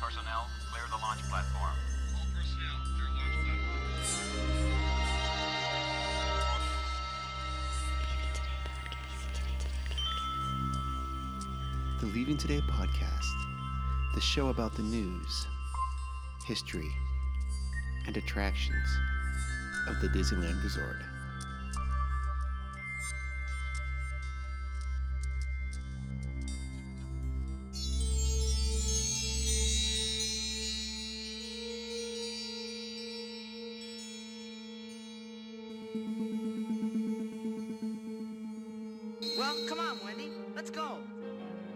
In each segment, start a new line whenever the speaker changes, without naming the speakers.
personnel, clear the launch platform.
All personnel, clear launch platform.
The Leaving Today podcast, the show about the news, history, and attractions of the Disneyland Resort.
Well, come on, Wendy. Let's go.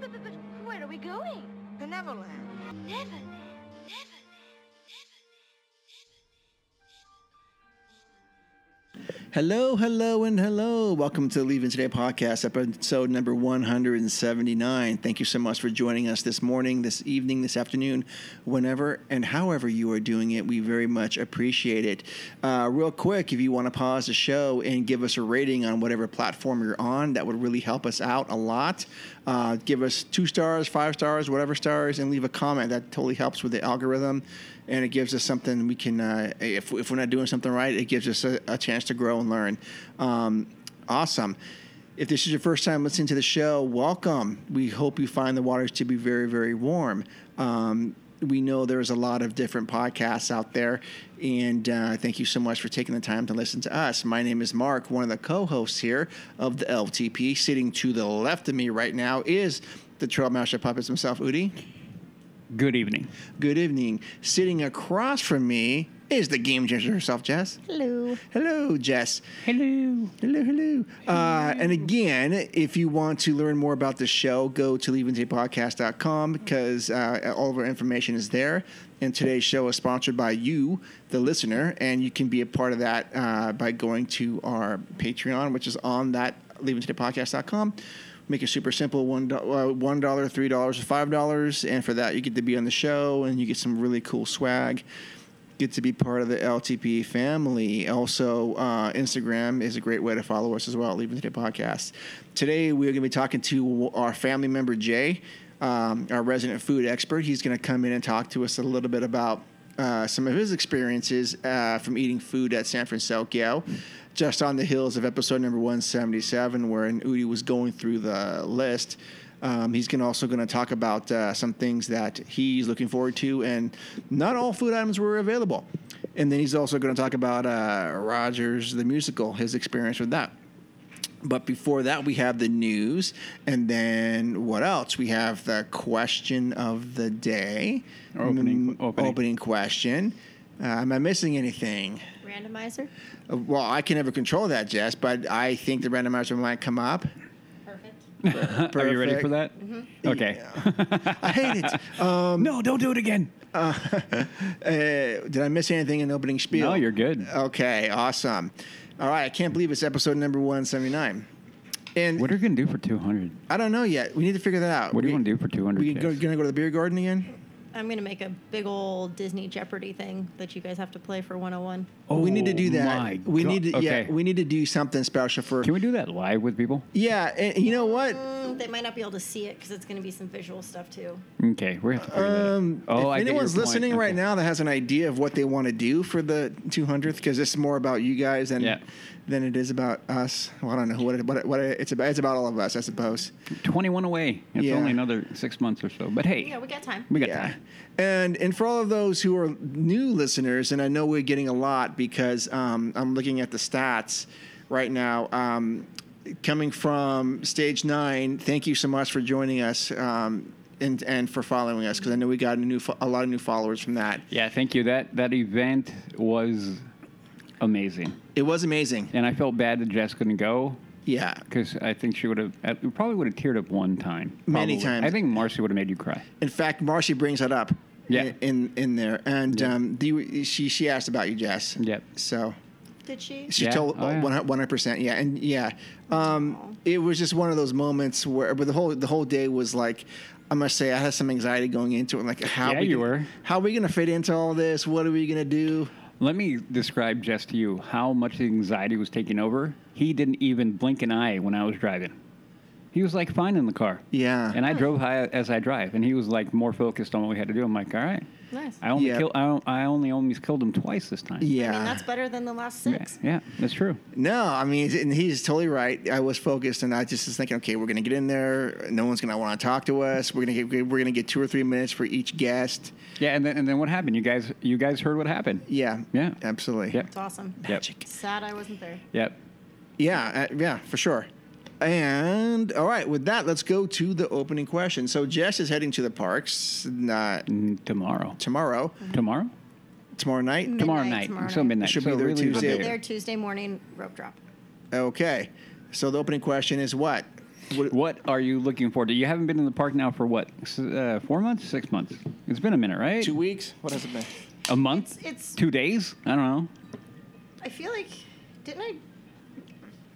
But, but, but where are we going?
The Neverland.
Neverland. Neverland.
Hello, hello, and hello. Welcome to the Leaving Today podcast, episode number 179. Thank you so much for joining us this morning, this evening, this afternoon, whenever and however you are doing it. We very much appreciate it. Uh, real quick, if you want to pause the show and give us a rating on whatever platform you're on, that would really help us out a lot. Uh, give us two stars, five stars, whatever stars, and leave a comment. That totally helps with the algorithm and it gives us something we can uh, if, if we're not doing something right it gives us a, a chance to grow and learn um, awesome if this is your first time listening to the show welcome we hope you find the waters to be very very warm um, we know there's a lot of different podcasts out there and uh, thank you so much for taking the time to listen to us my name is mark one of the co-hosts here of the ltp sitting to the left of me right now is the trailmaster puppets himself udi
Good evening.
Good evening. Sitting across from me is the game changer herself, Jess.
Hello.
Hello, Jess.
Hello.
Hello, hello. Uh, and again, if you want to learn more about the show, go to leavingtapepodcast.com because uh, all of our information is there. And today's show is sponsored by you, the listener, and you can be a part of that uh, by going to our Patreon, which is on that leavingtodaypodcast.com. Make it super simple one do- uh, one dollar, three dollars, or five dollars, and for that you get to be on the show and you get some really cool swag get to be part of the LTP family. Also, uh, Instagram is a great way to follow us as well, Leaving Today Podcast. Today, we're going to be talking to our family member, Jay, um, our resident food expert. He's going to come in and talk to us a little bit about uh, some of his experiences uh, from eating food at San Francisco. Just on the heels of episode number 177, where Udi was going through the list. Um, he's gonna also going to talk about uh, some things that he's looking forward to, and not all food items were available. And then he's also going to talk about uh, Rogers the musical, his experience with that. But before that, we have the news, and then what else? We have the question of the day,
Or opening-
Mm,
opening.
opening question. Uh, am I missing anything?
Randomizer.
Uh, Well, I can never control that, Jess, but I think the randomizer might come up.
Perfect.
Are you ready
Perfect. Mm-hmm.
for that? Okay.
I hate it. Um,
no, don't do it again.
Uh, did I miss anything in the opening spiel?
No, you're good.
uh, Okay, awesome. All right, I can't believe it's episode number 179. And
What are you gonna do for two hundred?
I don't know yet. We need to figure that out.
What do you
We-
wanna do for 200
We go,
days?
gonna go to the beer garden again?
I'm gonna make a big old Disney Jeopardy thing that you guys have to play for 101.
we need to do that.
Oh My
we
God.
need to
Okay.
yeah, we need to do something special for
Can we do that live with people?
Yeah, and you know what?
Mm, They might not be able to see it because it's gonna be some visual stuff too.
Okay, we're gonna have to figure
Um,
that out. Oh,
if
I get your
anyone's
point.
listening
Okay.
right now that has an idea of what they want to do for the 200th, because this is more about you guys than
Yeah.
than it is about us. Well, I don't know what it, what, it, what it, it's about. It's about all of us, I suppose.
twenty-one away. It's
Yeah.
only another six months or so. But hey,
Yeah, we got time.
we got
yeah.
time.
And and for all of those who are new listeners, and I know we're getting a lot because um, I'm looking at the stats right now. Um, coming from stage nine, thank you so much for joining us um, and and for following us because I know we got a new fo- a lot of new followers from that.
Yeah, thank you. That that event was amazing,
It was amazing.
and I felt bad that Jess couldn't go.
Yeah.
Because I think she would have, probably would have teared up one time.
Many
Probably.
times.
I think Marcy would have made you cry.
In fact, Marcy brings that up.
Yeah.
In in there, and
Yeah.
um, the, she she asked about you, Jess.
Yep.
So
Did she?
She
Yeah.
told
Oh, yeah.
one hundred percent. Yeah, and yeah, um, it was just one of those moments where, but the whole the whole day was like, I must say, I had some anxiety going into it. Like, how
Yeah,
we
you
gonna-
were.
How are we gonna fit into all this? What are we gonna do?
Let me describe just to you how much anxiety was taking over. He didn't even blink an eye when I was driving. He was like fine in the car.
Yeah.
And I drove high as I drive, and he was like more focused on what we had to do. I'm like, all right.
Nice.
I only
Yeah.
kill. I, on- I only almost killed him twice this time.
yeah.
I mean, that's better than the last
Yeah,
six.
yeah, that's true.
No, I mean, and he's totally right. I was focused, and I just was thinking, okay, we're gonna get in there. No one's gonna want to talk to us. We're gonna get, we're gonna get two or three minutes for each guest.
Yeah, and then and then what happened? You guys, you guys heard what happened.
Yeah,
Yeah.
absolutely.
Yep.
It's awesome.
Magic.
Sad I wasn't there.
Yep.
Yeah, uh, yeah, for sure. And all right, with that, let's go to the opening question. So Jess is heading to the parks uh,
Mm, Tomorrow.
tomorrow,
Tomorrow.
tomorrow night.
tomorrow
Midnight,
night.
tomorrow
So
night.
midnight.
Should
so
be there
really
Tuesday.
we're
Be
There Tuesday morning rope drop.
Okay. So the opening question is what? What?
What are you looking forward to? You haven't been in the park now for what? s- Uh, four months? Six months? It's been a minute, right?
Two weeks? What has it been?
a month?
It's- it's-
two days? I don't know.
I feel like didn't I?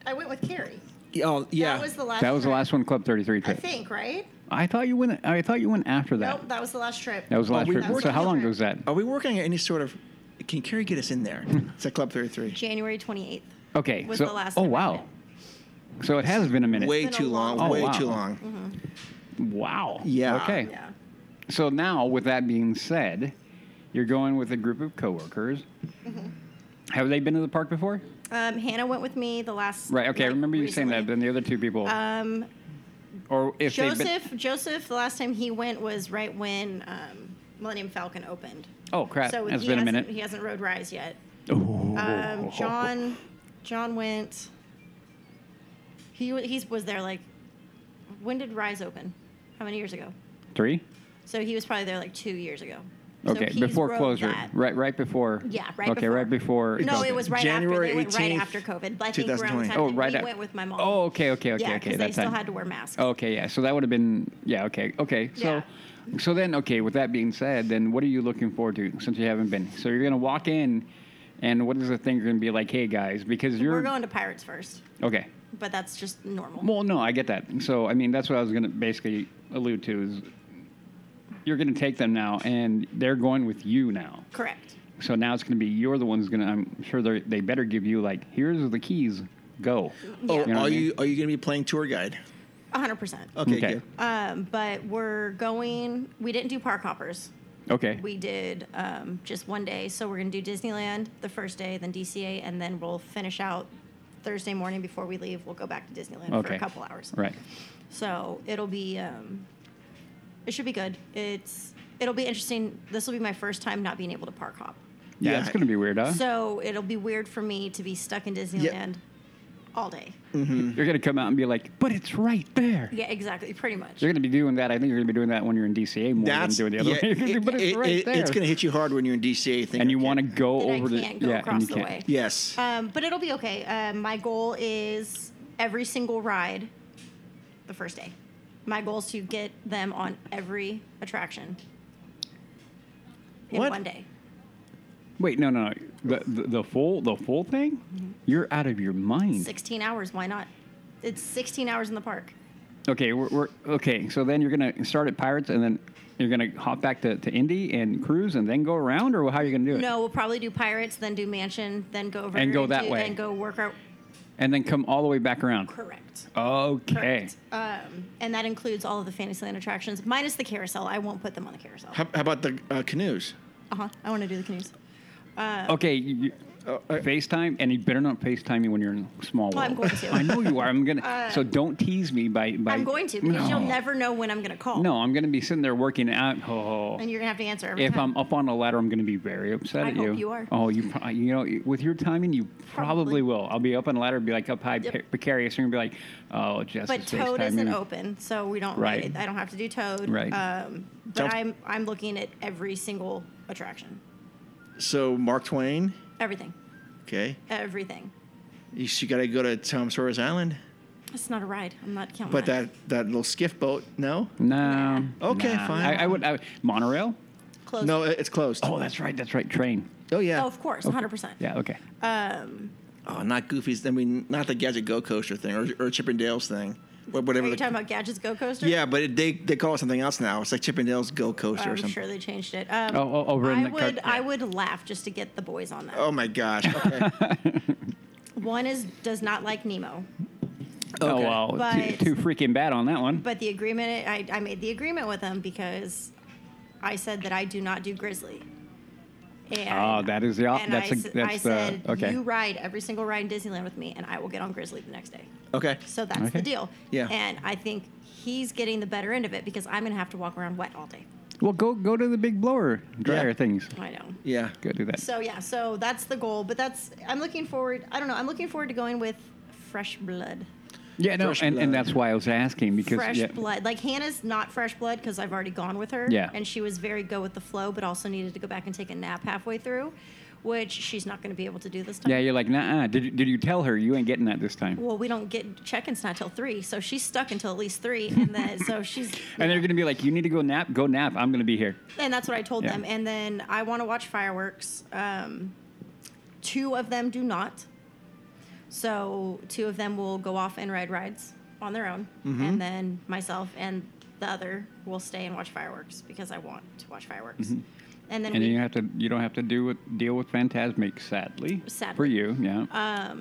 I went with Carrie.
Oh
That was the last.
that was the
trip,
last one, Club Thirty Three
I
trip.
think right.
I thought you went. I thought you went after that.
Nope, that was the last trip.
That was the
Oh,
last
we
trip.
worked
So how
on
long
it.
ago was that?
Are we working on any sort of? Can Carrie get us in there? It's at Club Thirty Three.
January twenty eighth.
Okay.
Was
so,
the last
oh
time I
wow. So it has been a minute.
Way
been a
too long.
long
way
time.
too
Oh, wow.
long.
Wow.
Yeah.
Okay.
Yeah.
So now, with that being said, you're going with a group of coworkers.
Mm-hmm.
Have they been to the park before?
Um, Hannah went with me the last.
Right. Okay. I
like,
remember you saying that.
recently.
Then the other two people.
Um,
or if they've been.
Joseph, Joseph, the last time he went was right when um, Millennium Falcon opened.
Oh crap!
so
That's
he
been a
hasn't,
minute.
He hasn't rode Rise yet.
Oh.
Um, John, John went. He wa- he was there like, when did Rise open? How many years ago?
Three.
So he was probably there like two years ago. So
Okay,
he's
before
rode
closure,
that.
right? Right before.
Yeah, right.
Okay,
before.
right before.
No,
COVID.
it was right
January
after. They went
18th,
right after COVID. I think around the
2020.
time
Oh,
that
right
we
at-
went with my mom.
Oh, okay, okay, okay, okay.
yeah,
Oh,
'cause
that
they still
time.
had to wear masks.
Okay, yeah. So that would have been. Yeah. Okay. Okay. So.
Yeah.
So then, okay. With that being said, then what are you looking forward to since you haven't been? So you're gonna walk in, and what is the thing you're gonna be like? Hey guys, because you're
We're going to Pirates first,
okay.
but that's just normal.
Well, no, I get that. So I mean, that's what I was gonna basically allude to is you're gonna take them now, and they're going with you now.
Correct.
So now it's going to be you're the one's going to. I'm sure they they better give you like here's the keys. Go.
Oh,
know what
are
I mean?
you are you going to be playing tour guide?
100%.
Okay,
Okay.
good.
Um, but we're going, we didn't do park hoppers.
Okay.
We did um, just one day. So we're going to do Disneyland the first day, then DCA, and then we'll finish out Thursday morning before we leave. We'll go back to Disneyland for
okay.
a couple hours.
Right.
So it'll be, um, it should be good. It's, it'll be interesting. This will be my first time not being able to park hop.
Yeah,
Yeah.
it's going to be weird, huh?
So it'll be weird for me to be stuck in Disneyland all day.
Mm. you're going to come out and be like, but it's right there.
Yeah, exactly. Pretty much.
You're going to be doing that. I think you're going to be doing that when you're in DCA more
That's
than doing the other
yeah,
way. You're gonna
it-
do, but it's
it-
right
it-
there.
it's going to hit you hard when you're in DCA. Thinking,
and you
okay,
want to go
Then I
over the
can't go
yeah,
across
and you
the
can't.
way.
Yes.
Um, but it'll be okay. Um, my goal is every single ride the first day. My goal is to get them on every attraction in
What?
one day.
Wait, no, no, no. The, the, the full the full thing?
Mm-hmm.
You're out of your mind.
16 hours, why not? It's 16 hours in the park.
Okay, we're, we're okay. So then you're gonna start at Pirates, and then you're gonna hop back to, to Indy and cruise, and then go around, or how are you gonna do it?
No, we'll probably do Pirates, then do Mansion, then go over
And go that
do-
way.
and go work out.
And then come all the way back around.
Correct.
Okay.
Correct. Um, and that includes all of the Fantasyland attractions, minus the carousel. I won't put them on the carousel.
how, how about the uh, canoes?
Uh huh. I want to do the canoes.
Okay. You, FaceTime, and you better not FaceTime me when you're in small world.
Well, I'm going to. Uh,
I know you are. I'm gonna. so don't tease me by by.
I'm going to because
no.
you'll never know when I'm going to call.
No, I'm gonna be sitting there working out. Oh.
And you're gonna have to answer every
if
time.
I'm up on a ladder, I'm going to be very upset
I
at
hope
you.
you are.
Oh, you, pro- you know, with your timing, you probably,
Probably.
will. I'll be up on a ladder, be like up high,
Yep.
pe- precarious, and you'll be like, oh, just
but Toad isn't open, so we don't.
Right.
I don't have to do Toad.
Right.
Um, but
Don't-
I'm I'm looking at every single attraction,
So Mark Twain.
everything,
Okay.
everything.
You, you got to go to Tom Sawyer's Island.
It's not a ride. I'm not counting.
But
on it.
that that little skiff boat. No.
No.
Okay,
Nah.
fine.
I, I would I, monorail.
close.
No, it- it's closed.
Oh, that's right. That's right. Train.
Oh, yeah.
Oh, of course, 100. percent
Yeah. Okay.
Oh, not Goofy's. I mean, not the Gadget Go Coaster thing or, or Chippendales thing. Wha- Whatever.
Are you
the-
talking about Gadget's Go Coaster?
yeah, but it, they they call it something else now. It's like Chippendales Go Coaster or
I'm
something.
sure they changed it. Um,
Oh, oh, over in
I
the
would
car-
I
yeah.
would laugh just to get the boys on that.
Oh my gosh. Okay.
One is does not like Nemo.
Oh
Okay.
well,
But-
too, too freaking bad on that one.
But the agreement, I, I made the agreement with him because I said that I do not do grizzly. And,
Oh, that is the op-
and
that's
I,
a-
s-
that's
I
the-
said,
okay.
you ride every single ride in Disneyland with me, and I will get on grizzly the next day.
Okay.
So that's
Okay.
the deal.
Yeah.
And I think he's getting the better end of it because I'm gonna have to walk around wet all day.
well, go go to the big blower dryer
Yeah.
things.
I know.
Yeah.
Go do that.
So yeah, so that's the goal. But that's I'm looking forward. I don't know. I'm looking forward to going with fresh blood.
yeah, no,
Fresh
and, and
blood.
that's why I was asking because
fresh
yeah,
blood. Like Hannah's not fresh blood because I've already gone with her.
Yeah.
And she was very go with the flow, but also needed to go back and take a nap halfway through, which she's not going to be able to do this time.
yeah, you're like, nah. Did you- did you tell her you ain't getting that this time?
Well, we don't get check-ins not till three, so she's stuck until at least three, and then so she's
and they're gonna be like, you need to go nap. Go nap. I'm gonna be here.
and that's what I told
Yeah.
them. And then I want to watch fireworks. Um, two of them do not. So two of them will go off and ride rides on their own,
Mm-hmm.
and then myself and the other will stay and watch fireworks because I want to watch fireworks. And
Mm-hmm.
then
And
we,
then you have to you don't have to do with deal with Fantasmic, sadly. For
Sadly. Uh,
you, yeah.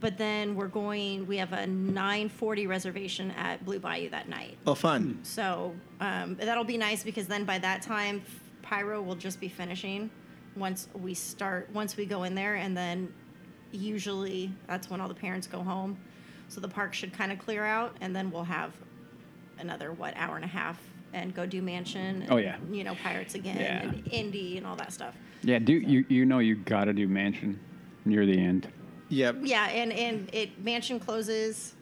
but then we're going. We have a 9:40 reservation at Blue Bayou that night.
Oh, fun.
So um, that'll be nice because then by that time, Pyro will just be finishing once we start, once we go in there. And then usually that's when all the parents go home. So the park should kind of clear out. And then we'll have another, what, hour and a half and go do Mansion. And,
Oh, yeah.
You know, Pirates again
Yeah.
and Indy and all that stuff.
yeah, do you you know you gotta do mansion near the end.
Yep.
Yeah. And, and it, Mansion closes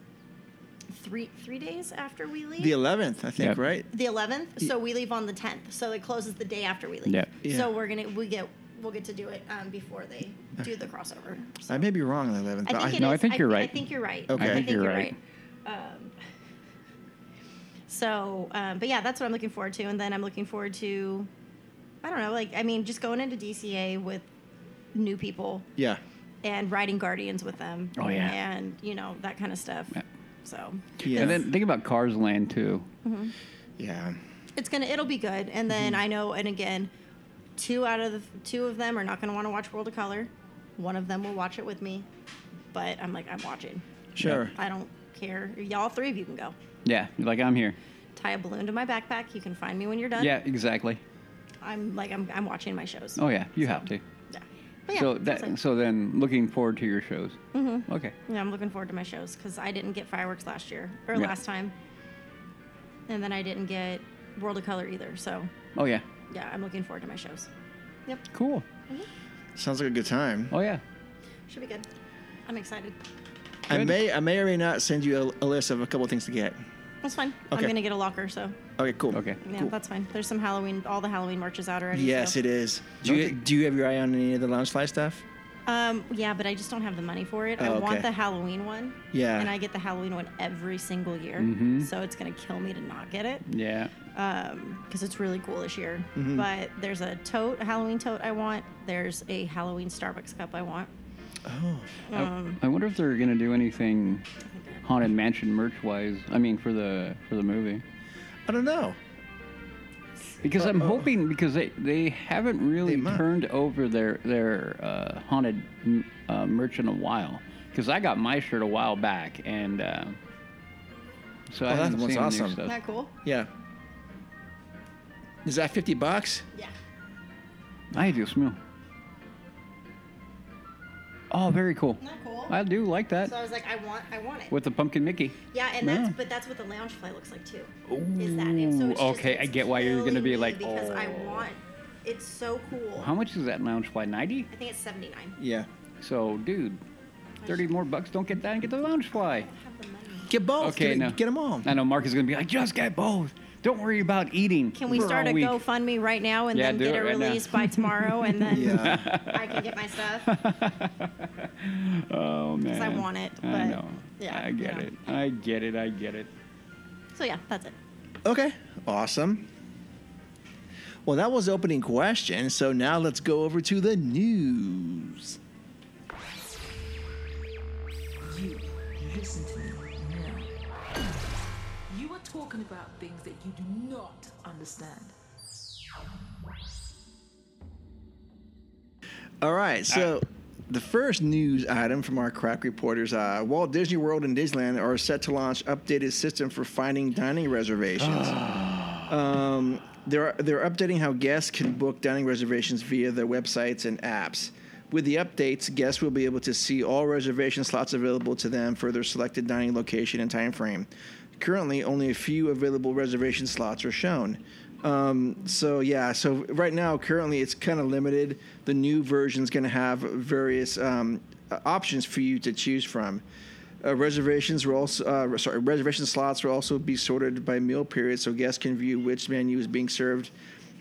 three, three days after we leave.
The 11th, I think,
Yep.
right?
the 11th so we leave on the 10th so it closes the day after we leave
Yeah.
Yeah.
so we're gonna we get we'll get to do it um, before they do the crossover So
I may be wrong on the 11th. but
I think it
no, I
is-
think you're right.
I think you're right
Okay.
I think you're right,
right.
Um, so um, but yeah that's what I'm looking forward to and then I'm looking forward to I don't know like I mean just going into DCA with new people
yeah.
and riding guardians with them
Oh, yeah.
and you know that kind of stuff
Yeah.
so
Yeah.
And then think about Cars Land too.
yeah.
it's gonna it'll be good and then
Mm-hmm.
i know and again two out of the two of them are not gonna want to watch world of color one of them will watch it with me but i'm like i'm watching
Sure.
i don't care y'all three of you can go
Yeah. You're like, I'm here.
tie a balloon to my backpack you can find me when you're done
Yeah, exactly.
i'm like i'm, I'm watching my shows
Oh yeah, you have to.
yeah but yeah,
so
that's
that
it.
so then looking forward to your shows. Mm-hmm. Okay.
yeah i'm looking forward to my shows because i didn't get fireworks last year or
Yeah.
last time and then i didn't get world of color either so
Oh yeah.
yeah i'm looking forward to my shows yep
Cool.
Sounds like a good time.
Oh yeah.
should be good i'm excited
I
Good.
may I may or may not send you a, a list of a couple of things to get.
That's fine.
Okay.
I'm gonna get a locker, so
Okay, cool.
Okay.
yeah,
Cool.
that's fine. There's some Halloween, all the Halloween marches out already.
Yes, it is. Do you
Okay.
do you have your eye on any of the lounge fly stuff?
Um, yeah, but I just don't have the money for it. I
Oh, okay.
want the Halloween one.
Yeah. Mm-hmm.
And I get the Halloween one every single year, so it's gonna kill me to not get it
Yeah.
because it's really cool this year.
Mm-hmm.
But there's a tote, a Halloween tote I want. There's a Halloween Starbucks cup I want.
Oh,
I-
Um,
I, wonder if they're gonna do anything haunted mansion merch wise. I mean for the for the movie.
I don't know.
Because I'm hoping because they, they haven't really
They might.
turned over their their uh, haunted m- uh, merch in a while. Because I got my shirt a while back, and uh, so I
Oh, that
haven't
one's
seen the new
awesome.
stuff.
Isn't that cool?
Yeah. Is that fifty bucks?
Yeah.
I do smell. Oh, very cool.
Isn't that cool?
I do like that
so I was like, I want, I want it.
with the pumpkin Mickey.
yeah, and that's
Yeah.
but that's what the lounge fly looks like too. is that? And so
Ooh,
it's just-
okay, I
it's
get why you're gonna
killing
be
me
like,
because I
"Oh."
want. It's so cool.
How much is that lounge fly? Ninety.
I think it's 79.
Yeah.
So, dude, thirty more bucks. Don't get that and get the lounge fly.
Get both.
Okay,
get,
no.
get them all.
I know Mark is gonna be like, just get both. Don't worry about eating.
Can we
for
start a
week."
GoFundMe right now and
Yeah,
then
do
get
it
it
right now.
released by tomorrow and then
Yeah.
I can get my stuff?
Oh man.
I want it,
I
but-
know.
yeah,
I get
you know.
it. I get it. I get it.
So yeah, that's it.
okay. Awesome. Well, that was the opening question. So now let's go over to the news.
You listen to me now. You are talking about things that you do not understand.
All right. So The first news item from our crack reporters: uh, Walt Disney World and Disneyland are set to launch updated system for finding dining reservations. um, they're they're updating how guests can book dining reservations via their websites and apps. With the updates, guests will be able to see all reservation slots available to them for their selected dining location and time frame. Currently, only a few available reservation slots are shown. Um, so yeah, so right now, currently, it's kind of limited. The new version's going to have various um, uh, options for you to choose from. Uh, reservations were also uh, sorry reservation slots will also be sorted by meal period, so guests can view which menu is being served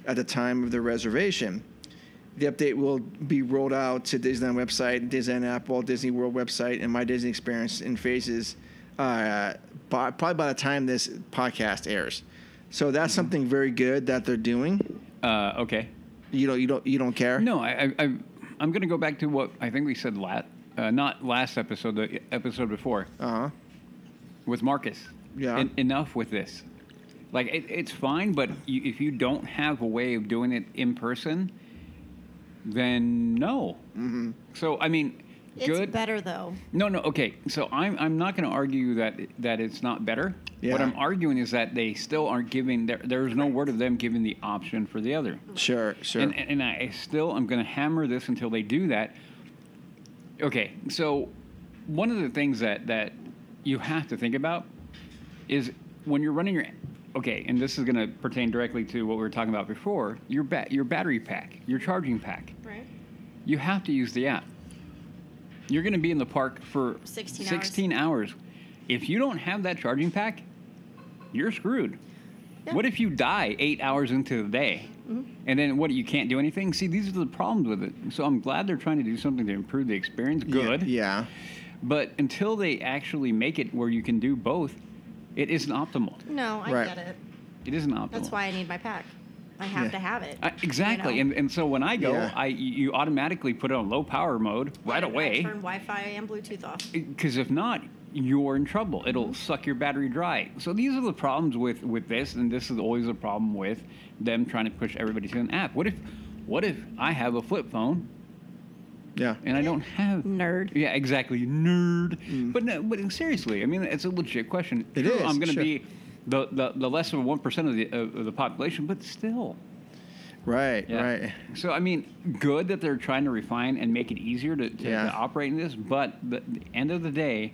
at the time of their reservation. The update will be rolled out to Disneyland website, Disneyland app, Walt Disney World website, and My Disney Experience in phases. Uh, by, probably by the time this podcast airs, so that's something very good that they're doing.
Uh, okay.
You don't, you don't, you don't care.
No, I, I, I I'm going to go back to what I think we said last, uh, not last episode, the episode before.
Uh huh.
with Marcus.
Yeah.
En- enough with this. Like it, it's fine, but you, if you don't have a way of doing it in person, then no. Mm-hmm. So I mean,
It's
good.
better though.
No, no. Okay, so I'm I'm not going to argue that that it's not better.
Yeah.
What I'm arguing is that they still aren't giving. There, there's no word of them giving the option for the other.
Sure, sure.
And, and I still I'm going to hammer this until they do that. Okay, so one of the things that that you have to think about is when you're running your okay, and this is going to pertain directly to what we were talking about before. Your ba- your battery pack, your charging pack.
Right.
You have to use the app. You're going to be in the park for
16 hours.
16 hours. If you don't have that charging pack, you're screwed.
Yeah. Mm-hmm.
What if you die eight hours into the day? And then what? You can't do anything? See, these are the problems with it. So I'm glad they're trying to do something to improve the experience.
Yeah,
Good.
Yeah.
But until they actually make it where you can do both, it isn't optimal.
No, I
Right.
get it.
It isn't optimal.
That's why I need my pack. I have
Yeah.
to have it.
I, Uh, exactly.
you know?
and, and so when I go,
Yeah.
I, you automatically put it on low power mode right
And I
away.
Turn Wi-Fi and Bluetooth off.
because if not you're in trouble it'll
Mm-hmm.
suck your battery dry so these are the problems with with this and this is always a problem with them trying to push everybody to an app what if what if i have a flip phone
Yeah.
and i don't have
Nerd.
yeah exactly nerd but no but seriously i mean it's a legit question
Mm. It is,
i'm gonna
sure.
be the, the, the less of 1% of the, of of the population but still
Right.
yeah.
Right.
So I mean, good that they're trying to refine and make it easier to, to,
Yeah.
to operate in this, but the, the end of the day,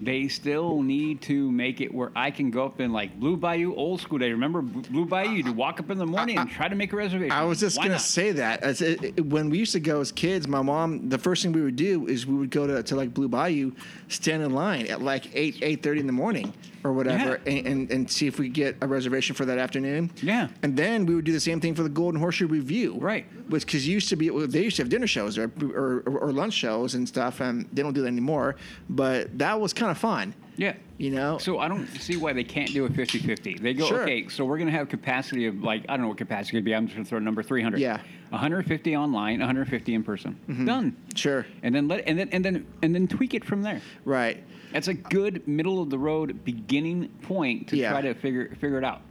they still need to make it where I can go up in like Blue Bayou old school day. Remember B- Blue Bayou? You'd walk up in the morning and try to make a reservation.
I was just
Why
gonna
not?
say that As it- it- when we used to go as kids, my mom, the first thing we would do is we would go to, to like Blue Bayou, stand in line at like eight eight thirty in the morning or whatever,
Yeah.
and, and and see if we get a reservation for that afternoon.
Yeah.
and then we would do the same thing for the Golden Horseshoe Review,
Right.
Which because used to be well, they used to have dinner shows or, or or lunch shows and stuff, and they don't do that anymore. But that was kind of fun,
Yeah.
you know.
So I don't see why they can't do a 50-50. They go,
Sure.
okay, so we're going to have capacity of like, I don't know what capacity could be. I'm just going to throw a number 300.
Yeah. Mm-hmm.
150 online, 150 in person. Done.
Sure.
And then let and then and then and then tweak it from there.
right.
That's a good middle of the road beginning point to
Yeah.
try to figure figure it out.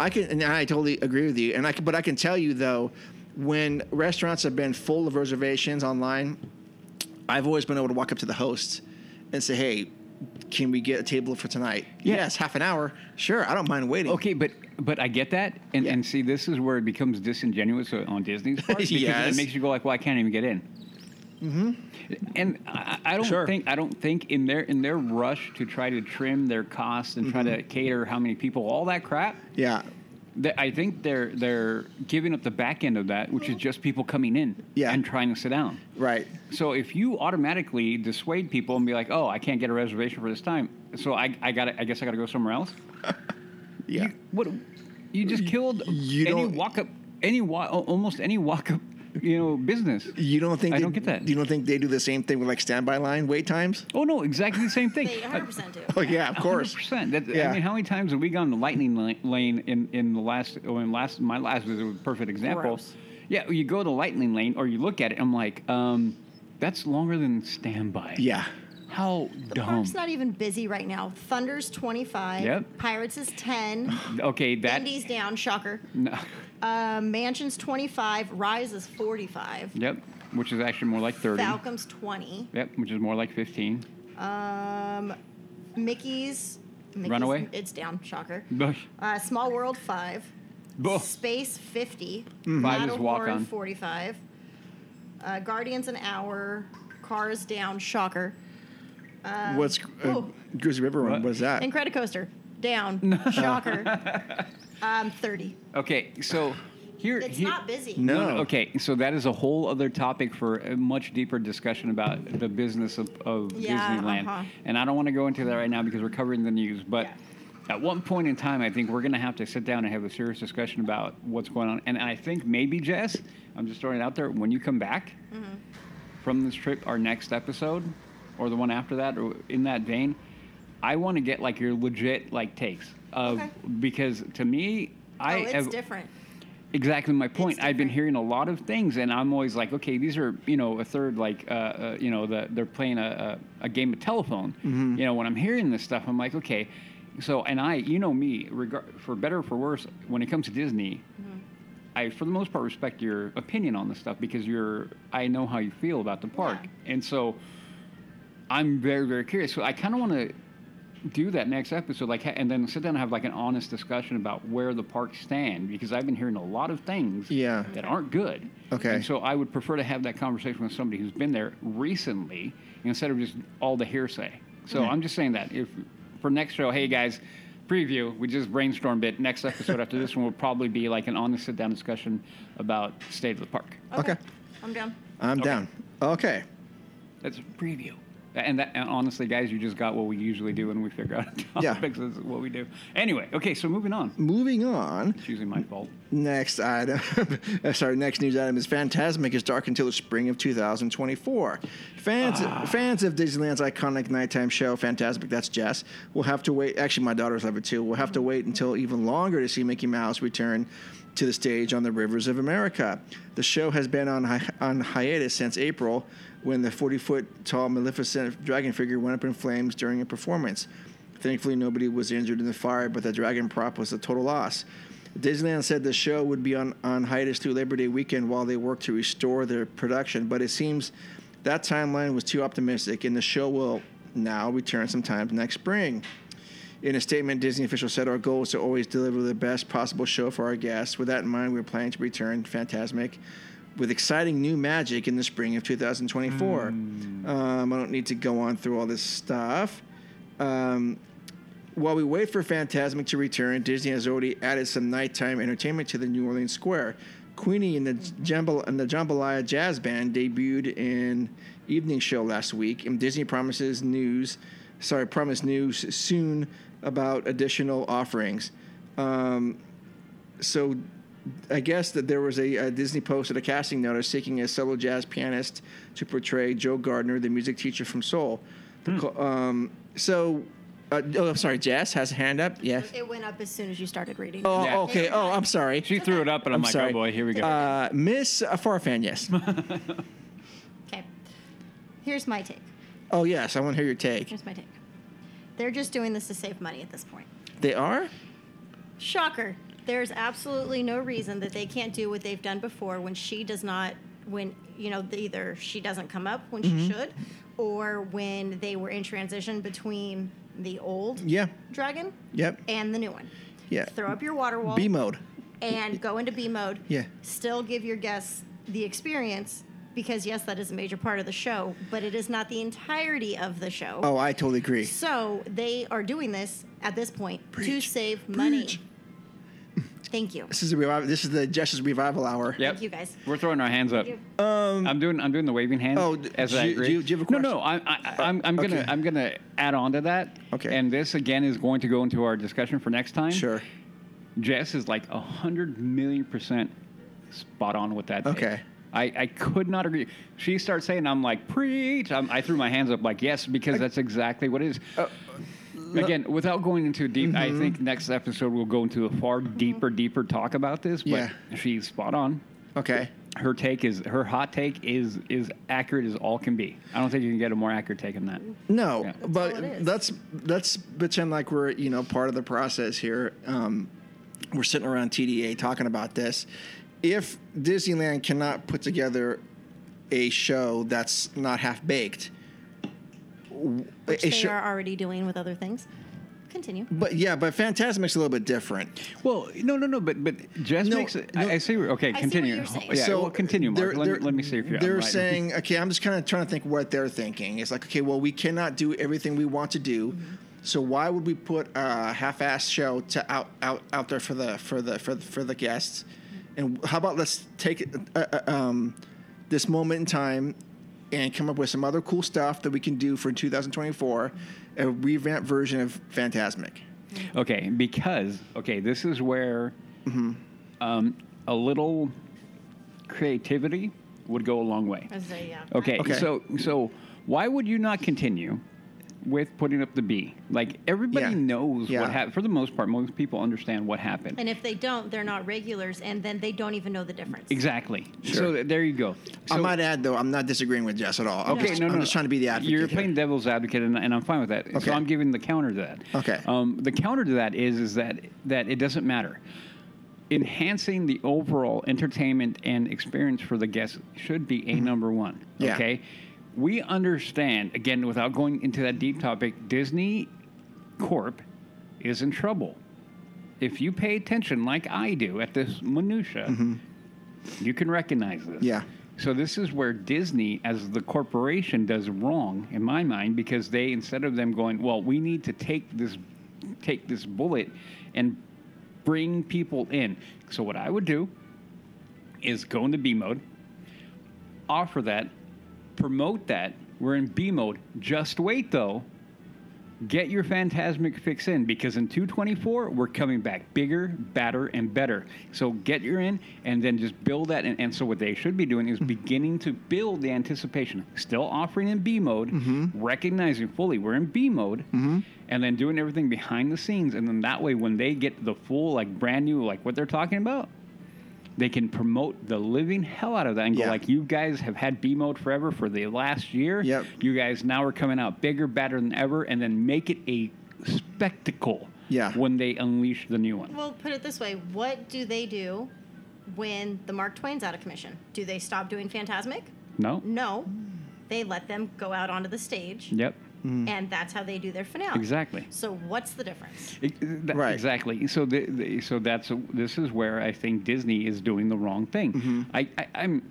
I can, and I totally agree with you. And I, can, but I can tell you though, when restaurants have been full of reservations online, I've always been able to walk up to the hosts and say, "Hey, can we get a table for tonight?"
Yeah.
Yes, half an hour. Sure, I don't mind waiting.
Okay, but but I get that, and
Yeah.
and see, this is where it becomes disingenuous on Disney's part because then
Yes.
it makes you go like, well, I can't even get in. Mm-hmm. And I, I don't
Sure.
think I don't think in their in their rush to try to trim their costs and try to cater how many people, all that crap.
Mm-hmm. Yeah.
That I think they're they're giving up the back end of that, which is just people coming in
Yeah.
and trying to sit down.
Right.
So if you automatically dissuade people and be like, "Oh, I can't get a reservation for this time," so I, I got, I guess I got to go somewhere else.
Yeah.
What? You just killed
you
any
don't-
walk up, any wa- al- almost any walk up, you know, business.
You don't think
I
they,
don't get that.
You don't think they do the same thing with like standby line wait times?
Oh no, exactly the same thing.
They 100% do.
Oh yeah, of course.
100%. That,
Yeah.
I mean, how many times have we gone to lightning li- lane in, in the last, oh, in last, my last was a perfect example.
Gross.
Yeah, you go to lightning lane or you look at it, I'm like, um, that's longer than standby.
Yeah.
How
The
dumb.
park's not even busy right now. Thunder's 25.
Yep.
Pirates is 10.
okay, that.
Indy's down. Shocker.
No.
Um, Mansion's 25. Rise is 45.
Yep. which is actually more like 30.
Falcom's 20.
Yep, which is more like 15.
Um, Mickey's, Mickey's.
Runaway?
It's down. Shocker.
Bush.
Uh, Small World 5.
Buh. Mm.
Space 50.
Five
Battle
is walk
Horn
on.
45. Uh, Guardians an hour. Cars down. Shocker.
What's uh,
ooh.
Grizzly River Run?
What?
What is that?
And Credit Coaster down. Shocker. um, 30.
Okay, so here.
It's
here-
not busy. Oh,
No.
Okay, so that is a whole other topic for a much deeper discussion about the business of, of
Yeah,
Disneyland.
uh-huh.
And I don't want to go into that right now because we're covering the news. But
Yeah.
at one point in time, I think we're going to have to sit down and have a serious discussion about what's going on. And I think maybe, Jess, I'm just throwing it out there, when you come back
Mm-hmm.
from this trip, our next episode or the one after that, or in that vein, I want to get like your legit like takes of
Okay.
because to me, I
oh, it's
have,
different.
Exactly my point. I've been
different.
hearing a lot of things, and I'm always like, okay, these are you know a third like uh, uh, you know the, they're playing a, a, a game of telephone. You know when I'm hearing this stuff, I'm like, okay, so and I you know me regard for better or for worse when it comes to Disney, I for the most part respect your opinion on this stuff because you're I know how you feel about the park, and so I'm very very curious. So I kind of want to do that next episode, like, ha- and then sit down and have like an honest discussion about where the parks stand because I've been hearing a lot of things
Yeah.
that aren't good.
Okay.
And so I would prefer to have that conversation with somebody who's been there recently instead of just all the hearsay. So I'm just saying that if for next show, hey guys, preview, we just brainstormed it. Next episode after this one will probably be like an honest sit down discussion about state of the park.
Okay.
I'm down.
I'm down. Okay.
That's a preview. And, that, and honestly, guys, you just got what we usually do when we figure out
Yeah.
topics. This is what we do. Anyway, okay, so moving on.
Moving on.
It's usually my fault.
Next item, uh, sorry, next news item is Fantasmic is dark until the spring of 2024. Fans, fans of Disneyland's iconic nighttime show, Fantasmic, that's Jess, will have to wait. Actually, my daughters love it too. We'll have to wait until even longer to see Mickey Mouse return to the stage on the Rivers of America. The show has been on, hi- on hiatus since April when the 40 foot tall Maleficent dragon figure went up in flames during a performance. Thankfully, nobody was injured in the fire, but the dragon prop was a total loss. Disneyland said the show would be on, on hiatus through Labor Day weekend while they work to restore their production, but it seems that timeline was too optimistic, and the show will now return sometime next spring. In a statement, Disney officials said, Our goal is to always deliver the best possible show for our guests. With that in mind, we're planning to return Fantasmic with exciting new magic in the spring of 2024. Um, I don't need to go on through all this stuff. Um, while we wait for Fantasmic to return, Disney has already added some nighttime entertainment to the New Orleans Square. Queenie and the, Jambal- and the Jambalaya Jazz Band debuted in evening show last week, and Disney promises news, sorry, promised news soon about additional offerings. Um, so I guess that there was a, a Disney posted a casting notice seeking a solo jazz pianist to portray Joe Gardner, the music teacher from Soul. The co- um, so, uh, oh, I'm sorry, Jazz has a hand up. Yes.
It went up as soon as you started reading.
Oh,
Yeah.
okay. Oh, I'm sorry.
She threw it up, and I'm,
I'm
like,
sorry.
oh boy, here we go.
Uh, Miss Farfan, yes.
Okay. Here's my take.
oh, yes. I want to hear your take.
Here's my take. They're just doing this to save money at this point.
They are.
Shocker. There's absolutely no reason that they can't do what they've done before when she does not, when, you know, either she doesn't come up when she should or when they were in transition between the old
Yeah.
dragon
Yep.
and the new one.
Yeah.
Throw up your water wall
B mode.
and go into B mode.
Yeah.
Still give your guests the experience because, yes, that is a major part of the show, but it is not the entirety of the show.
Oh, I totally agree.
So they are doing this at this point to
Preach.
save money.
Preach.
Thank you.
This is the revival. This is the Jess's revival hour.
yep.
Thank you guys.
We're throwing our hands up.
Thank
I'm doing. I'm doing the waving hand.
Oh, d-
as
do
I
you-
agree.
do you- do you have a
No, no. I,
question?
I, I'm, I'm gonna.
okay.
I'm gonna add on to that.
Okay.
And this again is going to go into our discussion for next time.
Sure.
Jess is like a hundred million percent spot on with that. take.
Okay.
I, I could not agree. She starts saying, "I'm like preach." I'm, I threw my hands up, like yes, because that's exactly what it is.
Oh.
Again, without going into deep, I
Mm-hmm.
think next episode we'll go into a far deeper, deeper talk about this. But
Yeah.
she's spot on.
Okay.
Her take is her hot take is is accurate as all can be. I don't think you can get a more accurate take than that.
No,
Yeah.
all it
but
is.
let's let's pretend like we're you know part of the process here. Um, we're sitting around TDA talking about this. If Disneyland cannot put together a show that's not half baked.
Which they are already doing with other things. Continue.
but yeah, but Fantasmic's a little bit different.
Well, no, no, no, but but Jess
No,
makes it.
no.
I, I see. where- Okay,
what
continue.
you're saying.
Yeah, well, continue, Mark. let, me, let me see if you're. I'm
They're
right.
saying, okay, I'm just kind of trying to think what they're thinking. It's like, okay, well, we cannot do everything we want to do,
Mm-hmm.
so why would we put a half-ass show to out out out there for the for the for the, for the guests?
Mm-hmm.
And how about let's take uh, uh, um, this moment in time and come up with some other cool stuff that we can do for 2024, a revamped version of Fantasmic.
Okay, because okay, this is where
Mm-hmm.
um, a little creativity would go a long way.
As they, uh, yeah.
Okay,
Okay.
so so why would you not continue with putting up the B? Like everybody
Yeah.
knows
Yeah.
what happened. For the most part, most people understand what happened.
And if they don't, they're not regulars, and then they don't even know the difference.
exactly.
Sure.
So th- there you go.
I
So-
might add though, I'm not disagreeing with Jess at all. I'm
Okay,
just,
no, no,
I'm just trying to be the advocate.
You're
here.
playing devil's advocate, and, and I'm fine with that.
Okay.
So I'm giving the counter to that.
Okay.
Um, the counter to that is is that that it doesn't matter. Enhancing the overall entertainment and experience for the guests should be a number one.
Mm-hmm. Yeah.
Okay. We understand again without going into that deep topic. Disney Corp is in trouble. If you pay attention like I do at this minutia,
Mm-hmm.
you can recognize this.
Yeah.
So this is where Disney, as the corporation, does wrong in my mind because they, instead of them going, well, we need to take this, take this bullet, and bring people in. So what I would do is go into B mode, offer that, promote that. We're in B mode. Just wait though. Get your phantasmic fix in because in 224 we're coming back bigger, badder, and better. So get your in and then just build that. And, and so what they should be doing is beginning to build the anticipation, still offering in B mode, recognizing fully we're in B mode, and then doing everything behind the scenes. And then that way, when they get the full like brand new like what they're talking about, they can promote the living hell out of that and
Yeah.
go like you guys have had B mode forever for the last year.
Yep.
You guys now are coming out bigger, better than ever, and then make it a spectacle.
Yeah.
When they unleash the new one.
Well, put it this way: What do they do when the Mark Twain's out of commission? Do they stop doing Phantasmic?
No.
No,
Mm.
they let them go out onto the stage,
Yep.
and that's how they do their finale.
Mm. Exactly.
So, what's the difference?
Ex- E, that-
Right.
Exactly. So the, the, so that's this is where I think Disney is doing the wrong thing.
Mm-hmm.
I, I I'm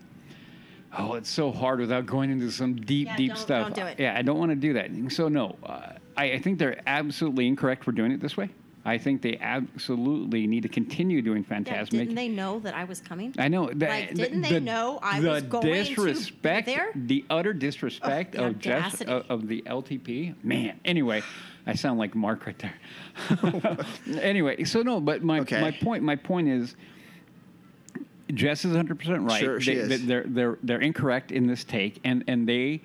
oh it's so hard without going into some deep
Yeah,
deep
don't-
stuff.
don't do it.
Yeah, I don't want to do that. So no, uh, I, I think they're absolutely incorrect for doing it this way. I think they absolutely need to continue doing
Yeah,
Fantasmic.
didn't they know that I was coming?
I know. The,
Like, didn't they know I
the
was going to be
disrespect,
there?
The utter disrespect
Ugh, the
of Jess uh,
audacity.
of, of the LTP. Man. Anyway, I sound like Mark right there. anyway, so no, but my
Okay.
my point my point is. Jess is 100% right.
Sure, she
they,
is.
they- They're, they're, they're incorrect in this take, and, and they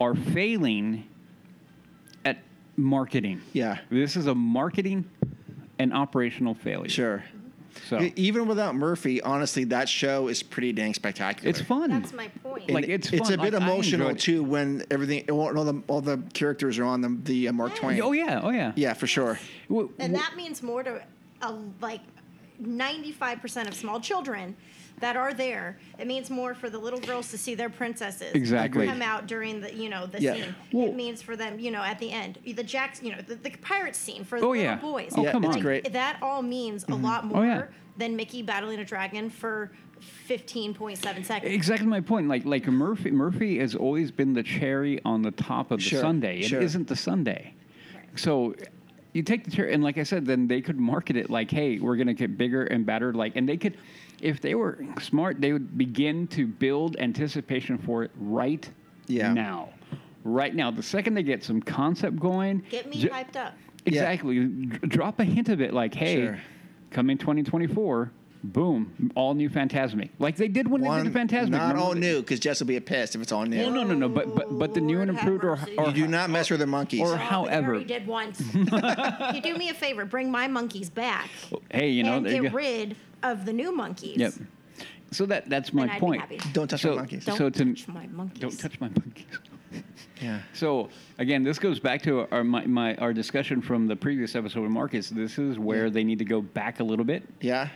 are failing at marketing.
Yeah.
This is a marketing and operational failure.
Sure.
So
E- Even without Murphy, honestly, that show is pretty dang spectacular.
it's fun.
That's my point.
Like, it's
it's
fun.
a bit
Like, I
emotional
enjoyed it.
too when everything all all the all the characters are on the the uh, Mark Twain.
Oh yeah, oh yeah.
yeah, for sure.
W-
and
w-
that means more to a, like 95% of small children that are there it means more for the little girls to see their princesses
Exactly.
come out during the you know the
Yeah.
scene
Well-
it means for them you know at the end the jacks you know the, the pirate scene for the
Oh,
little
yeah.
boys
Oh, Yeah, come
Like,
on.
great.
that all means a lot more
Oh, yeah.
than mickey battling a dragon for 15.7 seconds
exactly my point. Like like Murphy Murphy has always been the cherry on the top of the
Sure,
Sunday. It
sure.
not the Sunday. So you take the cherry, and like I said, then they could market it like, hey, we're gonna get bigger and better. Like, and they could, if they were smart, they would begin to build anticipation for it right
Yeah.
now. Right now, the second they get some concept going,
get me
ju-
hyped up
Exactly. D- Drop a hint of it, like, hey,
Sure.
come in 2024, boom, all new Fantasmic, like they did when they did the Fantasmic.
not
remember
all
the-
new because Jess will be a pissed if it's all new.
Well, no, no, no, but but but the new and
Lord have
improved, or
mercy.
or
you do not mess with the monkeys.
or
Oh,
however.
we already did once you do me a favor bring my monkeys back
hey, you know,
and
there you
get
go.
rid of the new monkeys.
Yep. So that that's my
Then I'd be
point.
happy.
Don't touch
so,
my monkeys.
Don't
so to,
touch my monkeys.
Don't touch my monkeys.
yeah.
So again, this goes back to our my, my our discussion from the previous episode of Marcus. This is where they need to go back a little bit
Yeah.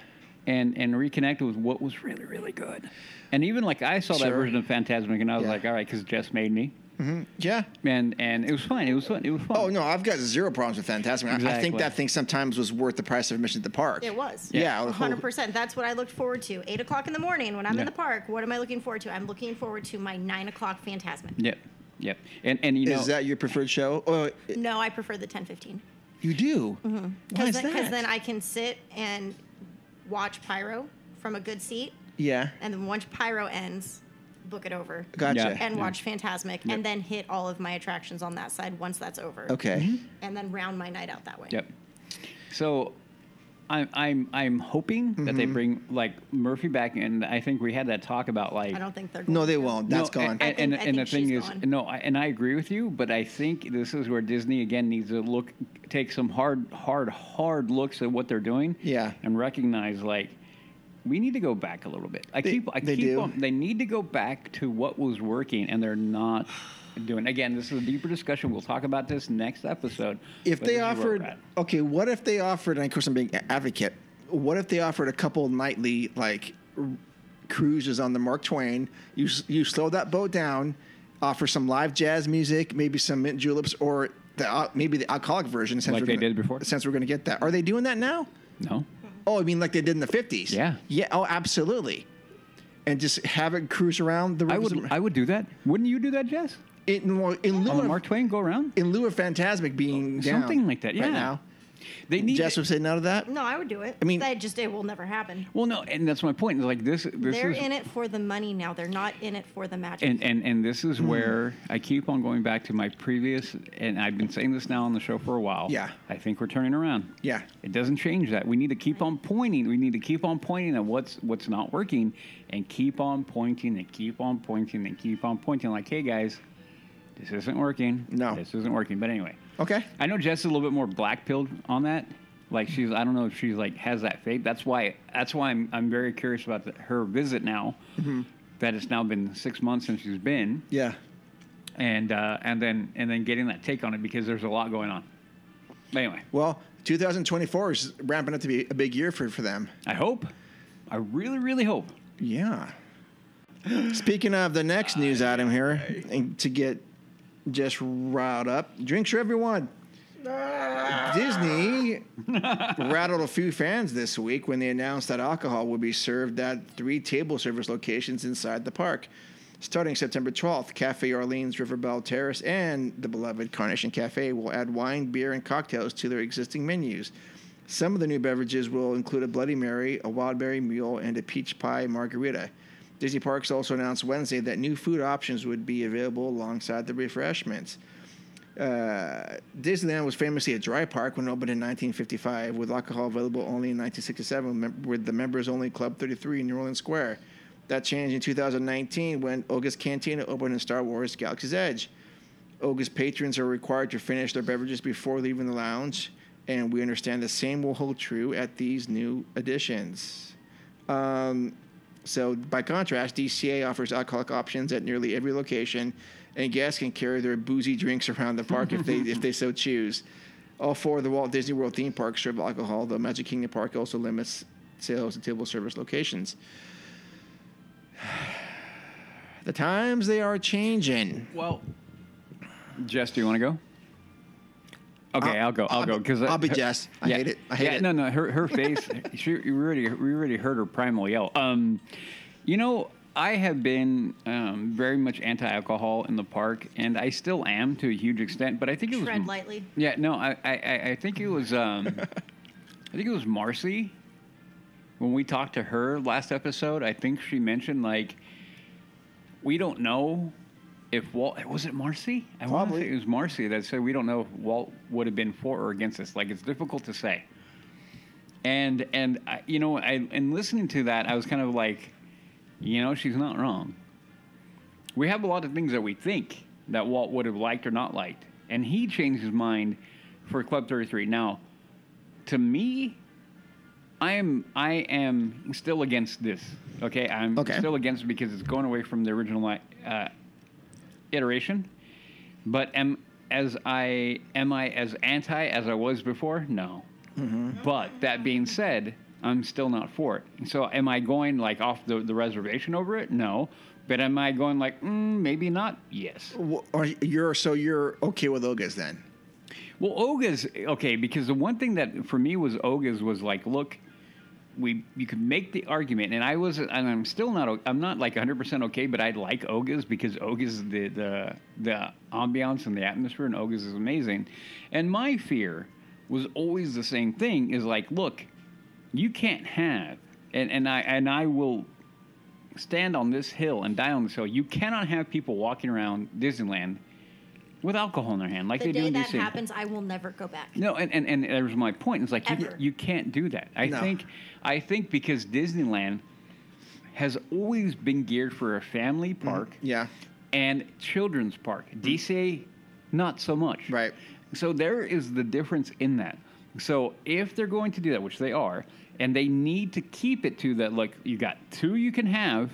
and and reconnected with what was really really good. And even like I saw that
Sure.
version of Fantasmic, and I was
Yeah.
like, all right, because Jess made me,
Yeah.
and and it was fun. It was fun. It was fun.
Oh no, I've got zero problems with Fantasmic. I- I think
Exactly.
that thing sometimes was worth the price of admission to the park.
It was.
Yeah. the whole-
100%. That's what I looked forward to. 8 o'clock in the morning when I'm
Yeah.
in the park, what am I looking forward to? I'm looking forward to my 9 o'clock Phantasmic.
Yep. Yep. And and you know
Is that your preferred show? Oh,
No, I prefer the 1015.
you do. Why is that?
Because Mm-hmm. then I can sit and watch Pyro from a good seat.
yeah.
And then once Pyro ends, book it over.
Gotcha.
And
Yeah.
watch Phantasmic
Yep.
and then hit all of my attractions on that side once that's over.
Okay.
And then round my night out that way.
Mm-hmm. Yep. So I'm I'm I'm hoping that
Mm-hmm.
they bring like Murphy back, and I think we had that talk about like.
I don't think they're
No,
going
they
to.
won't.
No,
That's gone.
And, and,
I think- I
and the
think
thing
she's
is,
gone.
no, I, and I agree with you, but I think this is where Disney again needs to look, take some hard, hard, hard looks at what they're doing.
Yeah.
And recognize like we need to go back a little bit. I
They-
keep, I
they
keep
do.
on- they need to go back to what was working, and they're not doing. Again, this is a deeper discussion. We'll talk about this next episode.
if
but
they
this is where we're
offered
at.
okay what if they offered and of course i'm being a- advocate what if they offered a couple nightly like r- cruises on the mark twain you s- you slow that boat down offer some live jazz music maybe some mint juleps or the al- maybe the alcoholic version since
Like
we're
they
gonna-
did before?
since we're going to get that are they doing that now
no,
oh i mean like they did in the 50s
Yeah.
yeah oh absolutely and just have it cruise around the
I would, I would do that. Wouldn't you do that, Jess?
in, well, in
On
lieu
a
of
Mark Twain go around.
in lieu of Fantasmic being down
Something like that, yeah.
right now
They need
Jess
to-
would say no to that
No, I would do it.
I mean-
that just it will never happen.
Well, no, and that's my point. Like this, this
They're
is,
in it for the money now. They're not in it for the magic.
and and and this
Mm-hmm.
is where I keep on going back to my previous, and I've been saying this now on the show for a while.
Yeah.
I think we're turning around.
Yeah.
it doesn't change that. We need to keep on pointing. We need to keep on pointing at what's what's not working, and keep on pointing and keep on pointing and keep on pointing. Like, hey guys, this isn't working.
No.
this isn't working. But anyway,
Okay.
I know Jess is a little bit more black pilled on that. Like she's, I don't know if she's like has that faith. That's why. That's why I'm, I'm very curious about the, her visit now. That it's now been six months since she's been,
Yeah.
and uh, and then and then getting that take on it because there's a lot going on. Anyway,
Well, 2024 is ramping up to be a big year for, for them.
I hope. I really, really hope.
Yeah. Speaking of the next news item here, and to get just riled up, drinks for everyone. Ah. Disney rattled a few fans this week when they announced that alcohol will be served at three table service locations inside the park. Starting September 12th, Cafe Orleans, Riverbell Terrace, and the beloved Carnation Cafe will add wine, beer, and cocktails to their existing menus. Some of the new beverages will include a Bloody Mary, a Wild Berry Mule, and a Peach Pie Margarita. Disney Parks also announced Wednesday that new food options would be available alongside the refreshments. Uh, Disneyland was famously a dry park when it opened in 1955, with alcohol available only in 1967 mem- with the Members Only Club 33 in New Orleans Square. That changed in 2019 when Oga's Cantina opened in Star Wars Galaxy's Edge. Oga's patrons are required to finish their beverages before leaving the lounge, and we understand the same will hold true at these new additions. Um, so, by contrast, DCA offers alcoholic options at nearly every location, and guests can carry their boozy drinks around the park if they if they so choose. All four of the Walt Disney World theme parks serve alcohol, though Magic Kingdom Park also limits sales to table service locations. The times they are changing.
Well, Jess, do you want to go? Okay, I'll, go. I'll,
I'll
go
be-
because
I'll be Jess. I hate it. I hate
yeah,
it.
No, no, her her face. she we already we already heard her primal yell. Um, you know, I have been um, very much anti-alcohol in the park, and I still am to a huge extent. But I think it was
Tread lightly.
Yeah, no, I I, I- I think it was um, I think it was Marcy when we talked to her last episode. I think she mentioned like we don't know if Walt was it Marcy? I wanna
Probably.
say it was Marcy that said we don't know if Walt would have been for or against this. Like it's difficult to say. And and I, you know, I and listening to that, I was kind of like, you know, she's not wrong. We have a lot of things that we think that Walt would have liked or not liked, and he changed his mind for Club Thirty Three. Now, to me, I am I am still against this. Okay, I'm
Okay.
still against it because it's going away from the original uh, iteration. But am as I am I as anti as I was before? No. But that being said, I'm still not for it. And so, am I going like off the, the reservation over it? No. But am I going like mm, maybe not? Yes.
Wh- Are you- you're so you're okay with ogas then?
Well, Oga's okay because the one thing that for me was Oga's was like, look, we you could make the argument, and I was, and I'm still not, o- I'm not like 100 percent okay, but I like Oga's because Oga's the the the ambiance and the atmosphere, and Oga's is amazing. And my fear was always the same thing: is like, look, you can't have, and and I and I will stand on this hill and die on this hill. You cannot have people walking around Disneyland. With alcohol in their hand, like
The
they do
day
in
that
DC.
happens, I will never go back.
No, and, and, and that was my point. It's like you,
Ever.
you can't do that. I
No.
think I think because Disneyland has always been geared for a family park
Mm-hmm. Yeah. Mm-hmm.
and children's park. DC, not so much.
Right.
So there is the difference in that. So if they're going to do that, which they are, and they need to keep it to that, like you got two you can have,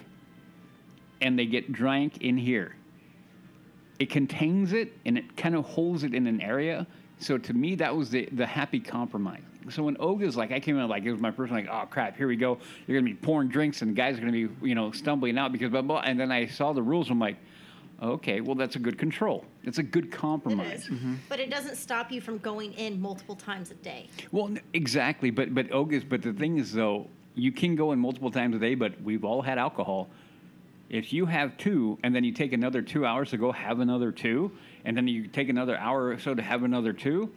and they get drank in here. It contains it and it kind of holds it in an area. So to me, that was the, the happy compromise. So when Oga's like, I came out like it was my first like, oh crap, here we go. You're gonna be pouring drinks and the guys are gonna be you know stumbling out because blah blah. And then I saw the rules. I'm like, okay, well that's a good control. It's a good
It
compromise.
is. But it doesn't stop you from going in multiple times a day.
Well, n- exactly, but but Ogus. But the thing is, though, you can go in multiple times a day. But we've all had alcohol. If you have two, and then you take another two hours to go have another two, and then you take another hour or so to have another two,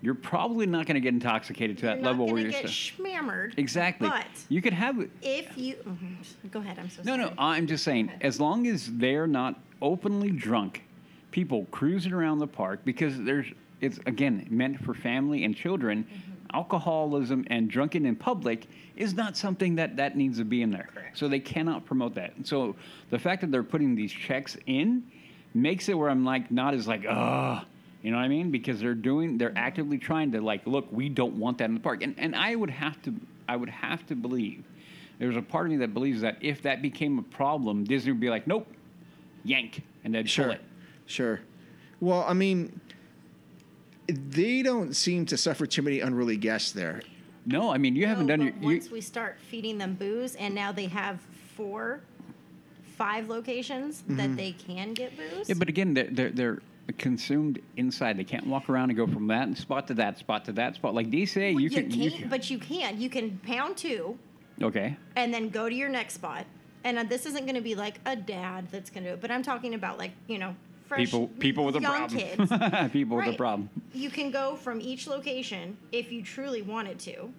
you're probably not going to get intoxicated to that
You're
level
not
where
going to
you're
get
st-
schmammered.
exactly.
But
you could have
if you Mhm. go ahead, I'm so
no,
sorry.
no. I'm just saying, as long as they're not openly drunk, people cruising around the park because there's it's again meant for family and children.
Mm-hmm.
Alcoholism and drunken in public is not something that that needs to be in there. So they cannot promote that. So the fact that they're putting these checks in makes it where I'm like not as like ah. You know what I mean? Because they're doing, they're actively trying to like, look, we don't want that in the park. And and I would have to, I would have to believe, there's a part of me that believes that if that became a problem, Disney would be like, nope, yank, and then
Sure.
pull it.
Sure. Well, I mean, they don't seem to suffer too many unruly guests there.
No, I mean you haven't
No,
done your.
but
You,
Once we start feeding them booze, and now they have four, five locations that they can get booze.
Mm-hmm. yeah, but again, they're, they're they're consumed inside. They can't walk around and go from that spot to that spot to that spot. Like DCA,
Well,
you, can, you
can't,
can.
But you can. You can pound two,
okay.
and then go to your next spot. And uh, this isn't going to be like a dad that's going to do it, but I'm talking about like you know fresh
People people with a
young
problem.
kids.
people with
Right.
a problem.
You can go from each location if you truly wanted to,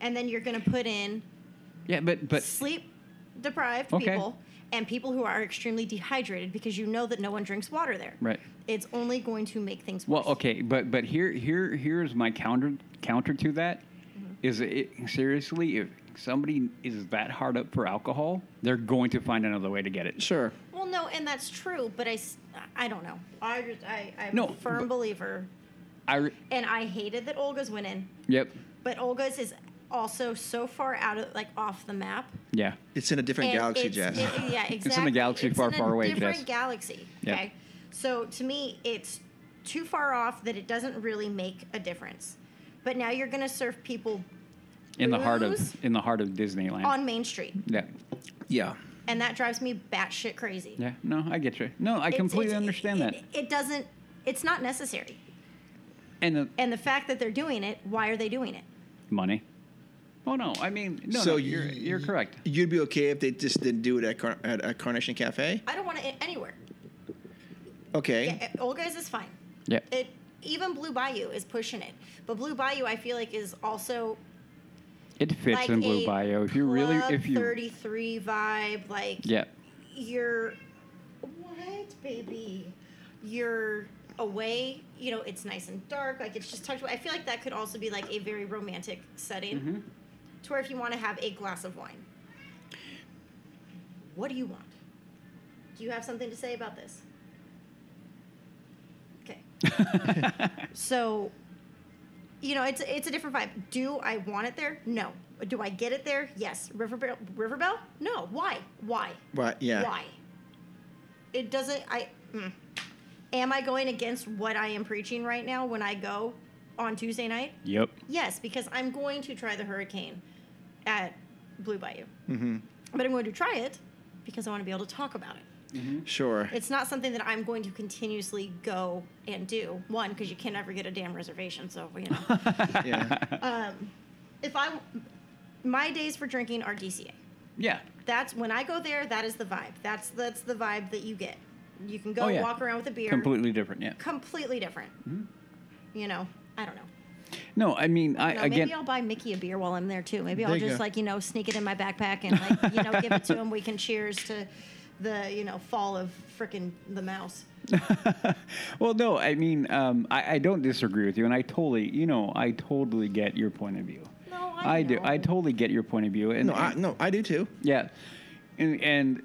and then you're going to put in
Yeah, but but
sleep deprived
Okay.
people and people who are extremely dehydrated because you know that no one drinks water there.
Right.
It's only going to make things
Well,
worse.
okay, but but here here here's my counter counter to that
Mm-hmm.
is it seriously if somebody is that hard up for alcohol, they're going to find another way to get it.
Sure.
Well, no, and that's true, but I, s- I don't know. I just, I, I'm
No,
a firm
but-
believer,
I re-
and I hated that Olga's went in,
yep.
but Olga's is also so far out of like off the map.
Yeah.
It's in a different
And
galaxy,
it's-
Jess.
it- yeah, exactly.
galaxy far,
in a
far away,
Different
Jess.
galaxy.
Yeah.
Okay. So to me, it's too far off that it doesn't really make a difference. But now you're going to serve people
In the heart
Booze?
of in the heart of Disneyland.
on Main Street,
yeah.
yeah.
and that drives me batshit crazy.
Yeah. No, I get you. No, I
It's-
completely
it's-
understand
it-
that.
It, doesn't. It's not necessary.
And the
And the fact that they're doing it, why are they doing it?
money. Oh no, I mean no,
So
no you're
y-
you're correct.
You'd be okay if they just didn't do it at, Car- at, at Carnation Cafe?
I don't want it anywhere.
Okay.
Yeah, Olga's is fine.
Yeah.
It even Blue Bayou is pushing it, but Blue Bayou I feel like is also
It fits
like
in Blue
a
Bio. If you really
Club
if you
33 vibe like
Yeah.
you're what baby you're away you know it's nice and dark like it's just tucked away i feel like that could also be like a very romantic setting to where if you want to have a glass of wine what do you want do you have something to say about this okay so you know it's it's a different vibe do i want it there no do i get it there yes riverbell riverbell no why why
But yeah.
why? It doesn't. I mm. am I going against what I am preaching right now when I go on Tuesday night?
Yep.
Yes, because I'm going to try the hurricane. at Blue Bayou. But I'm going to try it because I want to be able to talk about it.
Sure.
It's not something that I'm going to continuously go and do. One, because you can never get a damn reservation. So, you know.
yeah.
if I, my days for drinking are DCA.
Yeah.
That's when I go there. That is the vibe. That's that's the vibe that you get. You can go
Oh, yeah.
walk around with a beer.
Completely different. Yeah.
completely different. You know, I don't know.
No, I mean, Mm-hmm. I
No,
again,
maybe I'll buy Mickey a beer while I'm there too. Maybe
There
I'll
you
just
go.
like you know sneak it in my backpack and like you know give it to him. We can cheers to the you know fall of frickin' the mouse.
well, no, I mean, um, I, I don't disagree with you, and I totally, you know, I totally get your point of view.
No, I
do. I
know.
totally get your point of view, and
No, I, no, I do too.
Yeah, and and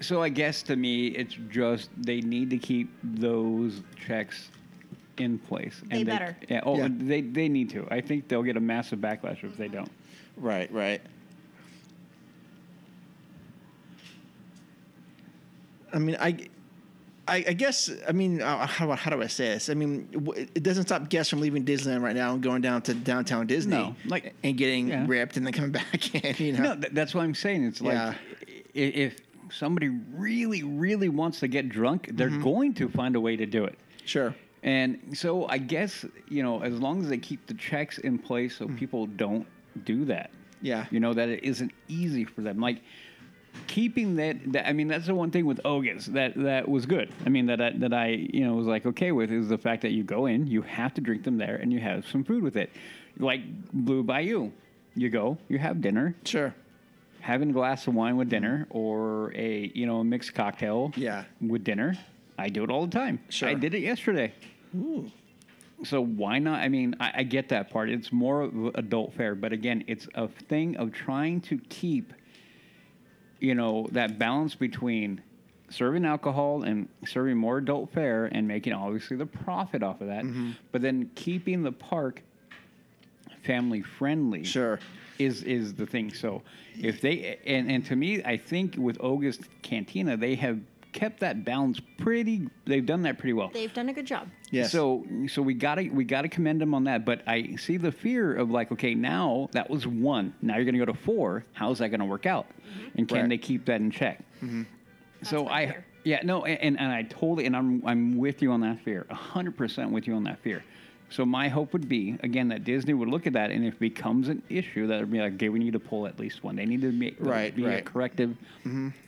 so I guess to me, it's just they need to keep those checks in place.
They better.
Yeah. Oh,
Yeah.
they they need to. I think they'll get a massive backlash if
Mm-hmm.
they don't.
Right, right. I mean, I, I, I guess. I mean, uh, how, do I- how do I say this? I mean, w- it doesn't stop guests from leaving Disneyland right now and going down to downtown Disney,
No, like-
and getting
yeah.
ripped and then coming back in. You know,
No, th- that's what I'm saying. It's like
Yeah.
i- if somebody really, really wants to get drunk, they're going to find a way to do it.
Mm-hmm. sure.
And so I guess, you know, as long as they keep the checks in place so people don't do that.
Mm. Yeah.
You know, that it isn't easy for them. Like keeping that, that I mean, that's the one thing with Ogus that that was good. I mean, that I, that I, you know, was like okay with is the fact that you go in, you have to drink them there and you have some food with it. Like Blue Bayou, you go, you have dinner,
Sure.
having a glass of wine with dinner or a you know a mixed cocktail
Yeah.
with dinner i do it all the time
Sure.
i did it yesterday so why not i mean I, I get that part it's more of adult fare but again it's a thing of trying to keep you know that balance between serving alcohol and serving more adult fare and making obviously the profit off of that
Mm-hmm.
but then keeping the park family friendly
Sure.
is is the thing so if they and and to me i think with august cantina they have kept that balance pretty they've done that pretty well
They've done a good job.
Yes.
so so we gotta we gotta commend them on that but i see the fear of like okay now that was one now you're gonna go to four how's that gonna work out and can
Mm-hmm. Right. Mm-hmm.
they keep that in check so
my
i
fear.
yeah no a- and, and i totally and i'm i'm with you on that fear 100% with you on that fear so my hope would be again that disney would look at that and if it becomes an issue that would be like okay we need to pull at least one they need to make that
Right,
be a
right. Mm-hmm.
corrective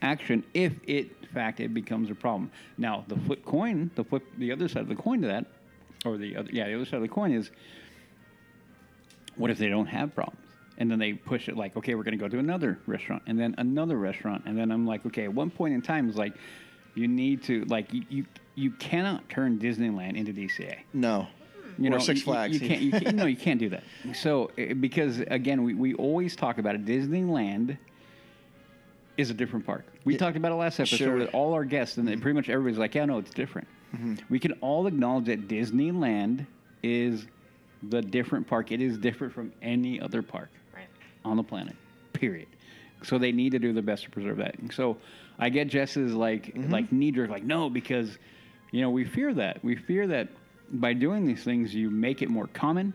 action if it in fact it becomes a problem. Now the flip coin, the flip the other side of the coin to that, or the other yeah, the other side of the coin is what if they don't have problems? And then they push it like, okay, we're gonna go to another restaurant and then another restaurant and then I'm like, okay, at one point in time it's like you need to like you you, you cannot turn Disneyland into DCA
no.
you
Or
know,
Six
you- you-
Flags.
You, can't. You can't no, you can't do that. So eh, because again, we, we always talk about it. Disneyland is a different park. We talked about it last episode
Sure. Mm-hmm.
with all our guests, and pretty much everybody's like, "Yeah, no, it's different." We can all acknowledge that Disneyland is the different park. It is different from any other park
Right.
on the planet. Period. So they need to do their best to preserve that. So I get Jess's like like knee jerk like no because you know we fear that we fear that by doing these things you make it more common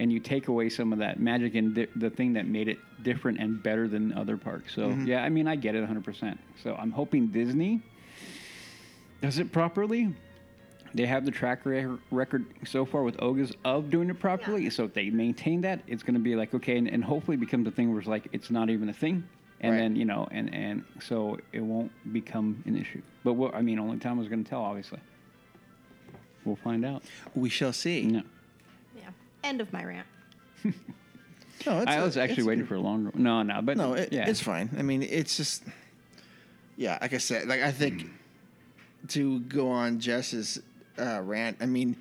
and you take away some of that magic and di- the thing that made it different and better than other parks. So yeah, I mean I get it 100%. So I'm hoping Disney does it properly. They have the track re- record so far with Ogas of doing it properly. So if they maintain that, it's going to be like okay, and, and hopefully become the thing where it's like it's not even a thing, and
Right.
then you know, and and so it won't become an issue. But what I mean, only time is going to tell. Obviously, we'll find out.
We shall see.
No,
Yeah. End of my rant.
No, it's
I
a-
was actually
it's a
waiting
good-
for a long. No, no, but
No, it,
yeah.
it's fine. I mean, it's just, yeah, like I said, like I think to go on Jess's uh, rant. I mean,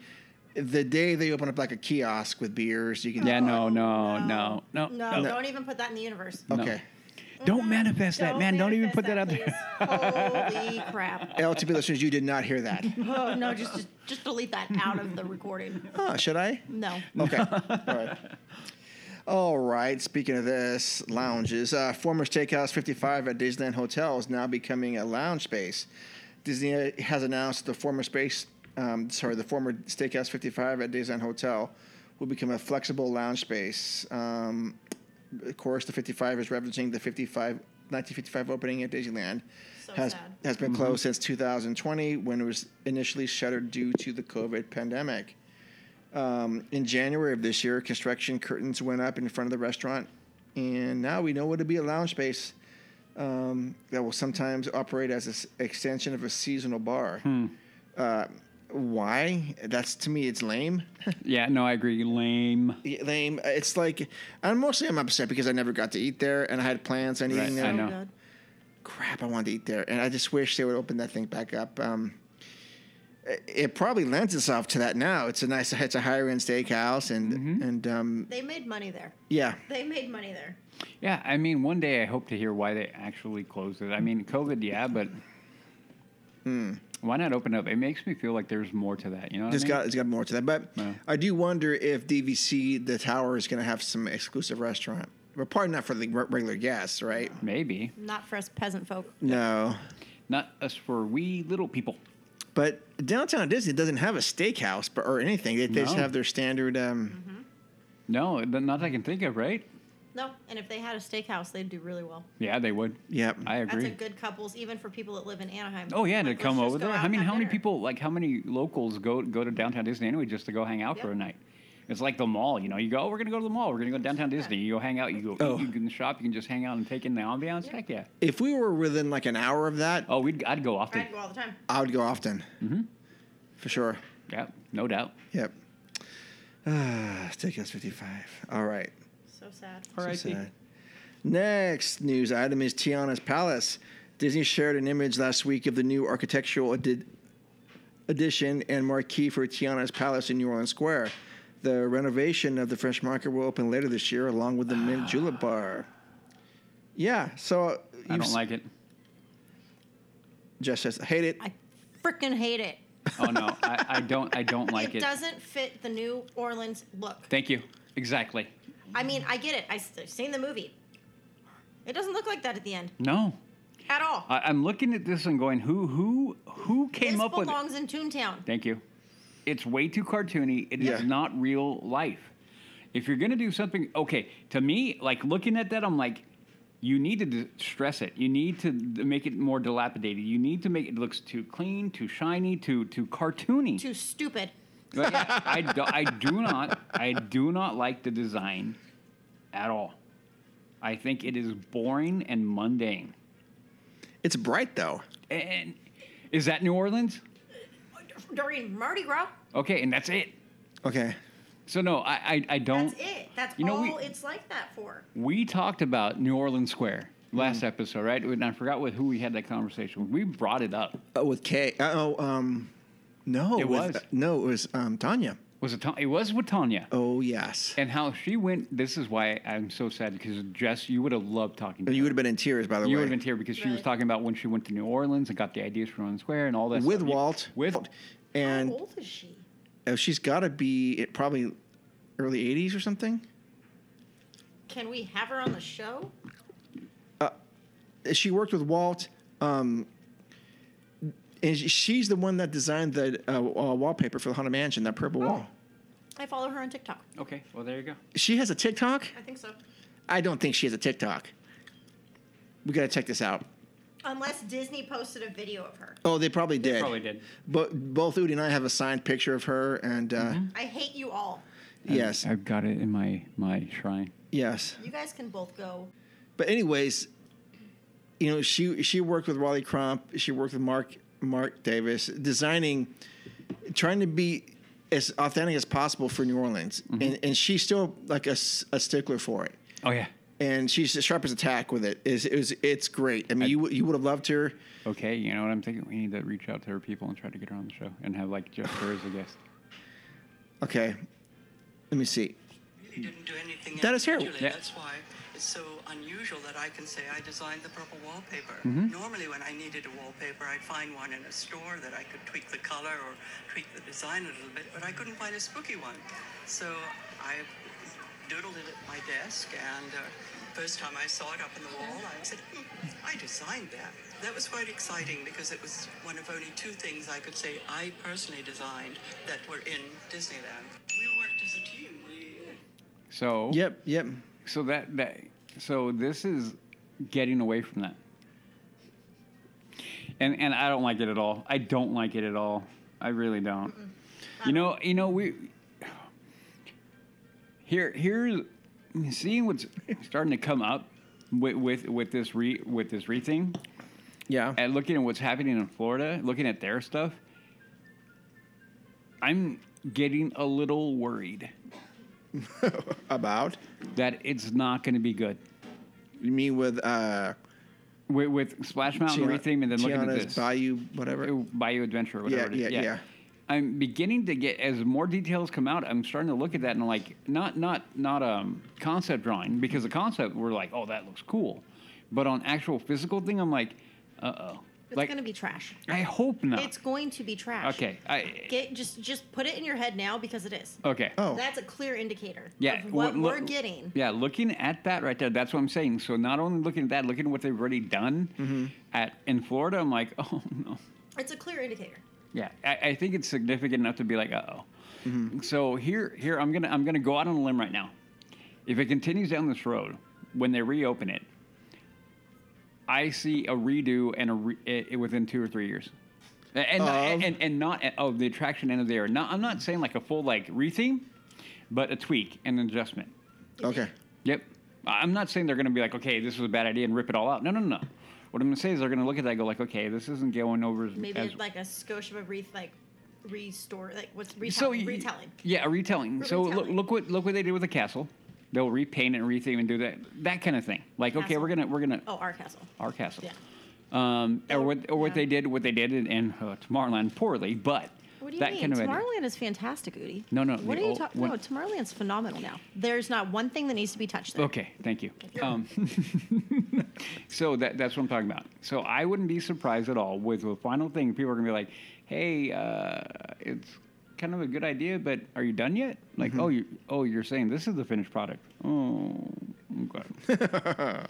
the day they open up like a kiosk with beers, you can.
Yeah, no,
Oh,
no, no, no,
no,
no.
Don't even put that in the universe.
no.
Okay.
Don't manifest that, man. Don't even
manifest
put that, out there.
please. Holy crap!
LTP listeners, you did not hear that.
Oh no, just, just just delete that out of the recording.
Huh, should I?
No.
Okay. All right. All right. Speaking of this, lounges. Uh, former Steakhouse 55 at Disneyland Hotel is now becoming a lounge space. Disney has announced the former space, um, sorry, the former Steakhouse 55 at Disneyland Hotel will become a flexible lounge space. Um, Of course, the 55 is referencing the 55 1955 opening at Disneyland.
So
has
sad.
has been closed since 2020 when it was initially shuttered due to the COVID pandemic. Um, in January of this year, construction curtains went up in front of the restaurant, and now we know it'll be a lounge space um, that will sometimes operate as an extension of a seasonal bar.
Hmm.
Uh, why? That's to me, it's lame.
Yeah, no, I agree. Lame.
lame. Uh, It's like I'm mostly I'm upset because I never got to eat there, and I had plans on eating
Right,
there.
I know.
good.
Crap, I wanted to eat there, and I just wish they would open that thing back up. Um, it- it probably lends itself to that now. It's a nice, it's a higher end steakhouse, and
Mm-hmm.
and um,
They made money there.
yeah,
They made money there.
Yeah, I mean, one day I hope to hear why they actually closed it. I mean, COVID, yeah, but
Hmm.
why not open up? It makes me feel like there's more to that. You know, what I
It's
mean?
got it's got more to that. But
Yeah.
I do wonder if DVC the tower is going to have some exclusive restaurant. Well, probably not for the re- regular guests, right?
maybe
Not for us peasant folk.
No,
not us for we little people.
but downtown Disney doesn't have a steakhouse but, or anything. They, they just
No.
have their standard. Um,
No, but not that I can think of, right?
No, and if they had a steakhouse, they'd do really well.
Yeah, they would.
Yep.
I agree.
That's a good couples, even for people that live in Anaheim.
Oh yeah, to
Like, let's
come
just
over
go
there.
out
I
and
mean,
have
how many
dinner.
people, like how many locals, go go to downtown Disney anyway just to go hang out for
Yep.
a night? It's like the mall, you know. You go, oh, we're gonna go to the mall. We're gonna go to downtown Disney. You go hang out. You go. eat,
Oh.
you can shop. You can just hang out and take in the ambiance. Heck yeah.
if we were within like an hour of that,
Oh, we'd I'd go often.
I'd go all the time.
I would go often. Mm-hmm. For sure.
Yeah, no douut.
Yep. Ah, steakhouse fifty-five. All right.
So sad.
All right.
So sad. Next news item is Tiana's Palace. Disney shared an image last week of the new architectural addi- addition and marquee for Tiana's Palace in New Orleans Square. The renovation of the French Market will open later this year, along with the Mint Julep Bar. Yeah, so
Ah. I
you've
don't
s-
like it.
Jess says, hate it.
I freaking hate it.
Oh no, I, I don't. I don't like it.
it doesn't fit the New Orleans look.
Thank you. Exactly.
I mean, I get it. I s- I've seen the movie. It doesn't look like that at the end
No,
at all.
I, I'm looking at this and going, who who who came
this
up with? it?
belongs in Toontown.
Thank you. It's way too cartoony. It is
Yeah.
not real life. If you're going to do something, okay, to me, like looking at that, I'm like, you need to d- stress it. You need to d- make it more dilapidated. You need to make it looks too clean, too shiny, too too cartoony.
Too stupid.
But yeah, I, do, I do not I do not like the design at all. I think it is boring and mundane.
It's bright though.
And is that New Orleans?
During Mardi Gras,
Okay, and that's it.
Okay.
So no, I I, I don't.
that's it. That's
You know,
all
we-
it's like that for.
We talked about New Orleans Square last
Mm-hmm.
episode, right? And I forgot with who we had that conversation. with. We brought it up.
Uh, with K. Uh, oh, um, no.
It
with-
was.
no, it was um, Tanya.
Was it? Ta- it was with Tanya.
Oh, yes.
And how she went. This is why I'm so sad because Jess, you would have loved talking. to
you
her.
would have been in tears, by the
You
way.
would have been here because she was
Right.
talking about when she went to New Orleans and got the ideas from Orleans Square and all that.
with
stuff. You-
Walt.
With
and
how old is she?
uh, she's got to be at probably early 80s or something.
Can we have her on the show?
Uh, She worked with Walt, um, and she- she's the one that designed the uh, uh, wallpaper for the Haunted Mansion, that
Oh.
purple wall.
I follow her on TikTok.
okay. Well, there you go.
She has a TikTok.
I think so.
I don't think she has a TikTok. We gotta check this out.
Unless Disney posted a video of her.
Oh, they probably did.
Probably did.
But both Udi and I have a signed picture of her, and uh,
I hate you all.
yes,
I've got it in my my shrine.
yes.
You guys can both go.
But anyways, you know, she she worked with Wally Crump. She worked with Mark Mark Davis, designing, trying to be as authentic as possible for New Orleans,
Mm-hmm.
and and she's still like a, s- a stickler for it.
Oh yeah.
And she's as sharp as a tack with it. Is it was it's great. I mean, you you would- you would have loved her.
Okay. You know what I'm thinking? We need to reach out to her people and try to get her on the show and have like Jeff her as a guest.
Okay, let me see.
He didn't do anything
That is here.
individually.
Yeah.
That's why it's so unusual that I can say I designed the purple wallpaper. Normally, when I needed a wallpaper, I'd find one in a store that I could tweak the color or tweak the design a little bit, but I couldn't find a spooky one. So I doodled it at my desk, and uh, first time I saw it up on the wall, I said, hmm, I designed that. That was quite exciting because it was one of only two things I could say I personally designed that were in Disneyland. We worked as a team. We
So
Yep, yep.
So that that so this is getting away from that. And and I don't like it at all. I don't like it at all. I really don't. You know, you know we here here seeing what's starting to come up with with with this re with this re thing
Yeah.
and looking at what's happening in Florida, looking at their stuff, I'm getting a little worried
About
that it's not going to be good.
you mean with uh,
With, with Splash Mountain
Tiana-
retheme and then looking
Tiana's
at this
Bayou, whatever.
Bayou Adventure, or whatever
Yeah,
it is.
yeah,
Yeah,
yeah.
I'm beginning to get as more details come out. I'm starting to look at that and like not not not um concept drawing because the concept we're like oh that looks cool, but on actual physical thing I'm like uh oh
It's
like
gonna be trash.
I hope not.
It's going to be trash.
okay, I
Get just just put it in your head now because it is.
okay.
Oh,
That's a clear indicator
yeah,
of what
lo-
we're
lo-
getting.
Yeah, looking at that right there, that's what I'm saying. So not only looking at that, looking at what they've already done
Mm-hmm.
at in Florida, I'm like, oh no.
It's a clear indicator.
Yeah, I, I think it's significant enough to be like, uh oh. So here, here I'm gonna I'm gonna go out on a limb right now. If it continues down this road, when they reopen it, I see a redo and a re- i- i- within two or three years, and and,
Of?
and, and not eh, of the attraction end of the area. Not I'm not saying like a full like retheme, but a tweak and an adjustment.
okay.
Yep. I- I'm not saying they're going to be like, okay, this was a bad idea and rip it all out. No, no, no. What I'm going to say is they're going to look at that and go like, okay, this isn't going over as,
Maybe
as
it's like a scotia of wreath like restore like what's
so y-
retelling retelling.
Yeah, a retelling.
Or
so look,
retelling.
look what look what they did with the castle. They'll repaint it and retheme and do that that kind of thing. Like, okay,
Castle.
we're gonna we're gonna
Oh, our castle.
our castle.
Yeah.
Um, or what or what
Yeah.
they did what they did in, in uh, Tomorrowland poorly, but
What do you
that
mean?
kind of idea.
Tomorrowland is fantastic, Udi.
No, no,
What
the
are you
old-
talking?
when-
No, Tomorrowland's phenomenal now. There's not one thing that needs to be touched there.
Okay, thank you. Um, so that, that's what I'm talking about. So I wouldn't be surprised at all with the final thing. People are gonna be like, "Hey, uh, it's kind of a good idea, but are you done yet?" Like,
Mm-hmm.
"Oh, you oh you're saying this is the finished product." Oh, okay.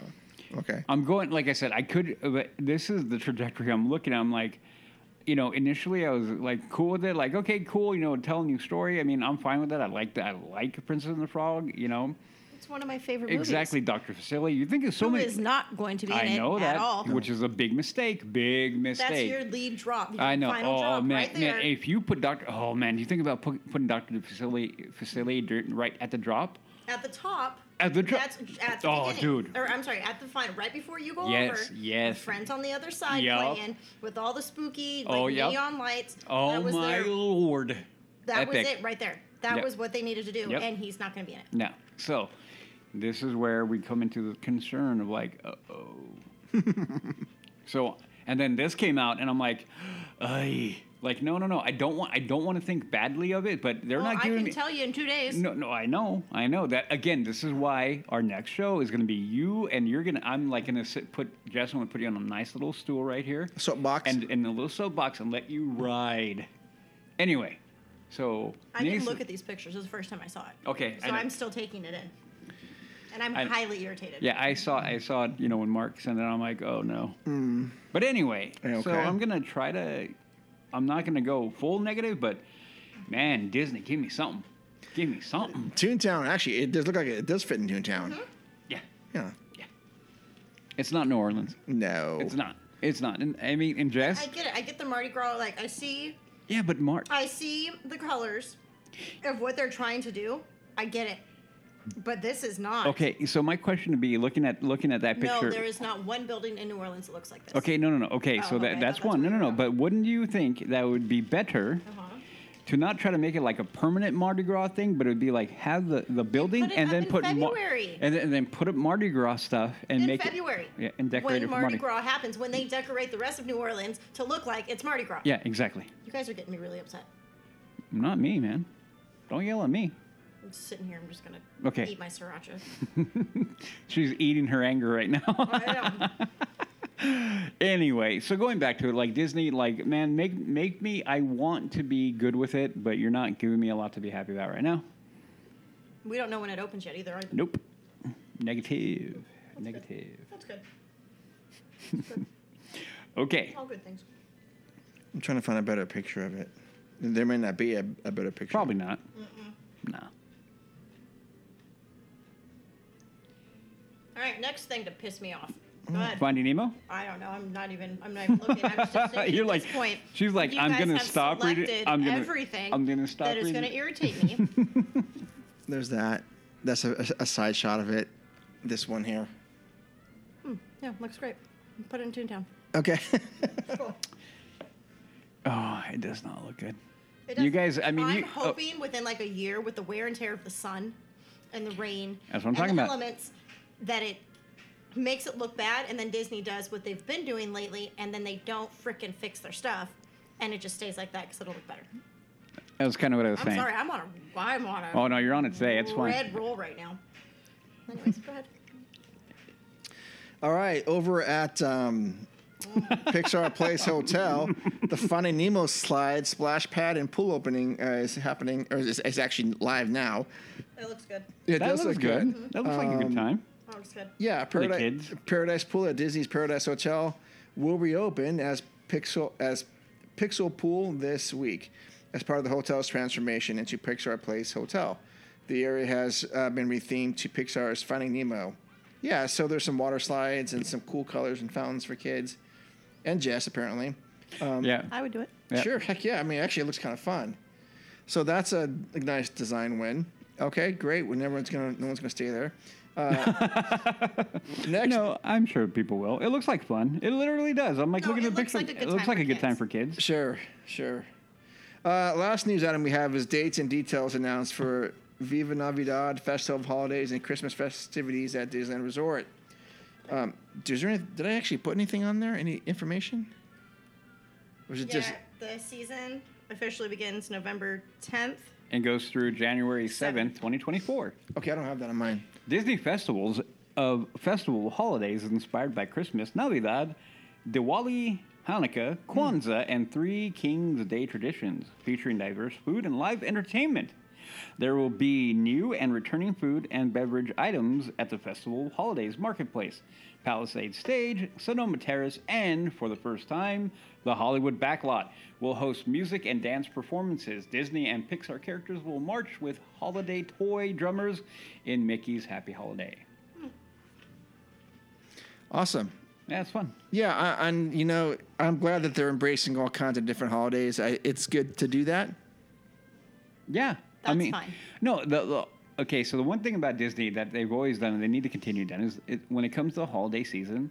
Okay.
I'm going. Like I said, I could. But this is the trajectory I'm looking. at. I'm like. You know, initially I was like cool with it, like okay, cool. You know, telling you story. I mean, I'm fine with that. I like that. I like Princess and the Frog. You know,
It's one of my favorite movies.
Exactly, Dr. Facility. You think it's so
Who
many.
is not going to be in
I know
it
that,
at all?
which is a big mistake. Big mistake.
That's your lead drop. Your
I know.
Final
oh,
drop
man,
right there.
man, if you put Dr. Oh man, you think about pu- putting Dr. Facility Facility dir- right at the drop.
at the top.
At the dro-
That's at the
Oh,
beginning.
dude.
Or I'm sorry, at the final, right before you go
Yes,
over.
yes.
with Friends on the other side
Yup.
playing with all the spooky like,
Oh, yup.
neon lights.
Oh
that was
my
their-
lord.
That was
Epic.
it right there. That
Yep.
was what they needed to do,
Yep.
and he's not going to be in it.
No. So, this is where we come into the concern of like, uh oh. so, and then this came out, and I'm like, ay. Like no no no I don't want I don't want to think badly of it but they're
Well,
not
I
giving
can
me
tell you in two days.
No, no, I know, I know that. Again, this is why our next show is going to be you, and you're gonna. I'm like gonna sit, put Jess. I'm gonna put you on a nice little stool right here,
Soapbox.
and in a little soapbox, and let you ride. Anyway, so
I didn't
Nathan-
look at these pictures. It was the first time I saw it.
Okay, I
So
know.
I'm still taking it in. And I'm
I-
highly irritated.
Yeah, I saw, I saw it. You know, when Mark sent it, I'm like, oh no. But anyway, so
Mm. Okay.
I'm gonna try to. I'm not gonna go full negative, but man, Disney, give me something. Give me something.
Toontown. Actually, it does look like it, it does fit in Toontown.
Yeah,
Yeah.
it's not New Orleans.
No.
It's not. It's not. And I mean, and Jess.
I get it. I get the Mardi Gras. Like I see,
Yeah, but Mark.
I see the colors of what they're trying to do. I get it. But this is not.
Okay, so my question would be looking at looking at that
No,
picture.
there is not one building in New Orleans that looks like this.
Okay, no, no, no. Okay,
Oh,
so
okay, I
that,
thought
that's
that's Uh-huh.
one. No,
what
no,
you
no.
were-
But wouldn't you think that would be better to not try to make it like a permanent Mardi Gras thing, but it would be like have the, the building
put it
and
up
then
in
put Mar-
February.
and, then, and then put up Mardi Gras stuff and
In
make
February.
it yeah, and decorate
when
it for
Mardi,
Mardi
Gras happens, when they decorate the rest of New Orleans to look like it's Mardi Gras.
Yeah, exactly.
You guys are getting me really upset.
Not me, man. Don't yell at me.
I'm just sitting here. I'm just gonna
Okay.
eat my sriracha.
She's eating her anger right now.
I know.
anyway, so going back to it, like Disney, like man, make make me. I want to be good with it, but you're not giving me a lot to be happy about right now.
We don't know when it opens yet either. I-
Nope. Negative. Negative.
That's good.
Okay.
All good things.
I'm trying to find a better picture of it. There may not be a, a better picture.
Probably not. No.
All right, next thing to piss me off. Go ahead.
Finding Nemo.
I don't know. I'm not even. I'm not even looking. I'm just assuming
You're
at
like-
this point.
she's like,
you
I'm
guys
gonna
have
stop reading-
selected
I'm gonna-
everything.
I'm gonna stop
That is
reading.
going to irritate me.
There's that. That's a, a side shot of it. This one here.
yeah, looks great. Put it in Toontown.
Okay.
Oh, it does not look good.
It
You guys,
does-
I mean,
I'm
you- oh.
hoping within like a year, with the wear and tear of the sun and the rain,
That's what I'm
and
talking
the
about.
elements, that it makes it look bad, and then Disney does what they've been doing lately, and then they don't frickin' fix their stuff, and it just stays like that because it'll look better.
That was kind of what I was
I'm
saying.
sorry, I'm on a, I'm on a
Oh no, you're on it today. It's fine.
red roll right now. Anyways, go ahead.
All right. Over at um, Pixar Place Hotel, the Finding Nemo slide, splash pad, and pool opening uh, is happening, or is, is actually live now.
That looks good.
It
That
does
looks
look
good. That looks like a good time.
That looks good.
Yeah, Paradise,
kids.
Paradise Pool at Disney's Paradise Hotel will reopen as Pixel as Pixel Pool this week, as part of the hotel's transformation into Pixar Place Hotel. The area has uh, been rethemed to Pixar's Finding Nemo. Yeah, so there's some water slides and some cool colors and fountains for kids, and Jess apparently.
yeah.
I would do it.
Yeah.
Sure, heck yeah. I mean, actually, it looks kind of fun. So that's a nice design win. Okay, great. When everyone's gonna, no one's gonna stay there. Uh, next,
No, I'm sure people will. It looks like fun. It literally does. I'm like
No,
looking
it
at the
looks
picture.
like a good
it looks
time
like
for
a good time
kids.
for kids.
Sure, sure. Uh, last news item we have is dates and details announced for Viva Navidad Festival of Holidays and Christmas festivities at Disneyland Resort. Um, is there any, did I actually put anything on there? Any information? Or was it
Yeah,
just
the season officially begins November 10th.
And goes through January
Seven.
7th, 2024.
okay? I don't have that on mine.
Disney festivals of festival holidays is inspired by Christmas, Navidad, Diwali, Hanukkah, Kwanzaa, and Three Kings Day traditions, featuring diverse food and live entertainment. There will be new and returning food and beverage items at the Festival Holidays Marketplace, Palisade Stage, Sonoma Terrace, and, for the first time, the Hollywood Backlot will host music and dance performances. Disney and Pixar characters will march with holiday toy drummers in Mickey's Happy Holiday.
Awesome.
That's fun.
Yeah, I, and you know, I'm glad that they're embracing all kinds of different holidays. I, it's good to do that.
Yeah, I
That's
mean,
fine.
no, the, the okay. So the one thing about Disney that they've always done and they need to continue doing is it, when it comes to the holiday season,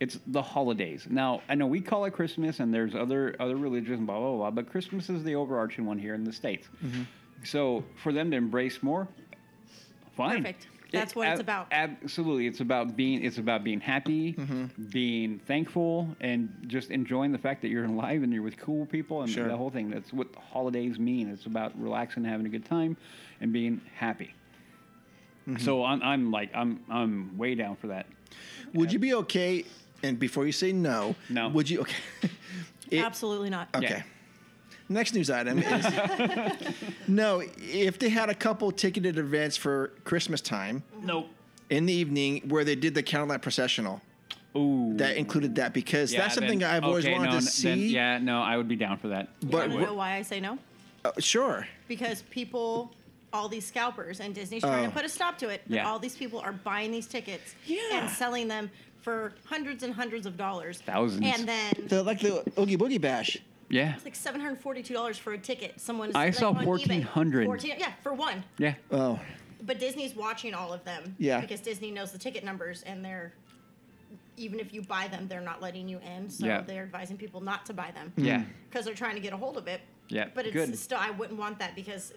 it's the holidays. Now I know we call it Christmas and there's other other religions and blah blah blah, but Christmas is the overarching one here in the states. So for them to embrace more, fine.
Perfect. That's what
ab-
it's about.
Absolutely, it's about being it's about being happy,
Mm-hmm.
being thankful, and just enjoying the fact that you're alive and you're with cool people and
Sure.
the whole thing. That's what the holidays mean. It's about relaxing, having a good time, and being happy.
Mm-hmm.
So I'm, I'm like I'm I'm way down for that.
Would you be okay? And before you say no,
No.
would you okay? It-
Absolutely not.
Okay. Next news item is no, if they had a couple ticketed events for Christmas time
Nope.
in the evening where they did the candlelight processional,
Ooh.
that included that because
Yeah,
that's something
then-
I've always
okay,
wanted
no,
to
n- then-
see.
yeah, no, I would be down for that.
But
I
wh-
don't know why I say no.
Uh, sure.
because people all these scalpers and Disney's trying
Oh.
to put a stop to it. But
Yeah.
all these people are buying these tickets
Yeah.
and selling them for hundreds and hundreds of dollars.
Thousands.
And then
The, like the Oogie Boogie Bash.
yeah.
like seven hundred forty-two dollars for a ticket. Someone's
I
like,
saw
on eBay.
1,400.
14 yeah, for one.
Yeah.
Oh,
But Disney's watching all of them.
Yeah.
Because Disney knows the ticket numbers and they're even if you buy them, they're not letting you in. So
Yeah.
they're advising people not to buy them.
Yeah.
Because they're trying to get a hold of it.
Yeah,
But it's
good.
still I wouldn't want that because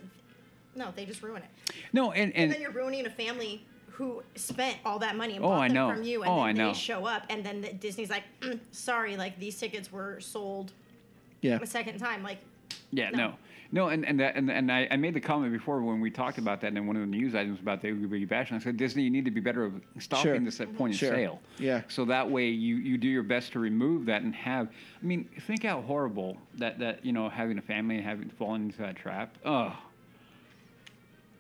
no, they just ruin it.
No, and
And
and
then you're ruining a family who spent all that money and
Oh,
bought
I
them
know.
from you, and
Oh,
then
I know.
they show up, and then the, Disney's like, "Mm, "Sorry, like these tickets were sold
yeah.
a second time." Like,
Yeah, no.
No.
no. and and that, and, and I, I made the comment before when we talked about that, and in one of the news items about the Oogie Boogie Bash, and I said Disney, you need to be better at stopping
Sure.
this at point of
Sure.
sale.
Yeah.
So that way, you, you do your best to remove that and have. I mean, think how horrible that that you know having a family and having fallen into that trap. Oh,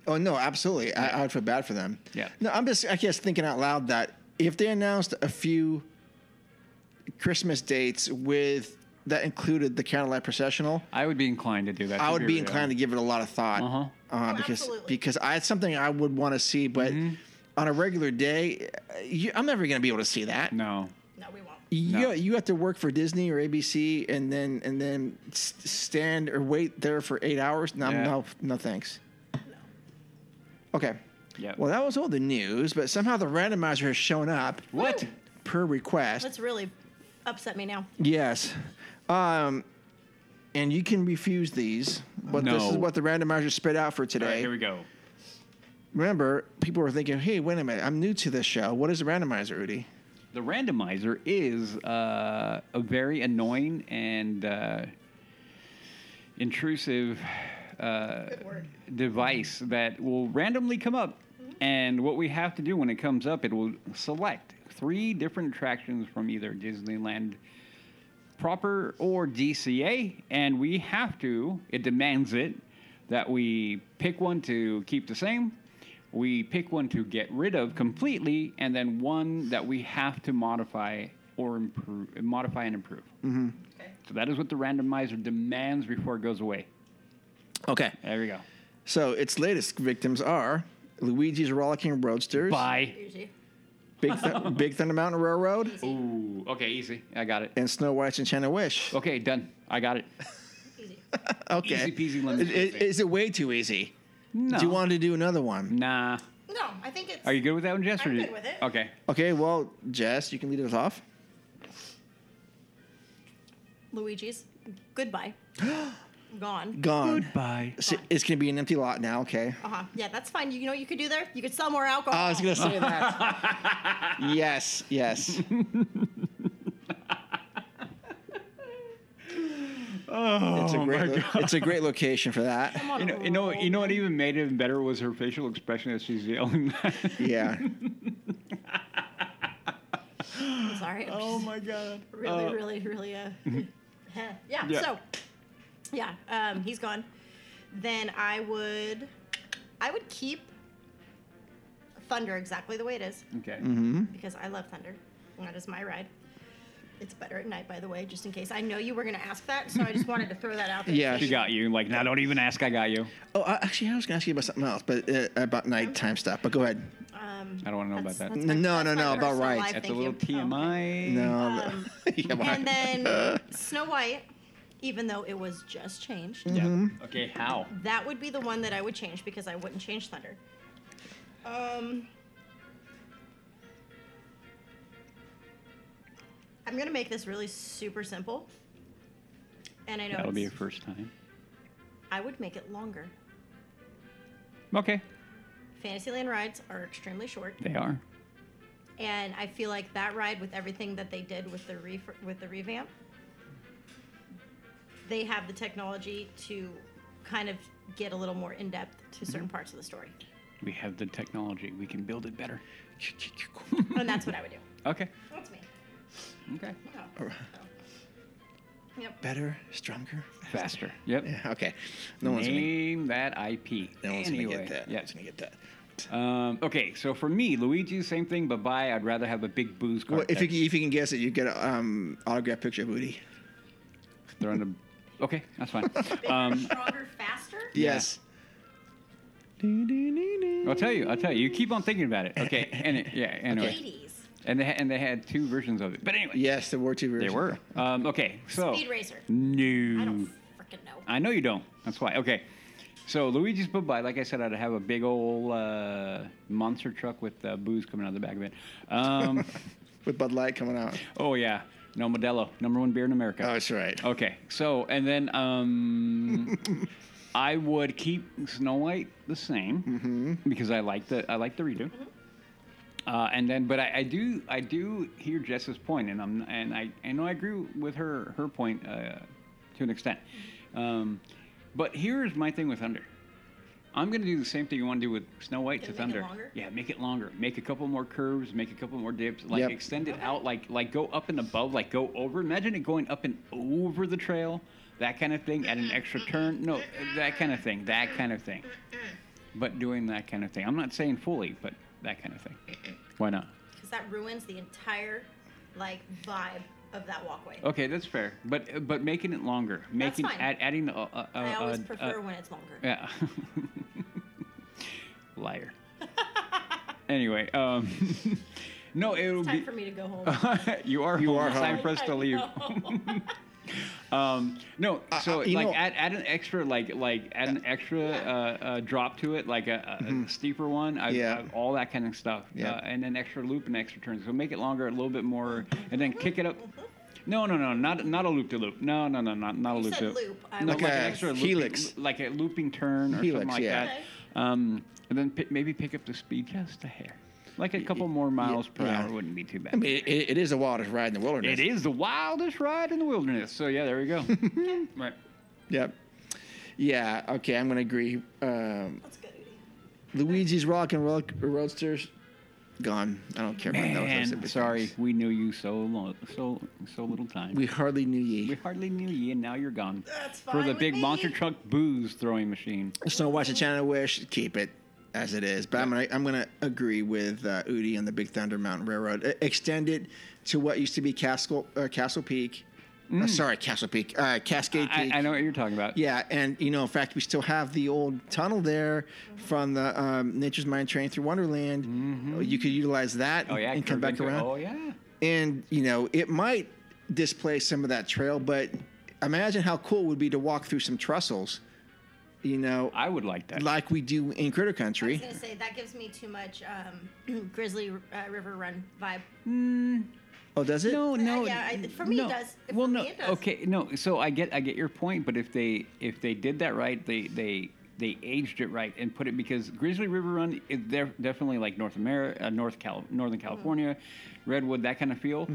Oh no, absolutely. I, I would feel bad for them.
Yeah.
No, I'm just I guess thinking out loud that if they announced a few Christmas dates with that included the candlelight processional,
I would be inclined to do that.
I would be inclined to give it a lot of thought.
Uh-huh.
Uh, because
absolutely.
Mm-hmm.
because I it's something I would want to see, but on a regular day, uh, you, I'm never going to be able to see that.
No.
No, we won't.
You,
No.
you have to work for Disney or ABC and then and then s- stand or wait there for eight hours. No,
Yeah.
no, no, thanks. Okay.
Yeah.
Well, that was all the news, but somehow the randomizer has shown up.
What?
Per request.
That's really upset me now.
Yes. Um, and you can refuse these, but this is
No.
what the randomizer spit out for
All right,
today.
here we go.
Remember, people were thinking, hey, wait a minute, I'm new to this show. What is a randomizer, Rudy?
The randomizer is uh, a very annoying and uh, intrusive uh, device that will randomly come up. And what we have to do when it comes up, it will select three different attractions from either Disneyland proper or DCA, and we have to, it demands it, that we pick one to keep the same, we pick one to get rid of completely, and then one that we have to modify or improve, modify and improve. Mm-hmm. So that is what the randomizer demands before it goes away.
Okay.
There we go.
So its latest victims are Luigi's Rollicking Roadsters,
Bye.
Usually.
Big, Th- Big Thunder Mountain Railroad,
Ooh, okay, easy. I got it.
and Snow White's Enchanted Wish.
Okay, done. I got it.
Okay.
easy peasy lemon
Is- is-
squeezy.
is it way too easy?
No. Mm.
Do you want to do another one?
Nah.
No, I think it's.
Are you good with that one, Jess? or
I'm
did-
good with it.
Okay.
Okay, well, Jess, you can lead us off.
Luigi's. Goodbye. Gone.
Gone.
Bye.
So it's going to be an empty lot now, okay?
Uh huh. Yeah, that's fine. You know what you could do there? You could sell more alcohol.
I was gonna say that. yes, yes.
Oh,
It's a
my
great. lo-
God.
it's a great location for that.
I'm on
You
a
know, you know, you know what even made it even better was her facial expression as she's yelling.
Yeah.
roll. I'm sorry.
Oh,
I'm just
Oh my god!
really, really, really. Uh,
Mm-hmm.
yeah.
Yeah.
So, yeah, um, he's gone. Then I would, I would keep Thunder exactly the way it is
Okay.
Mm-hmm.
because I love Thunder. And that is my ride. It's better at night, by the way, just in case. I know you were going to ask that, so I just wanted to throw that out there.
Yeah.
She got you. Like, now don't even ask. I got you.
Oh, I, actually, I was gonna ask you about something else, but uh, about nighttime stuff. But go ahead.
Um,
I don't wanna know about that.
that's my-
No, no,
that's my
no, about
personal
rights.
life,
That's a
thank
little
you. Oh, okay.
TMI.
No. I'm-
Um,
yeah, why?
and then Snow White, even though it was just changed,
Yeah.
Mm-hmm.
Okay. How?
that would be the one that I would change because I wouldn't change Thunder. Um, I'm gonna make this really super simple, and I know
That'll be your
it's,
first time.
I would make it longer.
Okay.
Fantasyland rides are extremely short,
They are.
and I feel like that ride with everything that they did with the re- with the revamp, they have the technology to kind of get a little more in depth to
Mm-hmm.
certain parts of the story,
We have the technology. We can build it better.
and that's what I would do.
okay.
That's me.
Okay.
Oh. Yep.
Better, stronger.
Faster. Yep.
Yeah, okay. No one's gonna.
Name that IP.
No one's
anyway.
gonna get that. No
Yeah.
one's gonna get that.
Um, okay. So for me, Luigi's same thing, but bye. I'd rather have a big booze card.
Well, if you
text.
can- if you can guess it, you get an um, autographed picture of Woody.
They're on the. Okay, that's fine. Um,
stronger, faster.
Yes.
I'll tell you. I'll tell you. You keep on thinking about it. Okay. And it, yeah. Anyway.
80s.
And they ha- and they had two versions of it. But anyway,
Yes, there were two
they
versions.
were. Um, okay. So
Speed Racer. I
No.
don't freaking know.
I know you don't. That's why. Okay. So Luigi's Bye Bye. Like I said, I'd have a big old uh, monster truck with uh, booze coming out of the back of it. Um,
With Bud Light coming out.
oh yeah. No Modelo, number one beer in America.
Oh, that's right.
Okay, so and then um, I would keep Snow White the same because I like the I like the redo.
Mm-hmm.
Uh, and then, but I, I do I do hear Jess's point, and I'm and I I know I agree with her her point uh, to an extent.
Mm-hmm.
Um, but here is my thing with Thunder. I'm gonna do the same thing you want to do with Snow White to
Gonna make
Thunder.
it longer?
yeah, make it longer. Make a couple more curves. Make a couple more dips. Like
Yep.
extend it out. Like like go up and above. Like go over. Imagine it going up and over the trail. That kind of thing. At an extra turn. No, that kind of thing. That kind of thing. But doing that kind of thing. I'm not saying fully, but that kind of thing. Why not?
Because that ruins the entire like vibe of that walkway.
Okay, that's fair. But but making it longer. Making
fine.
add, adding. A, a, a,
I always
a- a-
prefer when it's longer.
Yeah. Liar. Anyway, um, no, it'll
It's
be.
time for me to go home.
you are home.
are
it's time
home.
for us to leave. um, no, so
uh, you
like
know-
add, add an extra like like add an extra uh, uh, drop to it, like a, a, a steeper one, I,
Mm-hmm. Yeah.
I- all that kind of stuff,
Yeah.
uh, and an extra loop and extra turn. So make it longer, a little bit more, and then kick it up. No, no, no, not not a loop to loop. No, no, no, not not a
You
loop
said
to loop.
loop. I
No,
was
like
like-
an extra looping,
Uh, Helix.
like a looping turn or
Helix,
something like
yeah.
that. Um, and then pi maybe pick up the speed just a hair. Like a couple more miles per
yeah.
hour wouldn't be too bad.
I mean, it, it is a wildest ride in the wilderness.
It is the wildest ride in the wilderness. So yeah, there we go. right.
Yep. Yeah. Okay. I'm gonna agree. Um,
That's good, Udi.
Luigi's Rock and Roll Roadsters, gone. I don't care about those.
Man,
exhibit things.
sorry, we knew you so long, so so little time.
We
We,
hardly knew ye.
hardly knew you, and now you're gone.
That's
For
fine
the
with
big
me.
monster truck booze throwing machine.
Snow White's a channel wish. Keep it as it is. But I'm gonna I'm gonna agree with uh, Udi on the Big Thunder Mountain Railroad. E- extend it to what used to be Castle uh, Castle Peak. Uh, sorry, Castle Peak. Uh, Cascade
Mm. I,
Peak.
I know what you're talking about.
Yeah, and you know, in fact, we still have the old tunnel there from the um, Nature's Mind Train through Wonderland. You could utilize that
Mm-hmm. Oh yeah.
and come
curved
back
into-
around
Oh yeah.
and you know it might displace some of that trail but imagine how cool it would be to walk through some trestles you know
I would like that.
like we do in critter
I was
country
gonna say that gives me too much um, Grizzly uh, River Run vibe.
oh does it
No,
Uh,
no.
yeah, I- for me it
no.
does. For
Well,
me
no.
it does.
Okay, no. So I get, I get your point, but if they, if they did that right, they, they, they aged it right and put it because Grizzly River Run is def- definitely like North America, uh, North Cal, Northern
Mm-hmm.
California, Redwood, that kind of feel.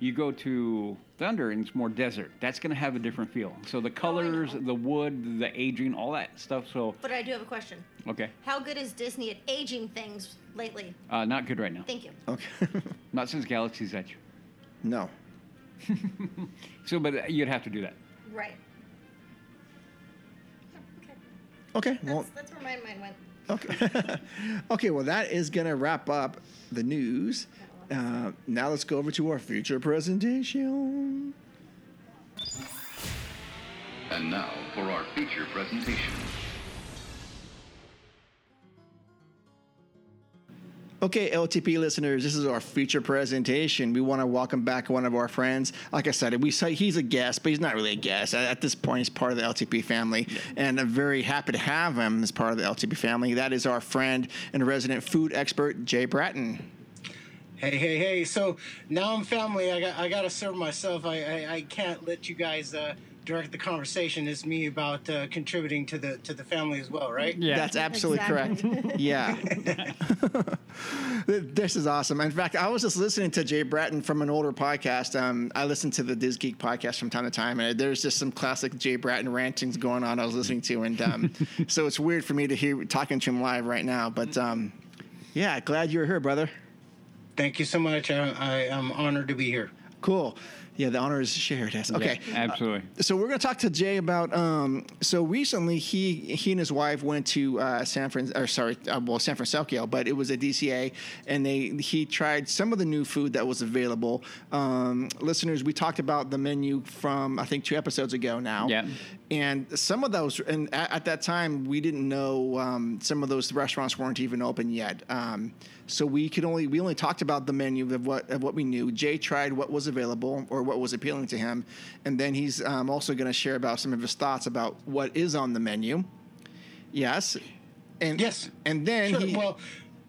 You go to Thunder and it's more desert. That's going to have a different feel. So
Oh,
the colors, the wood, the aging, all that stuff. So
But I do have a question.
okay,
How good is Disney at aging things lately?
uh, not good right now.
Thank you.
okay
Not since Galaxy's Edge.
no
So, but you'd have to do that.
Right.
okay well
That's, that's where my mind went.
okay okay well that is gonna wrap up the news uh, now let's go over to our future presentation
And now for our feature presentation.
Okay, LTP listeners, this is our feature presentation. We want to welcome back one of our friends. Like I said, we say he's a guest, but he's not really a guest. At at this point, he's part of the LTP family, and I'm very happy to have him as part of the LTP family. That is our friend and resident food expert, Jay Bratton.
Hey, hey, hey! So now I'm family. I got I gotta serve myself. I I, I can't let you guys uh, direct the conversation. It's me about uh, contributing to the to the family as well, right?
Yeah.
That's absolutely correct. Yeah. this is awesome. In fact, I was just listening to Jay Bratton from an older podcast. Um, I listen to the Diz Geek podcast from time to time, and there's just some classic Jay Bratton rantings going on. I was listening to, and um, so it's weird for me to hear talking to him live right now. But um, yeah, glad you're here, brother.
Thank you so much. I, I am honored to be here.
Cool. Yeah, the honor is shared. Yes. Okay.
Mm-hmm.
Yeah, absolutely.
so we're going to talk to Jay about. Um, so recently, he he and his wife went to uh, San Fran, or sorry, uh, well San Francisco, but it was a DCA, and they he tried some of the new food that was available. Um, listeners, we talked about the menu from I think two episodes ago now.
Yeah.
And some of those, and at, at that time, we didn't know um, some of those restaurants weren't even open yet. Um, so we could only we only talked about the menu of what of what we knew. Jay tried what was available or what was appealing to him, and then he's um, also going to share about some of his thoughts about what is on the menu. Yes, and
Yes.
and then
Sure.
he,
Well,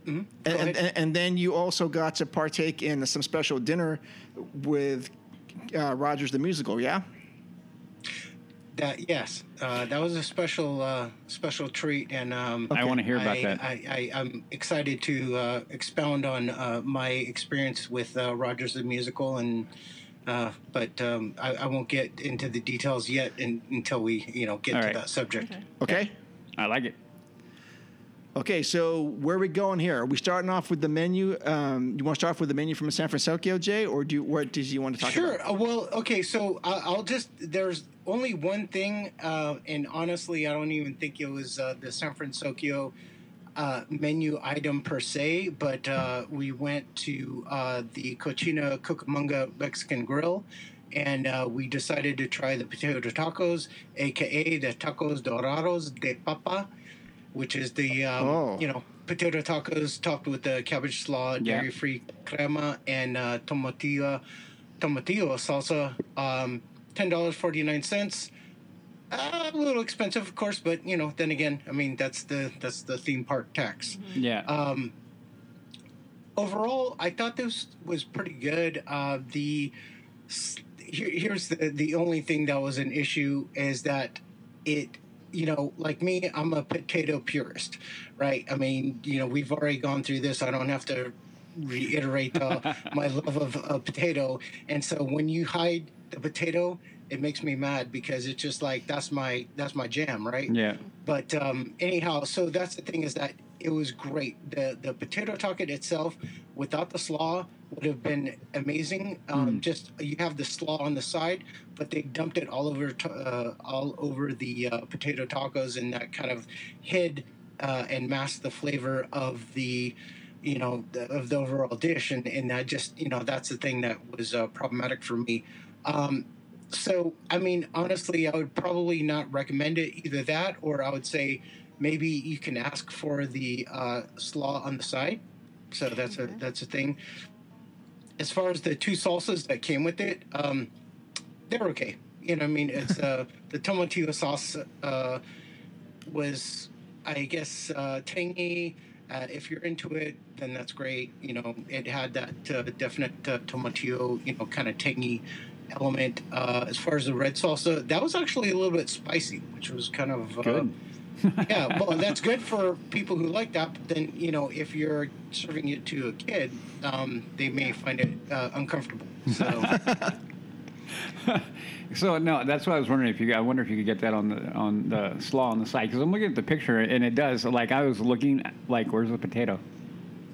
and,
ahead.
and, and then you also got to partake in some special dinner with uh, Rogers the musical. Yeah.
that yes, uh, that was a special uh, special treat, and um,
I want to hear about
I,
that.
I, I, I'm excited to uh, expound on uh, my experience with uh, Rogers the Musical, and uh, but um, I, I won't get into the details yet in, until we you know get
All
to
right.
that subject.
Okay.
I like it.
Okay, so where are we going here? Are we starting off with the menu? Um, you want to start off with the menu from San Francisco, Jay, or do you, what did you want to talk
Sure.
about?
Uh, well, okay. So I I'll just there's only one thing, uh, and honestly, I don't even think it was uh, the San Francisco uh, menu item per se, but uh, we went to uh, the Cochina Cucamonga Mexican Grill, and uh, we decided to try the potato tacos, aka the tacos dorados de papa, which is the um,
Oh.
you know potato tacos topped with the cabbage slaw,
Yeah.
dairy free crema, and uh, tomatillo, tomatillo salsa. Um, Ten dollars forty nine cents. Uh, a little expensive, of course, but you know. Then again, I mean, that's the that's the theme park tax.
Yeah.
Um, overall, I thought this was pretty good. Uh, the s- here, here's the the only thing that was an issue is that it you know like me i'm a potato purist right i mean you know we've already gone through this i don't have to reiterate uh, my love of a potato and so when you hide the potato it makes me mad because it's just like that's my that's my jam right
yeah.
but um, anyhow, so that's the thing is that it was great. the The potato taco itself, without the slaw, would have been amazing. Um, Just you have the slaw on the side, but they dumped it all over t- uh, all over the uh, potato tacos, and that kind of hid uh, and masked the flavor of the you know the, of the overall dish. And and I just you know that's the thing that was uh, problematic for me. Um, so i mean honestly i would probably not recommend it either that or i would say maybe you can ask for the uh, slaw on the side so that's a that's a thing as far as the two salsas that came with it um, they're okay you know i mean it's uh, the tomatillo sauce uh, was i guess uh, tangy uh, if you're into it then that's great you know it had that uh, definite uh, tomatillo you know kind of tangy element uh, as far as the red salsa that was actually a little bit spicy which was kind of uh,
Good.
yeah well that's good for people who like that but then you know if you're serving it to a kid um, they may find it uh, uncomfortable so
So no, that's what I was wondering if you. I wonder if you could get that on the on the slaw on the side because I'm looking at the picture and it does. Like I was looking, like where's the potato?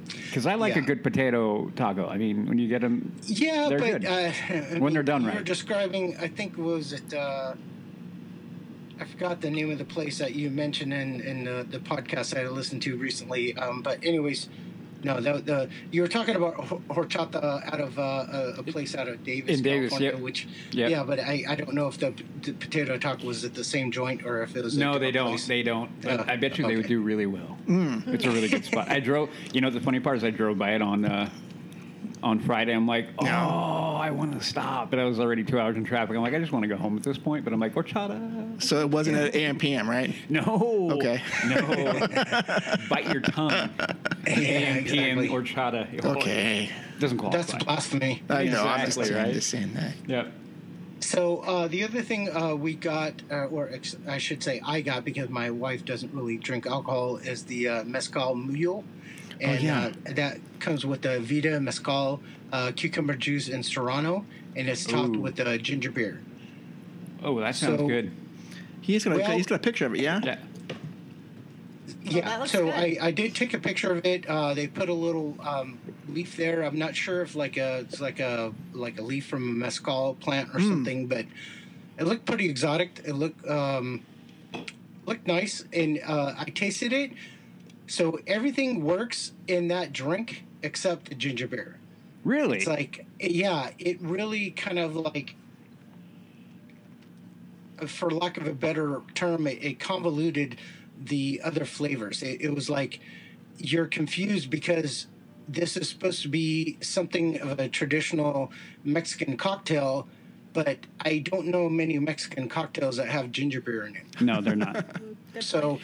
Because I like a
Yeah.
good potato taco. I mean, when you get them,
yeah
They're
but
good.
Uh, I
When they're done
you were
right.
describing i think what was it uh, i forgot the name of the place that you mentioned in, in the, the podcast that i listened to recently um, but anyways no, the, the, you were talking about hor- horchata out of uh, a, a place out of Davis,
In Davis,
California,
yeah.
which
Yeah.
yeah, but I, I don't know if the, the potato taco was at the same joint or if it was a
no, they
different
don't.
place.
They don't. But
Uh,
I bet you they would
okay. Mm.
do really well. It's a really good spot. I drove. You know, the funny part is I drove by it on uh, on Friday. I'm like, oh, I want to stop, but I was already two hours in traffic. I'm like, I just want to go home at this point. But I'm like, horchata.
So it wasn't at AM PM, right?
No.
Okay.
No. Bite your tongue. AM,
exactly.
PM, horchata.
Okay.
Doesn't qualify.
That's blasphemy.
I know. I'm just,
Exactly,
I'm
right?
just saying that.
Yep.
So uh, the other thing uh, we got, uh, or ex- I should say I got, because my wife doesn't really drink alcohol, is the uh, mezcal mule, and
yeah.
uh, that comes with the Vita mezcal, uh, cucumber juice, and serrano, and it's topped
Ooh.
with uh, ginger beer.
Oh, that sounds
So-
good.
He's got a,
Well-
he's got a picture of it, yeah?
Yeah.
Yeah,
that looks
so
good.
I, I did take a picture of it. Uh, they put a little um, leaf there. I'm not sure if like a it's like a like a leaf from a mezcal plant or something, but it looked pretty exotic. It looked um, looked nice, and uh, I tasted it. So everything works in that drink except the ginger beer.
Really?
It's like yeah, it really kind of like for lack of a better term, it, it convoluted the other flavors. It, it was like you're confused because this is supposed to be something of a traditional Mexican cocktail, but I don't know many Mexican cocktails that have ginger beer in it.
no, they're not.
So,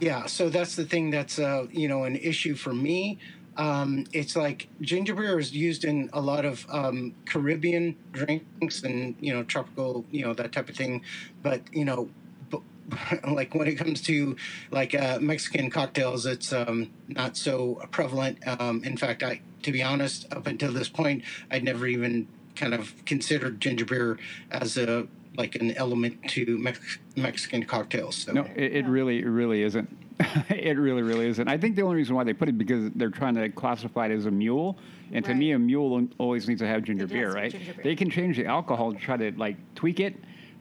yeah, so that's the thing that's uh, you know an issue for me. Um, it's like ginger beer is used in a lot of um, Caribbean drinks and you know tropical you know that type of thing, but you know, b- like when it comes to like uh, Mexican cocktails, it's um, not so prevalent. Um, in fact, I to be honest, up until this point, I'd never even kind of considered ginger beer as a like an element to Mex- Mexican cocktails. So.
No, it, it really, it really isn't. it really, really isn't. I think the only reason why they put it because they're trying to classify it as a mule, and to me,
Right.
a mule always needs to have ginger
It
beer,
does,
right?
ginger beer.
They can change the alcohol to try to like tweak it,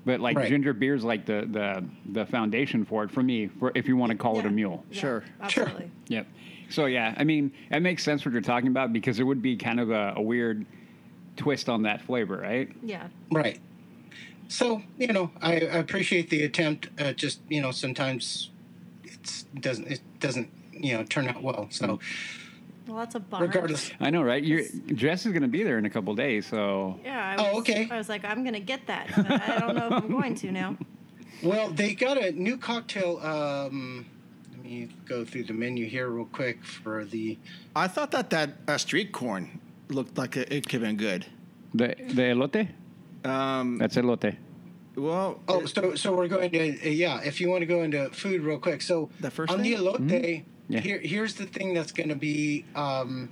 but like
Right.
ginger beer's like the the the foundation for it for me. For if you want to call it a
Yeah.
mule,
Yeah,
Sure.
Absolutely.
Yep. So yeah, I mean, it makes sense what you're talking about because it would be kind of a, a weird twist on that flavor, right?
Yeah.
Right. So you know, I, I appreciate the attempt. Uh, just you know, sometimes it's doesn't it doesn't you know turn out well. So
Well, that's a bummer.
regardless,
I know, right? Your dress is going to be there in a couple days, so
Yeah. I
Oh,
was,
okay.
I was like, I'm gonna get that, but I don't know if I'm going to now.
well they got a new cocktail. Um, let me go through the menu here real quick for the.
I thought that that uh, street corn looked like it, it could have been good.
the the elote.
Um,
That's elote.
well,
Oh, so so we're going to yeah. If you want to go into food real quick, so
The first
on the
thing?
elote,
Yeah.
here here's the thing that's going to be um,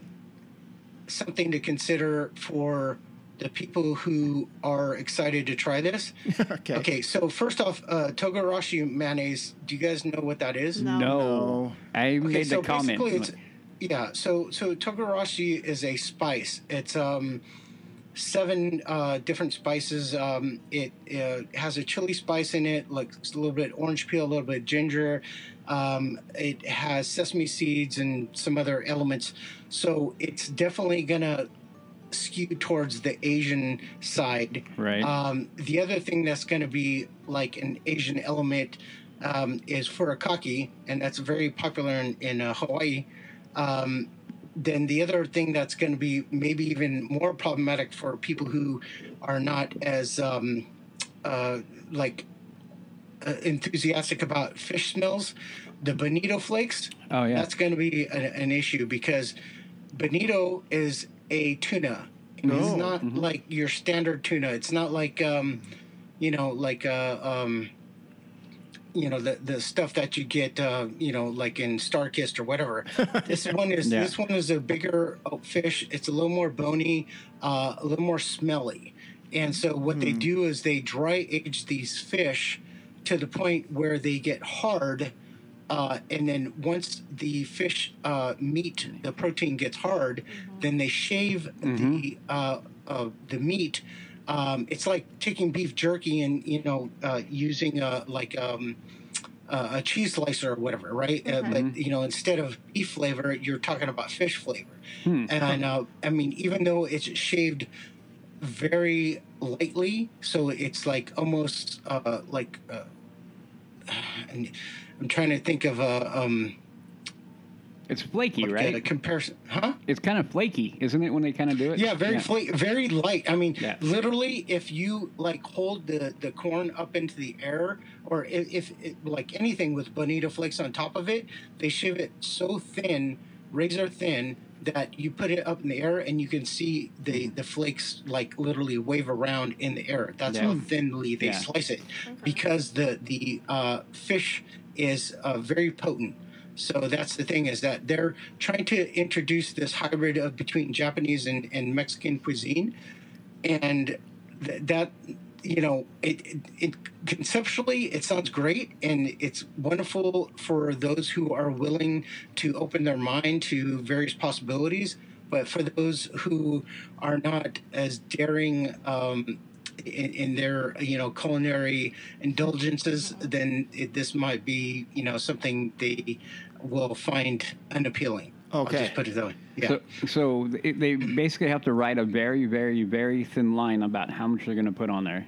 something to consider for the people who are excited to try this.
okay.
Okay, so first off, uh, togarashi mayonnaise. Do you guys know what that is?
No.
No.
I
Okay,
made
so
the comment.
basically, it's yeah. So so togarashi is a spice. It's um seven uh, different spices. Um, it uh, has a chili spice in it, like a little bit orange peel, a little bit ginger. Um, it has sesame seeds and some other elements. So it's definitely gonna skew towards the Asian side.
Right.
Um, the other thing that's going to be like an Asian element um, is furikake, and that's very popular in, in uh, Hawaii. Um, then the other thing that's going to be maybe even more problematic for people who are not as um, uh, like uh, enthusiastic about fish smells, the bonito flakes.
Oh, yeah.
that's going to be a, an issue because bonito is a tuna. It's
Oh.
not
mm-hmm.
like your standard tuna. It's not like um, you know, like uh, um, you know the the stuff that you get, uh, you know, like in Starkist or whatever. This one is
Yeah.
this one is a bigger uh, fish. It's a little more bony, uh, a little more smelly, and so what they do is they dry age these fish to the point where they get hard. Uh, and then once the fish uh, meat, the protein gets hard, then they shave the uh, uh, the meat. Um, it's like taking beef jerky and you know uh, using uh, like um, uh, a cheese slicer or whatever, right? Uh,
Mm-hmm.
but you know, instead of beef flavor, you're talking about fish flavor.
Hmm.
And uh, I mean, even though it's shaved very lightly, so it's like almost uh, like uh, and I'm trying to think of a um,
it's flaky,
a
right?
comparison, huh?
It's kind of flaky, isn't it? When they kind of do it.
Yeah, very fla- very light. I mean,
Yeah.
literally, if you like hold the the corn up into the air, or if, if it, like anything with bonito flakes on top of it, they shave it so thin, razor thin, that you put it up in the air and you can see the the flakes like literally wave around in the air. That's
Yeah.
how thinly they
Yeah.
slice it, because the the uh, fish is uh, very potent. So that's the thing is that they're trying to introduce this hybrid of between Japanese and, and Mexican cuisine, and th- that you know it, it it conceptually it sounds great and it's wonderful for those who are willing to open their mind to various possibilities. But for those who are not as daring um, in, in their you know culinary indulgences, then it, this might be you know something they will find unappealing. I'll
Okay.
just put it that way. Yeah.
So, so it, they basically have to write a very, very, very thin line about how much they're going to put on there,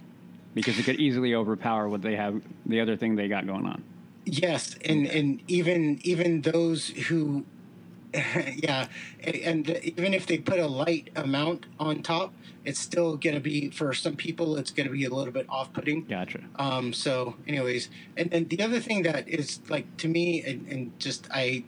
because it could easily overpower what they have, the other thing they got going on.
Yes, and and even even those who, yeah, and, and even if they put a light amount on top, it's still gonna be for some people. It's gonna be a little bit off-putting.
Gotcha.
Um, so, anyways, and then the other thing that is like to me, and, and just I,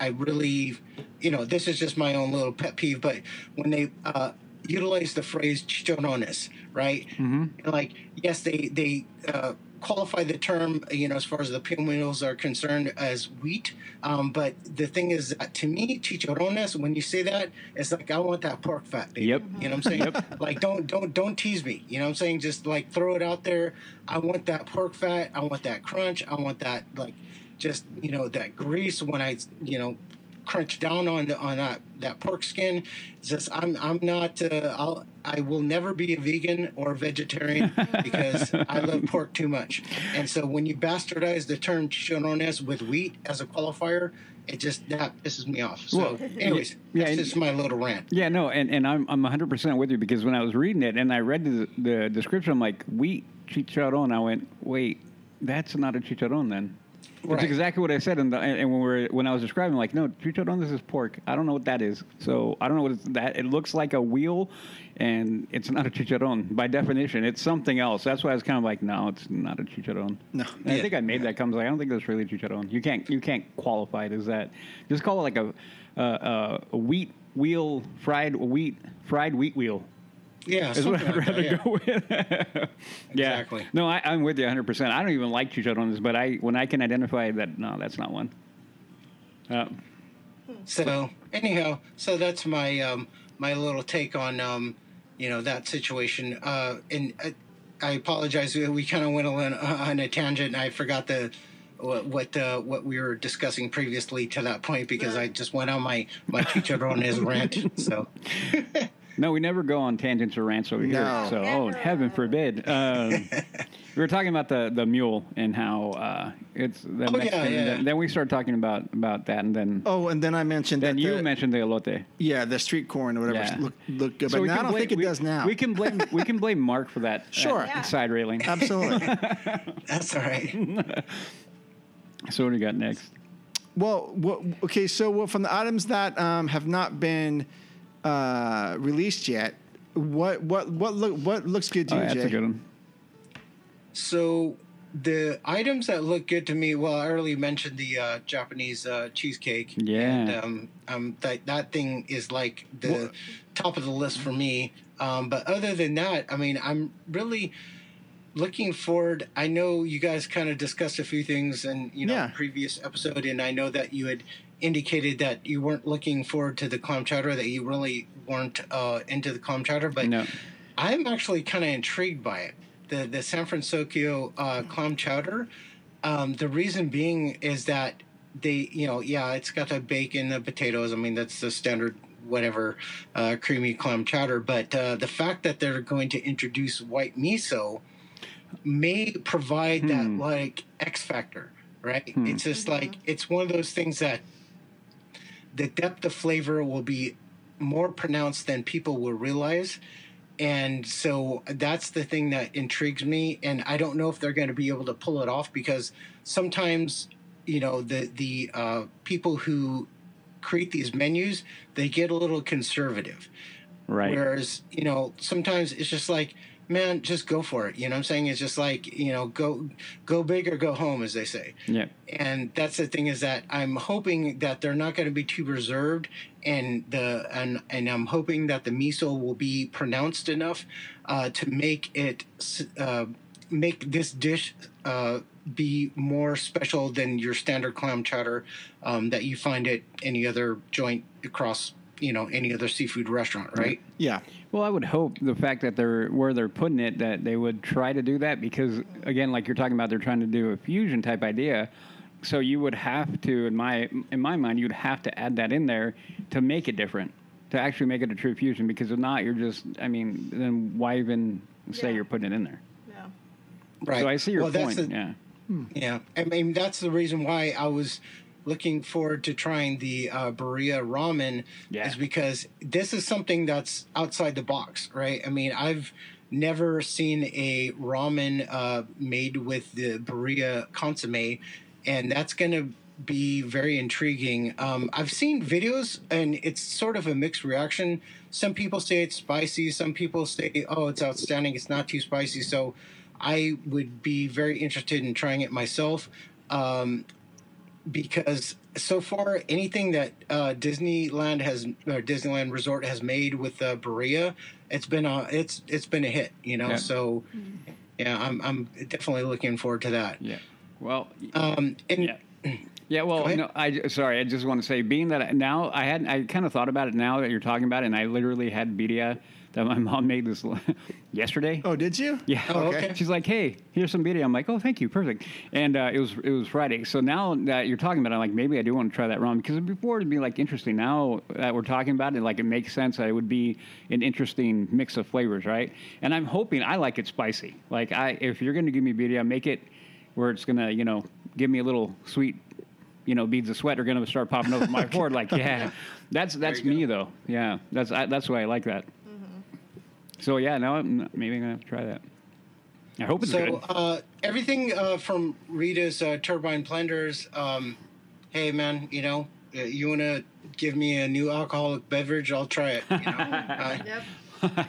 I really, you know, this is just my own little pet peeve, but when they uh, utilize the phrase chichones, right? Mm-hmm. Like, yes, they they uh, qualify the term, you know, as far as the pinwheels are concerned, as wheat. Um, but the thing is that to me, chichones, when you say that, it's like I want that pork fat. Dude.
Yep.
You know what I'm saying? Like don't don't don't tease me. You know what I'm saying? Just like throw it out there. I want that pork fat. I want that crunch. I want that like just you know that grease when I you know crunch down on the on that that pork skin. It's just I'm I'm not uh, I'll I will never be a vegan or vegetarian because I love pork too much. And so when you bastardize the term chicharrones with wheat as a qualifier, it just that pisses me off. So
Well,
anyways,
yeah,
that's
and-
just my little rant.
Yeah, no, and, and I'm I'm 100% with you because when I was reading it and I read the, the description, I'm like, wheat chicharron. I went, wait, that's not a chicharron then. That's exactly what I said, and, and when we were, when I was describing, like, no, on this is pork. I don't know what that is, so I don't know what it's that. It looks like a wheel, and it's not a chicharron by definition. It's something else. That's why I was kind of like, no, it's not a chicharron.
No.
And I
Yeah.
think I made that comes like I don't think that's really chicharron. You can't you can't qualify it as that. Just call it like a uh, uh, a wheat wheel fried wheat fried wheat wheel.
Yeah,
is what I'd
something like
rather
that, yeah.
go with. yeah.
Exactly.
No, I, I'm with you 100. percent I don't even like chicharrones, but I when I can identify that no, that's not one. Uh,
So anyhow, so that's my um, my little take on um, you know that situation. Uh, and uh, I apologize. We, we kind of went on, on a tangent. And I forgot the what what, uh, what we were discussing previously to that point because I just went on my my chicharrones rant. So
no, we never go on tangents or rants over
No.
here. So oh, heaven forbid. Um, we were talking about the the mule and how uh, it's. The
Oh, yeah,
thing,
yeah.
Then, then we started talking about about that, and then
Oh, and then I mentioned
then
that
you
the,
mentioned the elote.
yeah, the street corn or whatever
Yeah.
look look good,
So
but
we
now I
can
don't
blame-
think it
we-
does now.
We can blame we can blame Mark for that.
Sure.
that
Yeah.
side railing.
Absolutely.
that's all right.
So what do you got next?
Well, what, okay, so well, from the items that um, have not been uh, released yet, what what what look what looks good to
Oh,
you,
that's
Jay?
a good one.
So the items that look good to me. Well, I already mentioned the uh, Japanese uh, cheesecake.
Yeah.
And, um, um, that that thing is like the top of the list for me. Um, but other than that, I mean, I'm really looking forward. I know you guys kind of discussed a few things in you know
Yeah.
previous episode, and I know that you had indicated that you weren't looking forward to the clam chowder, that you really weren't uh, into the clam chowder, but.
No.
I'm actually kind of intrigued by it. The the San Francisco uh, clam chowder. Um, the reason being is that they, you know, yeah, it's got the bacon, the potatoes. I mean, that's the standard whatever uh, creamy clam chowder. But uh, the fact that they're going to introduce white miso may provide that like X factor, right? It's just like it's one of those things that the depth of flavor will be more pronounced than people will realize. And so that's the thing that intrigues me. And I don't know if they're going to be able to pull it off because sometimes, you know, the the uh, people who create these menus they get a little conservative.
Right.
Whereas, you know, sometimes it's just like, man, just go for it. You know what I'm saying? It's just like, you know, go go big or go home, as they say.
yeah.
And that's the thing is that I'm hoping that they're not going to be too reserved, and the and and I'm hoping that the miso will be pronounced enough uh, to make it s- uh, make this dish uh, be more special than your standard clam chowder um, that you find at any other joint across you know any other seafood restaurant, right?
Yeah.
Well, I would hope the fact that they're where they're putting it that they would try to do that because again, like you're talking about, they're trying to do a fusion type idea. So you would have to, in my in my mind, you'd have to add that in there to make it different, to actually make it a true fusion. Because if not, you're just, I mean, then why even say
Yeah.
you're putting it in there?
No.
Right.
So I see your
Well, that's
point.
the-
yeah.
Yeah, I mean that's the reason why I was looking forward to trying the uh, Berea ramen
Yeah.
is because this is something that's outside the box, right? I mean, I've never seen a ramen uh, made with the Berea consomme, and that's going to be very intriguing. Um, I've seen videos, and it's sort of a mixed reaction. Some people say it's spicy. Some people say, "Oh, it's outstanding. It's not too spicy." So, I would be very interested in trying it myself. Um, because so far anything that uh, Disneyland has or Disneyland Resort has made with uh, Berea, it's been a it's it's been a hit, you know.
Yeah.
So yeah, I'm I'm definitely looking forward to that.
Yeah. Well,
Um, and
Yeah. Yeah, well,
ahead.
no, I sorry, I just want to say, being that I, now I had, I kind of thought about it now that you're talking about it, and I literally had birria that my mom made this l- yesterday.
Oh, did you?
Yeah.
Oh, okay.
She's like, "Hey, here's some birria." I'm like, "Oh, thank you, perfect." And uh, it was it was Friday, so now that you're talking about it, I'm like, maybe I do want to try that ramen because before it'd be like interesting. Now that we're talking about it, like it makes sense. that It would be an interesting mix of flavors, right? And I'm hoping I like it spicy. Like I, if you're gonna give me birria, make it where it's gonna, you know, give me a little sweet. You know, beads of sweat are going to start popping over my forehead. Like, yeah, that's that's me though. Yeah, that's I, that's why I like that. So yeah, now I'm, maybe I'm gonna have to try that. I hope it's
so
good.
uh, everything uh, from Rita's uh, turbine plenders. Um, hey man, you know, uh, you wanna give me a new alcoholic beverage? I'll try it. You know, I,
Yep.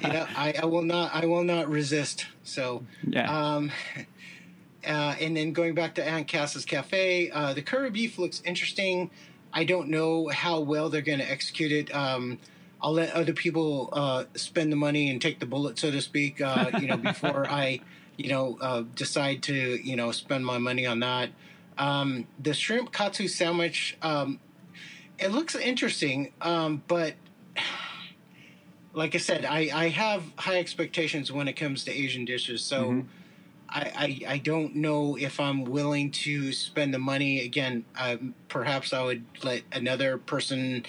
yeah, I, I will not. I will not resist. So
Yeah.
Um, uh, and then going back to Aunt Cass's Cafe, uh, the curry beef looks interesting. I don't know how well they're going to execute it. Um, I'll let other people uh, spend the money and take the bullet, so to speak. Uh, you know, before I, you know, uh, decide to you know spend my money on that. Um, the shrimp katsu sandwich. Um, it looks interesting, um, but like I said, I, I have high expectations when it comes to Asian dishes. So I, I, I don't know if I'm willing to spend the money again. Um, perhaps I would let another person,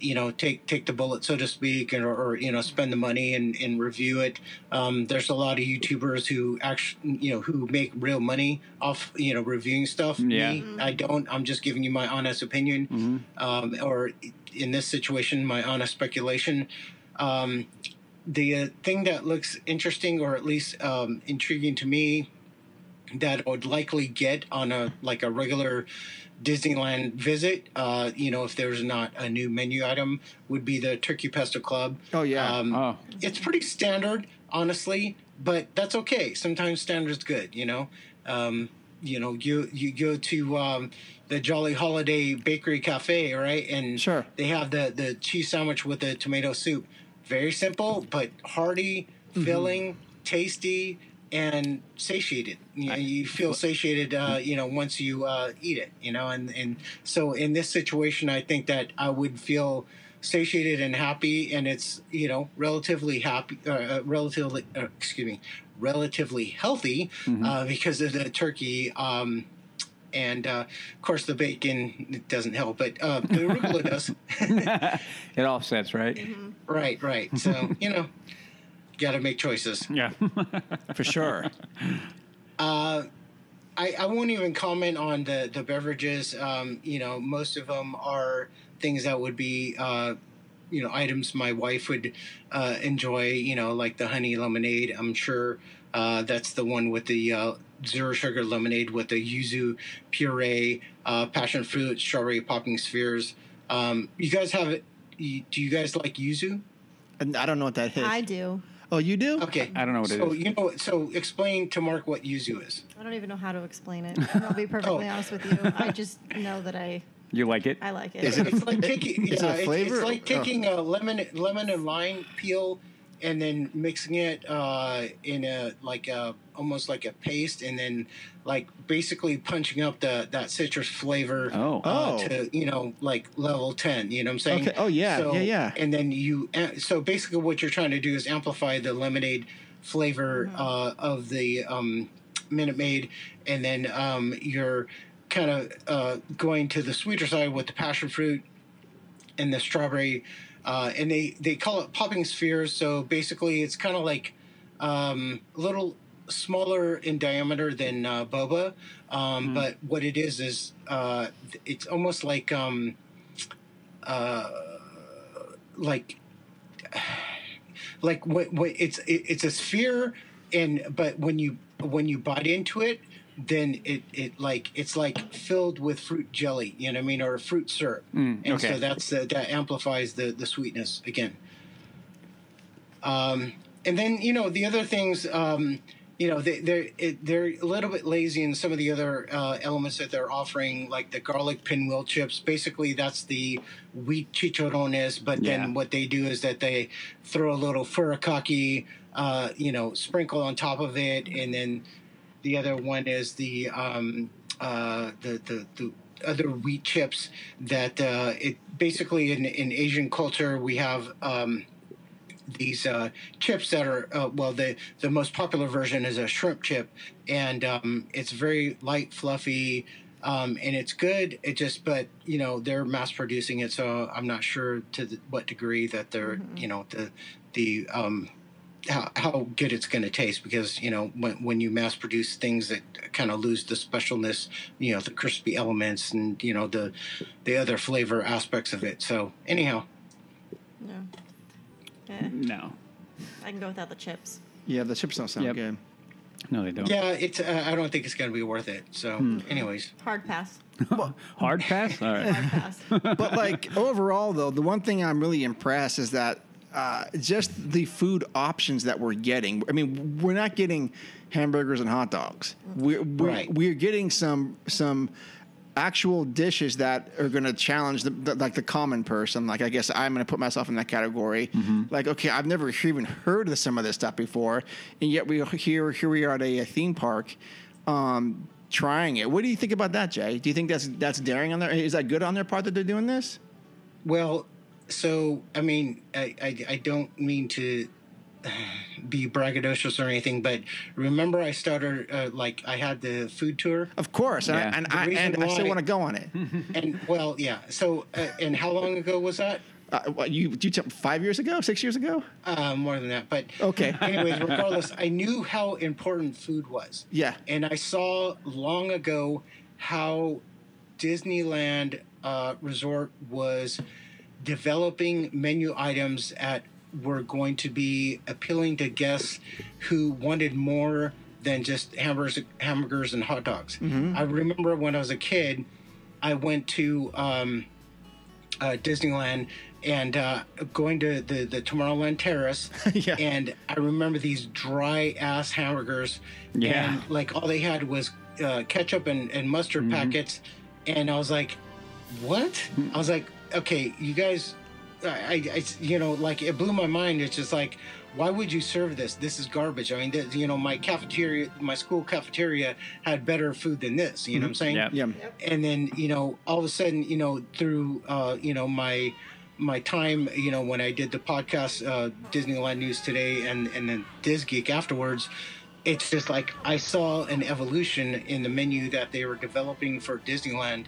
you know, take take the bullet, so to speak, and, or, or you know, spend the money and, and review it. Um, there's a lot of YouTubers who actually, you know, who make real money off, you know, reviewing stuff.
Yeah.
Me, I don't. I'm just giving you my honest opinion, um, or in this situation, my honest speculation. Um, the uh, thing that looks interesting, or at least um, intriguing to me, that I would likely get on a like a regular Disneyland visit, uh, you know, if there's not a new menu item, would be the Turkey Pesto Club.
Oh, yeah.
um,
oh,
it's pretty standard, honestly, but that's okay. Sometimes standard's good, you know. Um, you know, you you go to um, the Jolly Holiday Bakery Cafe, right? And
Sure.
they have the the cheese sandwich with the tomato soup. Very simple, but hearty, filling, tasty, and satiated. You, you feel satiated, uh, you know, once you uh, eat it. You know, and and so in this situation, I think that I would feel satiated and happy, and it's you know relatively happy, uh, uh, relatively uh, excuse me, relatively healthy uh, because of the turkey. Um, and uh, of course, the bacon doesn't help, but uh, the arugula does.
it offsets, right?
Mm-hmm. Right, right. So, you know, got to make choices.
Yeah.
for sure.
I, I won't even comment on the, the beverages. Um, you know, most of them are things that would be, uh, you know, items my wife would uh, enjoy, you know, like the honey lemonade. I'm sure uh, that's the one with the uh, zero sugar lemonade with the yuzu puree, uh, passion fruit, strawberry popping spheres. Um, you guys have, you- do you guys like yuzu?
And I don't know what that is.
I do.
oh, you do?
Okay.
I don't know what it
so,
is.
you know, so explain to Mark what yuzu is.
I don't even know how to explain it. I'll be perfectly
Oh.
honest with you. I just know that I
You like it?
I like it.
Is it-
It's like taking,
Is it a
yeah, it's-
flavor? Oh.
It's like taking a lemon, lemon and lime peel, and then mixing it uh, in a like a almost like a paste, and then like basically punching up the that citrus flavor.
Oh.
uh,
Oh.
to you know like level ten. You know what I'm saying?
Okay. Oh, yeah.
So-
Yeah, yeah.
And then you so basically what you're trying to do is amplify the lemonade flavor
Mm-hmm.
uh, of the um, Minute Maid, and then um, you're kind of uh, going to the sweeter side with the passion fruit and the strawberry, uh, and they they call it popping spheres. So basically, it's kind of like um, a little smaller in diameter than uh, boba, um, but what it is is uh, it's almost like um, uh, like like what, what it's it, it's a sphere and but when you when you bite into it then it, it like it's like filled with fruit jelly you know what i mean or fruit syrup and
okay.
so that's uh, that amplifies the the sweetness again and then you know the other things um you know they, they're it, they're a little bit lazy in some of the other uh, elements that they're offering like the garlic pinwheel chips basically that's the wheat chicharrones but
Yeah.
then what they do is that they throw a little furikake uh, you know sprinkle on top of it and then the other one is the um, uh, the, the the other wheat chips that uh, it basically in, in Asian culture we have um, these uh, chips that are uh, well the the most popular version is a shrimp chip and um, it's very light fluffy um, and it's good it just but you know they're mass producing it so I'm not sure to the, what degree that they're you know the the um, how, how good it's going to taste because you know when, when you mass produce things that kind of lose the specialness you know the crispy elements and you know the the other flavor aspects of it so anyhow
no. Eh,
No.
I can go without the chips.
Yeah, the chips don't sound
Yep.
good.
No, they don't.
Yeah, it's. Uh, I don't think it's going to be worth it. So, anyways,
Hard pass.
Hard pass. All right.
Pass.
but like overall though the one thing i'm really impressed is that uh, just the food options that we're getting i mean we're not getting hamburgers and hot dogs we're, we're,
Right.
we're getting some some actual dishes that are going to challenge the, the like the common person like i guess i'm going to put myself in that category
Mm-hmm.
like okay i've never even heard of some of this stuff before and yet we here here we are at a, a theme park um, trying it. What do you think about that, Jay? Do you think that's that's daring on their? Is that good on their part that they're doing this?
well, so I mean, I I, I don't mean to be braggadocious or anything, but remember I started uh, like I had the food tour.
Of course, and,
Yeah.
I, and,
The
I,
reason
and I still
why- Mm-hmm.
want to go on it.
and well, yeah. So, uh, and how long ago was that?
uh, what, you you tell, five years ago, six years ago?
Uh, more than that, but
Okay.
Anyways, regardless, I knew how important food was.
Yeah.
and I saw long ago how Disneyland uh, Resort was developing menu items that were going to be appealing to guests who wanted more than just hamburgers, hamburgers and hot dogs.
Mm-hmm.
I remember when I was a kid, I went to. Um, uh, Disneyland and uh, going to the, the Tomorrowland Terrace.
Yeah.
And I remember these dry ass hamburgers.
Yeah.
And like all they had was uh, ketchup and, and mustard packets. And I was like, what? I was like, okay, you guys, I, I, I- you know, like it blew my mind. It's just like, why would you serve this? This is garbage. I mean, th- you know, my cafeteria, my school cafeteria had better food than this. You know what I'm saying?
Yeah.
Yeah.
and then you know all of a sudden you know through uh you know my my time you know when i did the podcast uh disneyland news today and and then Diz Geek afterwards it's just like i saw an evolution in the menu that they were developing for disneyland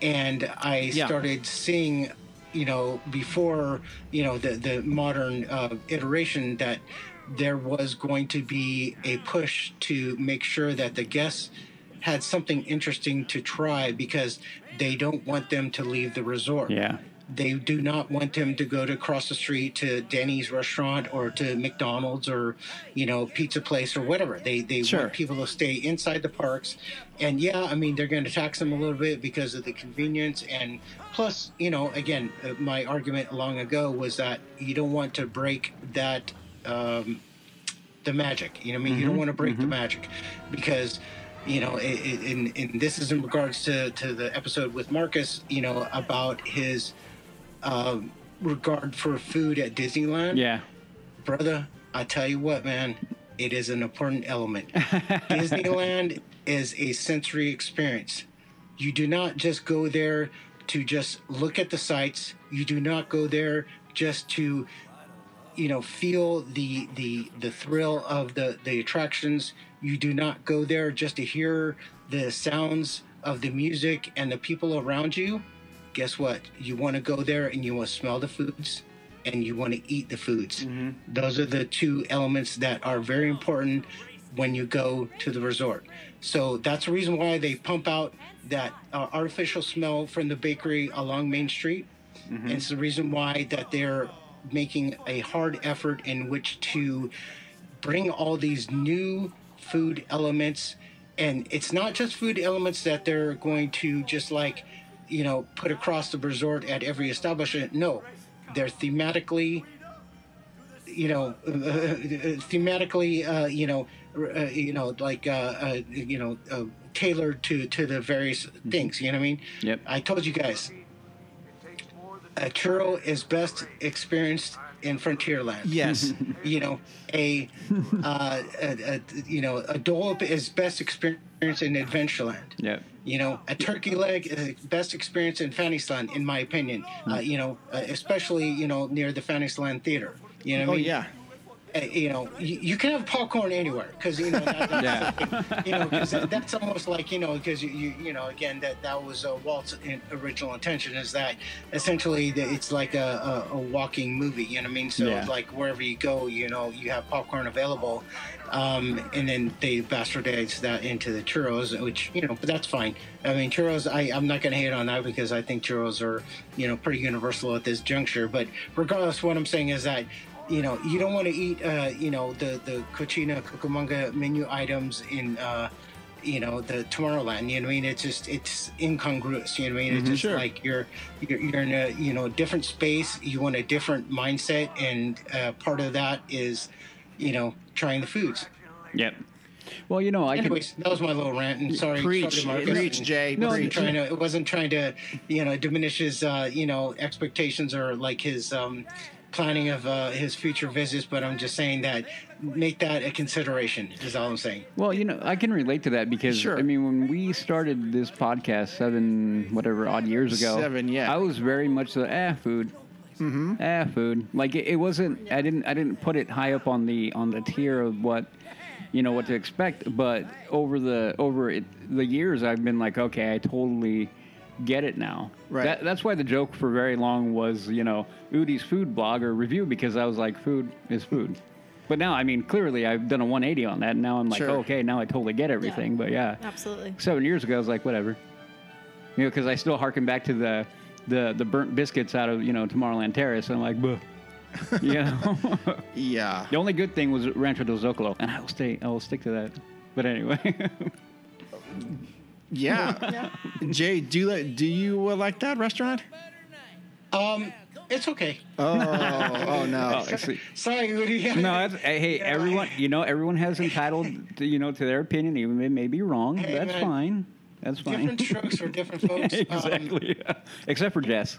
and i
Yeah.
started seeing you know before you know the the modern uh, iteration that there was going to be a push to make sure that the guests had something interesting to try because they don't want them to leave the resort.
Yeah.
They do not want them to go to across the street to Denny's restaurant or to McDonald's or, you know, pizza place or whatever. They they
Sure.
want people to stay inside the parks. And yeah, I mean they're going to tax them a little bit because of the convenience and plus, you know, again, uh, my argument long ago was that you don't want to break that um, the magic. You know, what I mean, you don't want to break the magic because, you know, i- i- in in this is in regards to to the episode with Marcus, you know, about his um, regard for food at Disneyland.
Yeah.
brother, I tell you what, man, it is an important element. Disneyland is a sensory experience. You do not just go there to just look at the sights. You do not go there just to you know feel the the the thrill of the the attractions you do not go there just to hear the sounds of the music and the people around you guess what you want to go there and you want to smell the foods and you want to eat the foods those are the two elements that are very important when you go to the resort so that's the reason why they pump out that uh, artificial smell from the bakery along main street it's the reason why that they're making a hard effort in which to bring all these new food elements. And it's not just food elements that they're going to just like, you know, put across the resort at every establishment. No, they're thematically, you know, uh, thematically, uh, you know, r- uh, you know, like, uh, uh, you know, uh, tailored to to the various things. You know what I mean?
Yep.
I told you guys, a churro is best experienced in Frontierland.
Yes.
You know, a, uh, a, a you know a dollop is best experienced in Adventureland.
Yep.
You know, a turkey leg is the best experience in Fantasyland, in my opinion. Uh, you know, uh, especially you know near the Fantasyland Theater. You know, what
oh
I mean?
yeah.
Uh, you know, you, you can have popcorn anywhere because you know that, that,
Yeah.
you know, 'cause that- that's almost like you know, because you, you you know, again, that that was uh, Walt's in, original intention is that essentially that it's like a, a, a walking movie. You know what I mean? So
Yeah.
like wherever you go, you know, you have popcorn available, um, and then they bastardize that into the churros, which you know, but that's fine. I mean, churros, I I'm not gonna hate on that because I think churros are you know pretty universal at this juncture. But regardless, what I'm saying is that you know, you don't want to eat, uh, you know, the the Cochina Cucamonga menu items in, uh, you know, the Tomorrowland. You know what I mean? It's just it's incongruous. You know what I mean? It's
Mhm.
just
Sure.
like you're, you're you're in a you know different space. You want a different mindset, and uh, part of that is, you know, trying the foods.
Yep. Well, you know, I could.
Anyways, that was my little rant, and sorry,
Preach,
sorry, Marcus.
preach, Jay,
It wasn't
preach.
trying to, it wasn't trying to, you know, diminish his, uh, you know, expectations or like his um, planning of uh, his future visits. But I'm just saying that make that a consideration. Is all I'm saying.
Well, you know, I can relate to that because
Sure.
I mean, when we started this podcast seven whatever odd years ago,
Seven, yeah.
I was very much the ah food, mm-hmm. ah food. Like it, it wasn't. I didn't. I didn't put it high up on the on the tier of what you know what to expect. But over the over it, the years, I've been like, okay, I totally get it now.
Right.
That, that's why the joke for very long was you know Udi's food blog or review because I was like, food is food. But now, I mean, clearly, I've done a 180 on that. And now I'm like,
Sure.
okay, now I totally get everything. But yeah,
Absolutely.
seven years ago, I was like, whatever. You know, because I still harken back to the, the the burnt biscuits out of you know Tomorrowland Terrace. And I'm like, buh. you know,
Yeah.
the only good thing was Rancho del Zocalo, and I will stay. I will stick to that. But anyway,
Yeah. Jay, do you, li- do you uh, like that restaurant?
Um, it's okay.
Uh,
Oh, oh no.
oh, I see.
Sorry, Woody.
No, that's, hey, hey,
Yeah.
everyone, you know, everyone has entitled, to, you know, to their opinion, even if it may be wrong.
Hey,
that's
man.
fine. That's fine.
different strokes for different folks. Um,
exactly. Except for Jess.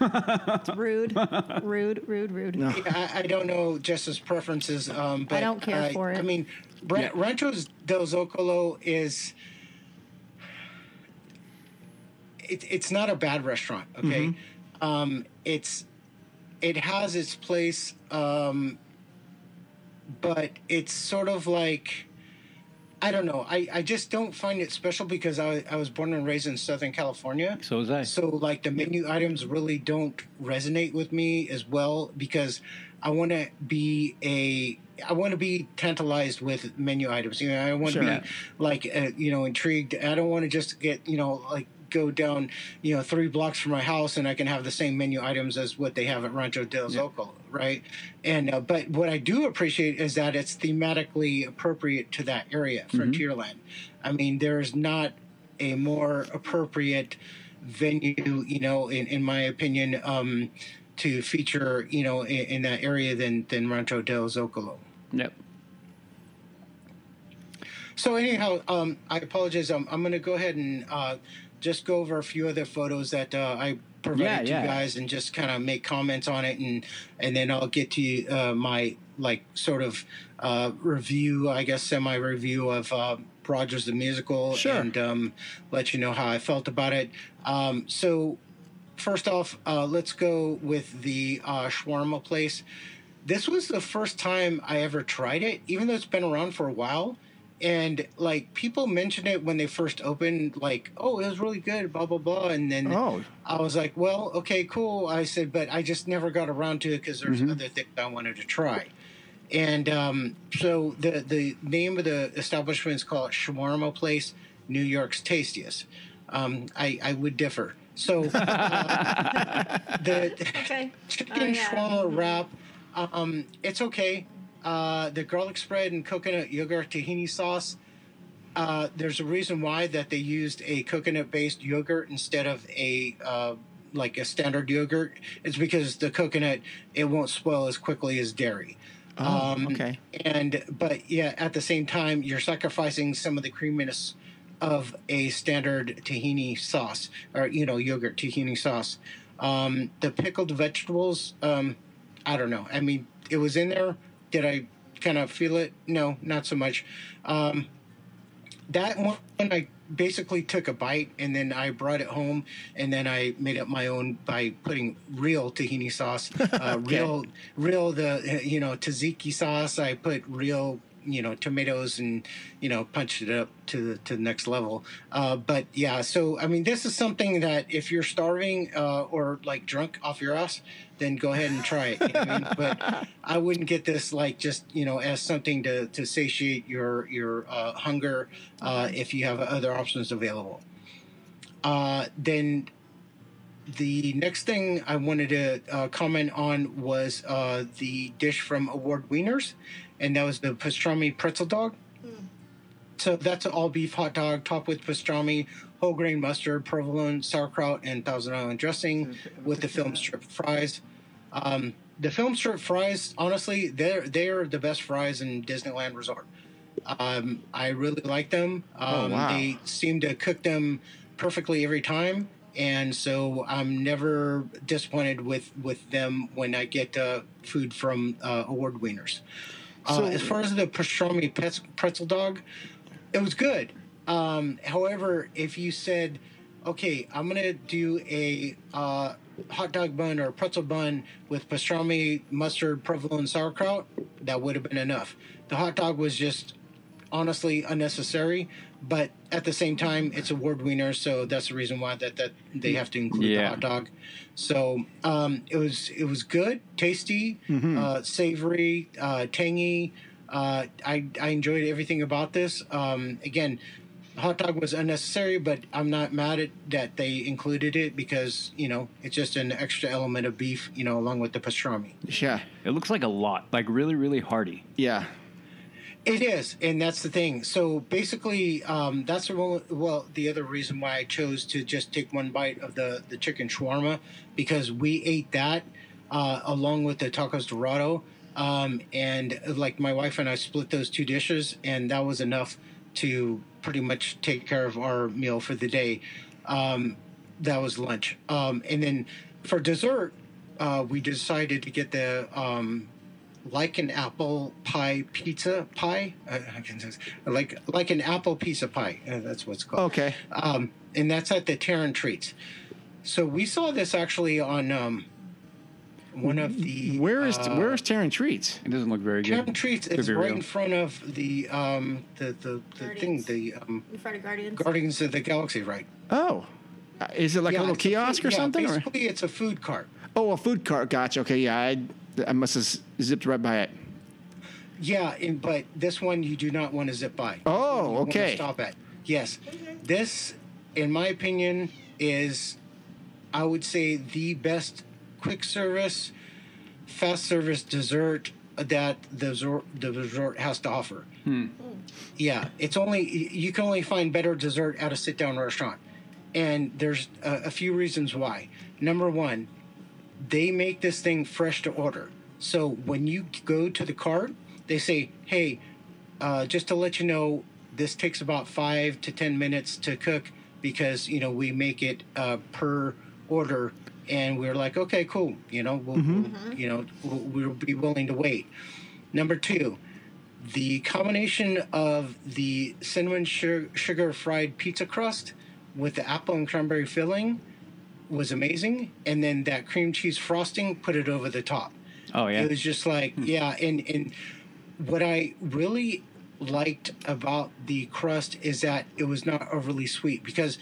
It's rude, rude, rude, rude.
No.
I, I don't know Jess's preferences, um, but
don't care
uh,
for it.
I mean, Ra-
Yeah.
Rancho del Zocolo is. It, it's not a bad restaurant, okay?
Mm-hmm.
Um, it's it has its place, um, but it's sort of like I don't know. I, I just don't find it special because I, I was born and raised in Southern California.
So was I.
So like the menu items really don't resonate with me as well because I want to be a I want to be tantalized with menu items. You know, I want to
Sure.
be like uh, you know intrigued. I don't want to just get you know like go down you know three blocks from my house and I can have the same menu items as what they have at Rancho del Zoco, right? And uh, but what I do appreciate is that it's thematically appropriate to that area, Frontierland. I mean, there is not a more appropriate venue, you know, in, in my opinion, um, to feature, you know, in, in that area than than Rancho del Zocalo.
Yep.
So anyhow, um, I apologize. I'm, I'm going to go ahead and uh, just go over a few other photos that uh, I provided
Yeah,
to
yeah.
you guys and just kind of make comments on it, and and then I'll get to uh, my like sort of uh, review, I guess, semi review of. Uh, Rogers the musical,
Sure.
and um, let you know how I felt about it. Um, so, first off, uh, let's go with the uh, shawarma place. This was the first time I ever tried it, even though it's been around for a while. And like people mentioned it when they first opened, like, oh, it was really good, blah, blah, blah. And then
Oh.
I was like, well, okay, cool. I said, but I just never got around to it because there's other things I wanted to try. And um, so the the name of the establishment is called Shawarma Place, New York's Tastiest. Um, I I would differ. So uh, the
Okay.
chicken
Oh, yeah.
shawarma wrap, um, it's okay. Uh, the garlic spread and coconut yogurt tahini sauce. Uh, there's a reason why that they used a coconut-based yogurt instead of a uh, like a standard yogurt. It's because the coconut it won't spoil as quickly as dairy.
Oh, okay.
And but yeah, at the same time, you're sacrificing some of the creaminess of a standard tahini sauce or you know yogurt tahini sauce. Um, the pickled vegetables, um, I don't know. I mean, it was in there. Did I kind of feel it? No, not so much. Um, that one I basically took a bite and then I brought it home and then I made up my own by putting real tahini sauce, uh, real real the you know tzatziki sauce. I put real you know tomatoes and you know punched it up to the to the next level. Uh, but yeah, so I mean this is something that if you're starving uh, or like drunk off your ass, then go ahead and try it. you know what I mean? But I wouldn't get this like just you know as something to to satiate your your uh, hunger uh, if you have other options available. Uh, then the next thing I wanted to uh, comment on was uh, the dish from Award Wieners, and that was the pastrami pretzel dog. So that's an all beef hot dog topped with pastrami, whole grain mustard, provolone, sauerkraut, and Thousand Island dressing
Mm-hmm.
with the film strip fries. Um, the film strip fries, honestly, they're they are the best fries in Disneyland Resort. Um, I really like them.
Oh,
Um,
wow.
They seem to cook them perfectly every time, and so I'm never disappointed with with them when I get uh, food from uh, Award Wieners. Uh,
So-
as far as the pastrami pet- pretzel dog, it was good. Um, however, if you said, "Okay, I'm gonna do a uh, hot dog bun or pretzel bun with pastrami, mustard, provolone, sauerkraut," that would have been enough. The hot dog was just honestly unnecessary, but at the same time, it's a word wiener, so that's the reason why that that they have to include the
Yeah.
hot dog. So um, it was it was good, tasty, uh, savory, uh, tangy. Uh, I I enjoyed everything about this. Um, again, hot dog was unnecessary, but I'm not mad at that they included it because you know it's just an extra element of beef, you know, along with the pastrami.
Yeah.
It looks like a lot, like really, really hearty.
Yeah.
It is, and that's the thing. So basically, um, that's the one, well the other reason why I chose to just take one bite of the the chicken shawarma because we ate that uh, along with the tacos dorado, um, and like my wife and I split those two dishes, and that was enough to pretty much take care of our meal for the day. Um, that was lunch, um, and then for dessert, uh, we decided to get the um, like an apple pie pizza pie. I, I can say like like an apple pizza pie. Uh, that's what's called.
Okay.
Um, and that's at the Terran Treats. So we saw this actually on um, one of the
Where is
uh,
where's Terran Treats?
It doesn't look very good.
Terran Treats?
to
It's
be
right
real.
in front of the um, the the, the thing
Guardians.
the um,
in front of Guardians.
Guardians of the Galaxy, right?
Oh, Uh, is it like a little
it's a food-
kiosk or
yeah,
something? Or?
Basically, it's a food cart.
Oh, a food cart. Gotcha. Okay. Yeah. I I must have zipped right by it.
Yeah, and, but this one you do not want to zip by.
Oh,
You wanna
okay.
Stop at. Yes. This, in my opinion, is, I would say, the best quick service, fast service dessert that the resort, the resort has to offer. Yeah, it's only, y- you can only find better dessert at a sit down restaurant. And there's a, a few reasons why. Number one, they make this thing fresh to order. So when you go to the cart, they say, "Hey, uh, just to let you know, this takes about five to ten minutes to cook because you know we make it uh, per order." And we're like, "Okay, cool. You know, we'll, we'll- you know, we'll, we'll be willing to wait." Number two, the combination of the cinnamon sugar, sugar fried pizza crust with the apple and cranberry filling was amazing, and then that cream cheese frosting put it over the top.
Oh yeah.
It was just like, yeah, and and what I really liked about the crust is that it was not overly sweet because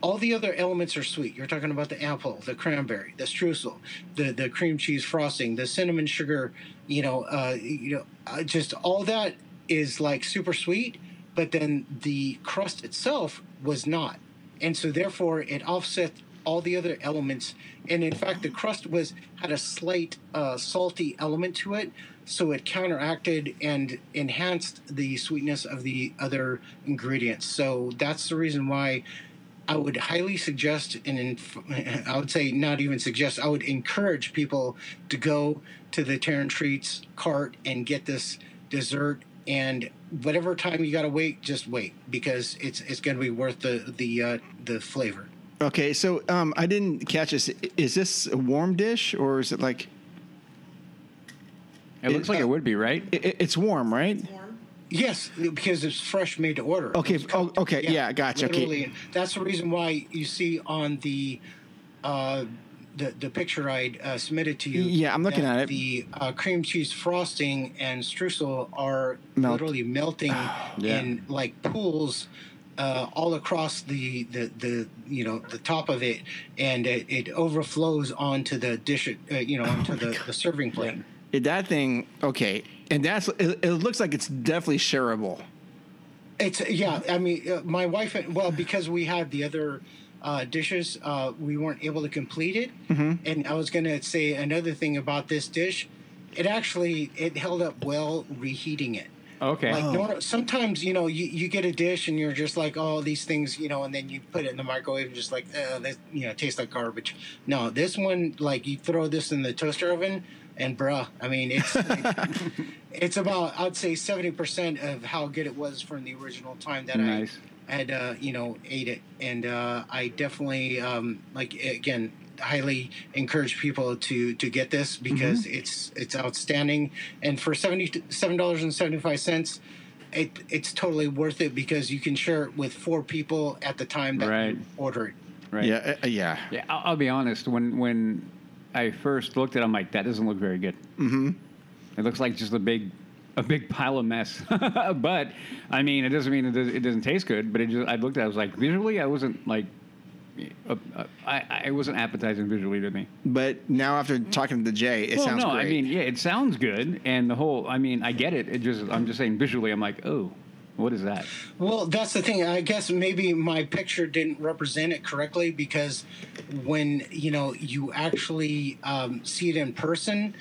all the other elements are sweet. You're talking about the apple, the cranberry, the streusel, the the cream cheese frosting, the cinnamon sugar. You know, uh, you know, uh, just all that is like super sweet, but then the crust itself was not, and so therefore it offset all the other elements. And in fact, the crust was had a slight uh, salty element to it, so it counteracted and enhanced the sweetness of the other ingredients. So that's the reason why. I would highly suggest, and inf- I would say not even suggest, I would encourage people to go to the Terran Treats cart and get this dessert. And whatever time you gotta wait, just wait because it's it's gonna be worth the the uh, the flavor.
Okay. So um, I didn't catch this. I- Is this a warm dish or is it like
it looks like it would be right.
i i- it's warm, right?
Yes, because it's fresh, made to order. It
Okay.
was
Oh,
cooked.
okay. Yeah. Gotcha.
Literally,
Okay.
that's the reason why you see on the uh, the the picture I uh, submitted to you.
Yeah, I'm looking
that
at it.
The uh, cream cheese frosting and streusel are
Melt.
literally melting in like pools. Uh, all across the, the the you know the top of it, and it, it overflows onto the dish, uh, you
Oh
know, onto the, the serving plate.
Yeah, That thing. Okay. And that's it, it. Looks like it's definitely shareable.
It's yeah. I mean, uh, my wife. and Well, because we had the other uh, dishes. Uh, we weren't able to complete it.
Mhm.
And I was going to say another thing about this dish. It actually it held up well reheating it.
Okay.
Like nor- sometimes you know you, you get a dish and you're just like oh these things you know and then you put it in the microwave and just like uh, this you know tastes like garbage. No, this one like you throw this in the toaster oven and bruh, I mean it's it's about I'd say seventy percent of how good it was from the original time that
Nice.
I had uh, you know ate it, and uh, I definitely um, like again highly encourage people to to get this because it's it's outstanding, and for seventy seven dollars and seventy five cents. It, it's totally worth it because you can share it with four people at the time that
Right.
you order it.
Right.
Yeah, uh, yeah.
Yeah, I'll, I'll be honest. When when I first looked at, it, I'm like, that doesn't look very good.
Mm-hmm.
It looks like just a big, a big pile of mess. but I mean, it doesn't mean it, does, it doesn't taste good. But it just, I looked at, it, I was like, visually, I wasn't like, uh, uh, I, I wasn't appetizing visually to me.
But now after talking to Jay, it
well,
sounds
no,
great.
I mean, yeah, it sounds good, and the whole, I mean, I get it. It just, I'm just saying, visually, I'm like, oh, what is that?
Well, that's the thing. I guess maybe my picture didn't represent it correctly because when you know you actually um, see it in person,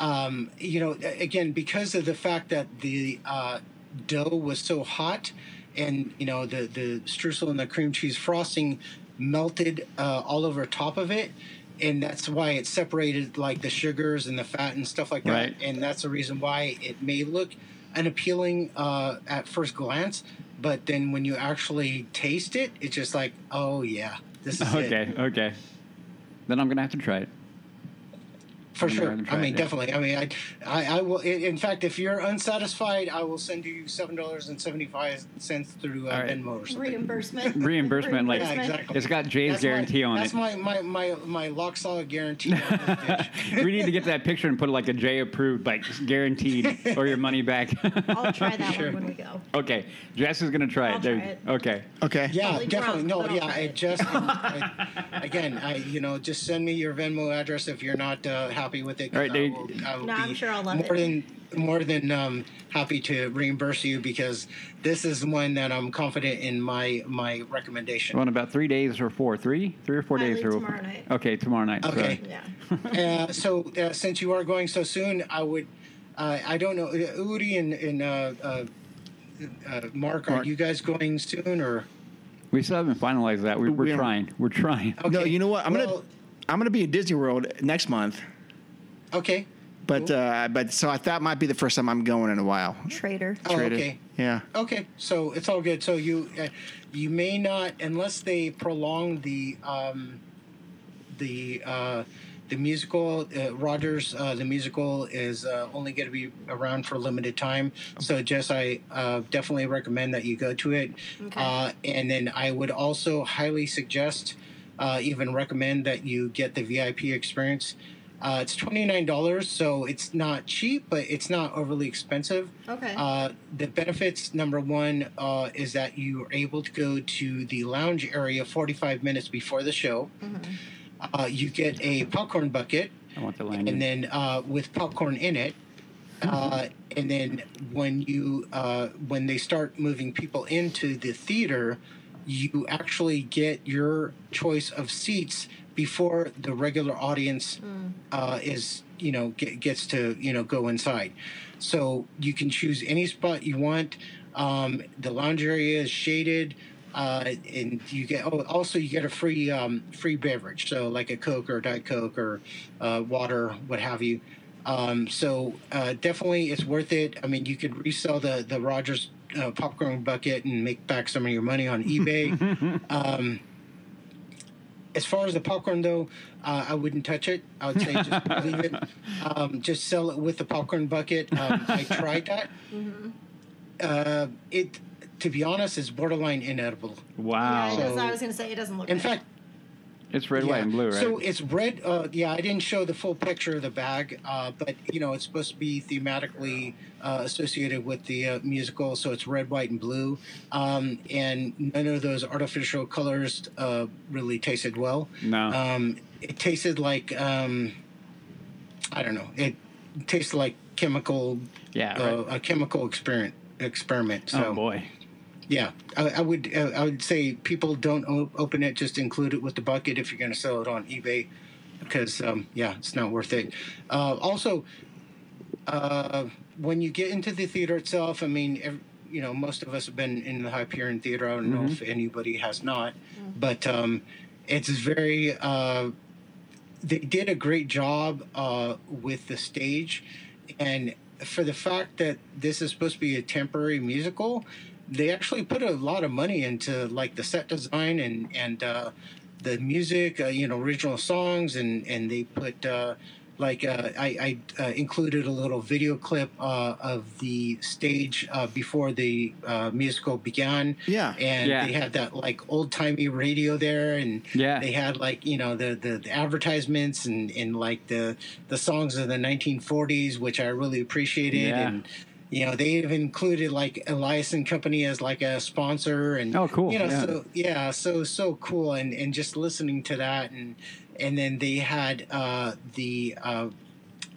um, you know, a- again because of the fact that the uh, dough was so hot, and you know the the streusel and the cream cheese frosting melted uh, all over top of it. And that's why it separated like the sugars and the fat and stuff like that
Right.
and that's the reason why it may look unappealing uh, at first glance. But then when you actually taste it, it's just like, oh yeah, this is it
okay, okay. Then I'm gonna have to try it.
for
I'm
sure.
gonna try
I
it,
mean,
yeah.
definitely. I mean, I, I, I will. In in fact, if you're unsatisfied, I will send you seven dollars and seventy five cents through uh,
All right.
Venmo or something.
Reimbursement.
Reimbursement, like-
Yeah, exactly.
It's got Jay's
That's my-
guarantee on it.
That's my my my my lock solid guarantee. on this dish.
we need to get that picture and put like a J approved, like guaranteed, or your money back.
I'll try that one when we go.
okay, Jess is gonna try
I'll
it. There.
try it.
Okay.
okay.
Yeah,
Probably
definitely.
drunk,
no,
but I'll
yeah.
try
I
it.
just I, again, I you know, just send me your Venmo address if you're not uh, happy with it. 'cause
All right,
I
dude.
will- I will
No, I'm
be
sure I'll love
more
it.
than more than um, happy to reimburse you because this is one that I'm confident in my my recommendation.
Well, in about three days or four, three, three or four
I
days.
leave
or
tomorrow night.
Okay, tomorrow night.
Okay.
sorry.
Yeah.
uh, so uh, since you are going so soon, I would, uh, I don't know, uh, Uri and, and uh, uh, uh, Mark, are
Mark.
you guys going soon or?
We still haven't finalized that. We're, we're
We haven't-
trying. We're trying.
No,
Okay,
you know what? I'm gonna
well-
I'm gonna be in Disney World next month.
Okay.
But uh, but so I that might be the first time I'm going in a while.
Traitor.
Oh,
Traded.
okay.
Yeah.
Okay, so it's all good. So you uh, you may not unless they prolong the um, the uh, the musical uh, Rogers uh, the musical is uh, only going to be around for a limited time. So Jess, I uh, definitely recommend that you go to it.
Okay.
Uh, and then I would also highly suggest, uh, even recommend that you get the VIP experience. Uh, it's twenty nine dollars, so it's not cheap, but it's not overly expensive.
Okay.
Uh, the benefits number one uh, is that you are able to go to the lounge area 45 minutes before the show. Uh, you get a popcorn bucket,
Oh, I want the lanyard.
and then uh, with popcorn in it. Uh, and then when you uh, when they start moving people into the theater, you actually get your choice of seats before the regular audience uh, is you know get, gets to you know go inside. So you can choose any spot you want. Um, the lounge area is shaded, uh, and you get oh, also you get a free um, free beverage, so like a Coke or a Diet Coke or uh, water, what have you. Um, so uh, definitely, it's worth it. I mean, you could resell the the Rogers uh, popcorn bucket and make back some of your money on eBay. um, as far as the popcorn though, uh, I wouldn't touch it. I would say just leave it. Um, just sell it with the popcorn bucket. Um, I tried that. Uh, it, to be honest, is borderline inedible.
wow.
yeah, it does-
So-
I was gonna say it doesn't look.
In
good.
fact,
it's red, white, and blue, right?
so it's red. Uh, yeah, I didn't show the full picture of the bag, uh, but you know it's supposed to be thematically uh, associated with the uh, musical, so it's red, white, and blue. Um, and none of those artificial colors uh, really tasted well.
No.
um, it tasted like um, I don't know. It tasted like chemical.
Yeah,
uh,
right.
a chemical experiment. Experiment. So
oh boy.
Yeah, I, I would. Uh, I would say people don't o- open it. Just include it with the bucket if you're going to sell it on eBay, because um, yeah, it's not worth it. Uh, also, uh, when you get into the theater itself, I mean, ev you know, most of us have been in the Hyperion Theater. I don't know if anybody has not, but um, it's very. Uh, they did a great job uh, with the stage, and for the fact that this is supposed to be a temporary musical, they actually put a lot of money into like the set design and and uh, the music, uh, you know, original songs, and and they put. Uh, like uh, I, I uh, included a little video clip uh, of the stage uh, before the uh, musical began.
Yeah.
and
Yeah.
they had that like old timey radio there, and
Yeah.
they had like you know the, the the advertisements and and like the the songs of the 1940s, which I really appreciated.
Yeah.
And you know they even included like Elias and Company as like a sponsor, and
Oh, cool.
You know,
Yeah.
so yeah, so so cool, and and just listening to that, and and then they had uh, the uh,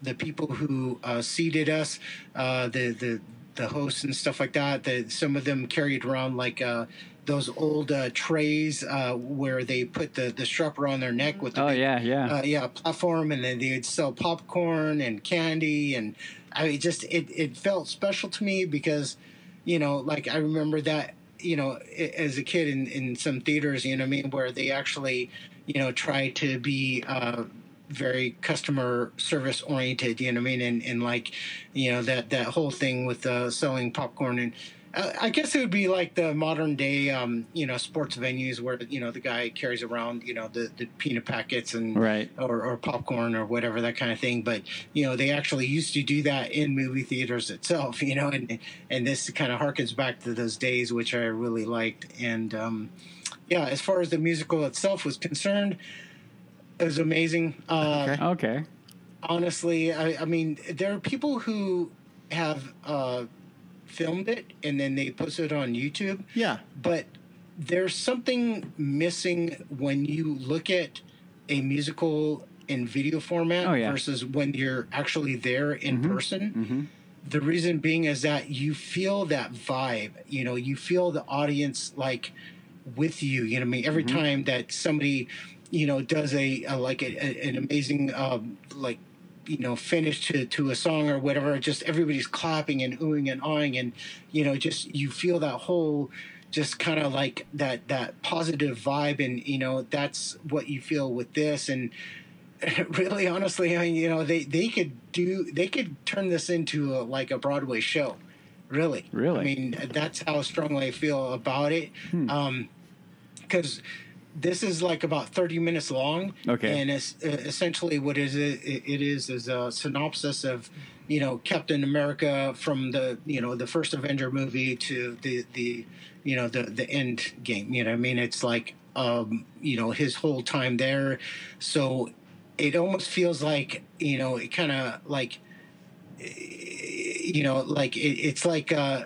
the people who uh, seated us, uh, the the the hosts and stuff like that. That some of them carried around like uh, those old uh, trays uh, where they put the the strap around their neck with the
Oh
big,
yeah, yeah.
uh, yeah platform, and then they would sell popcorn and candy, and I mean, just it it felt special to me because you know like I remember that you know a- as a kid in in some theaters, you know what I mean, where they actually you know try to be. Uh, very customer service oriented you know what i mean and, and like you know that that whole thing with uh selling popcorn and uh, i guess it would be like the modern day um you know sports venues where you know the guy carries around you know the the peanut packets and
Right.
or, or popcorn or whatever that kind of thing but you know they actually used to do that in movie theaters itself you know and and this kind of harkens back to those days which i really liked and um yeah as far as the musical itself was concerned it was amazing uh
Okay.
Okay.
honestly I, I mean there are people who have uh filmed it and then they posted it on youtube
Yeah.
but there's something missing when you look at a musical in video format
Oh, yeah. Mm-hmm.
versus when you're actually there in person. The reason being is that you feel that vibe, you know, you feel the audience like with you, you know what I mean? Every time that somebody, you know, does a, a like a, a- an amazing, um, like, you know, finish to, to a song or whatever, just everybody's clapping and oohing and awing and, you know, just you feel that whole, just kind of like that that positive vibe and you know that's what you feel with this and really honestly i mean you know they they could do they could turn this into a, like a broadway show really
Really?
i mean that's how strongly i feel about it um because this is like about 30 minutes long
Okay.
and it's uh, essentially what is it, it is is a synopsis of you know captain america from the you know the first avenger movie to the the you know the the end game you know what i mean it's like um you know his whole time there so it almost feels like you know it kind of like you know, like it, it's like uh,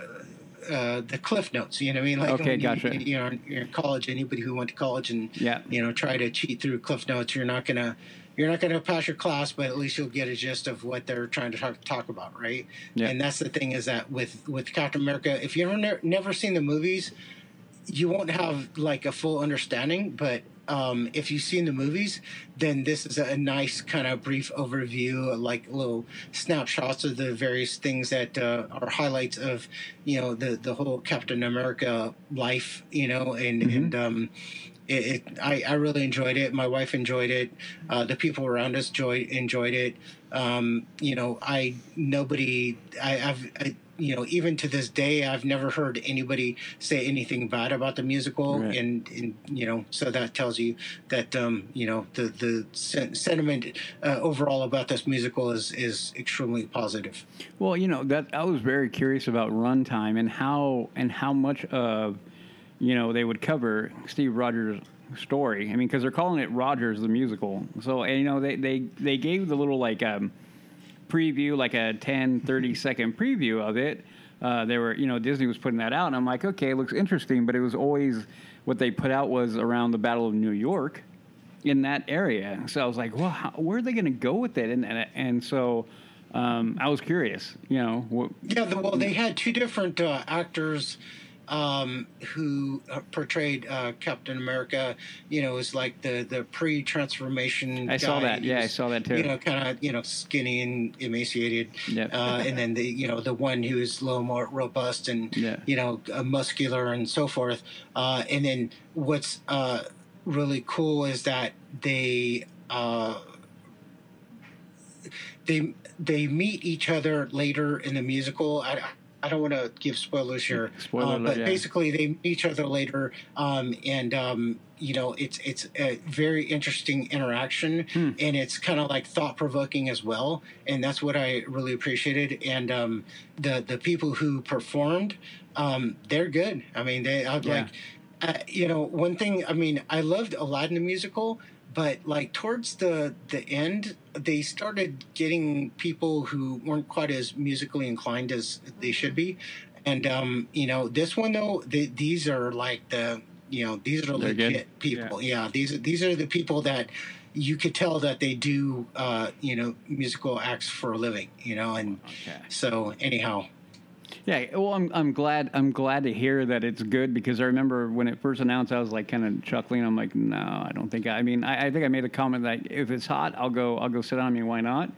uh, the Cliff Notes. You know what I mean? Like
Okay,
when you-
gotcha.
You, know, you're in college. Anybody who went to college and
Yeah.
you know, try to cheat through Cliff Notes, you're not gonna. You're not going to pass your class, but at least you'll get a gist of what they're trying to talk, talk about, right?
Yeah.
And that's the thing is that with with Captain America, if you've never, never seen the movies, you won't have like a full understanding, but um, if you've seen the movies, then this is a nice kind of brief overview, like little snapshots of the various things that uh, are highlights of, you know, the the whole Captain America life, you know, and and um, it, it I, I really enjoyed it. My wife enjoyed it. Uh, the people around us enjoyed enjoyed it. Um, you know, I nobody I, I've I, you know even to this day I've never heard anybody say anything bad about the musical,
Right.
and, and you know so that tells you that um, you know the the sen- sentiment uh, overall about this musical is is extremely positive.
Well, you know that I was very curious about runtime and how and how much of you know they would cover Steve Rogers' story. I mean, because they're calling it Rogers the musical, so and, you know they they they gave the little like um, preview, like a 10, 30 second preview of it. Uh, they were, you know, Disney was putting that out, and I'm like, okay, it looks interesting, but it was always what they put out was around the Battle of New York in that area. So I was like, well, how, where are they going to go with it? And and, and so um, I was curious, you know, what,
Yeah, the, well, they had two different uh, actors um, who uh, portrayed uh, Captain America. You know, was like the the pre transformation.
I saw that. Yeah, I saw that too.
You know, kind of you know skinny and emaciated.
Yep.
Uh, and then the you know the one who is a little more robust and
Yeah.
you know uh, muscular and so forth. Uh, and then what's uh, really cool is that they. Uh, they they meet each other later in the musical. I I don't want to give spoilers here,
Mm, Spoiler
uh,
alert,
but
yeah.
basically they meet each other later, um, and um, you know it's it's a very interesting interaction,
Hmm.
and it's kind of like thought provoking as well, and that's what I really appreciated. And um, the the people who performed, um, they're good. I mean, they I,
Yeah.
like uh, you know, one thing. I mean, I loved Aladdin the musical, but like towards the the end, they started getting people who weren't quite as musically inclined as they should be, and um, you know, this one though, th these are like the you know these are
They're good?
legit people. Yeah. these these are the people that you could tell that they do uh, you know musical acts for a living. You know, and
Okay.
so anyhow,
Yeah, well, I'm, I'm glad I'm glad to hear that it's good because I remember when it first announced, I was like kind of chuckling. I'm like, no, I don't think. I, I mean, I, I think I made a comment like, if it's hot, I'll go. I'll go sit down. I mean, why not?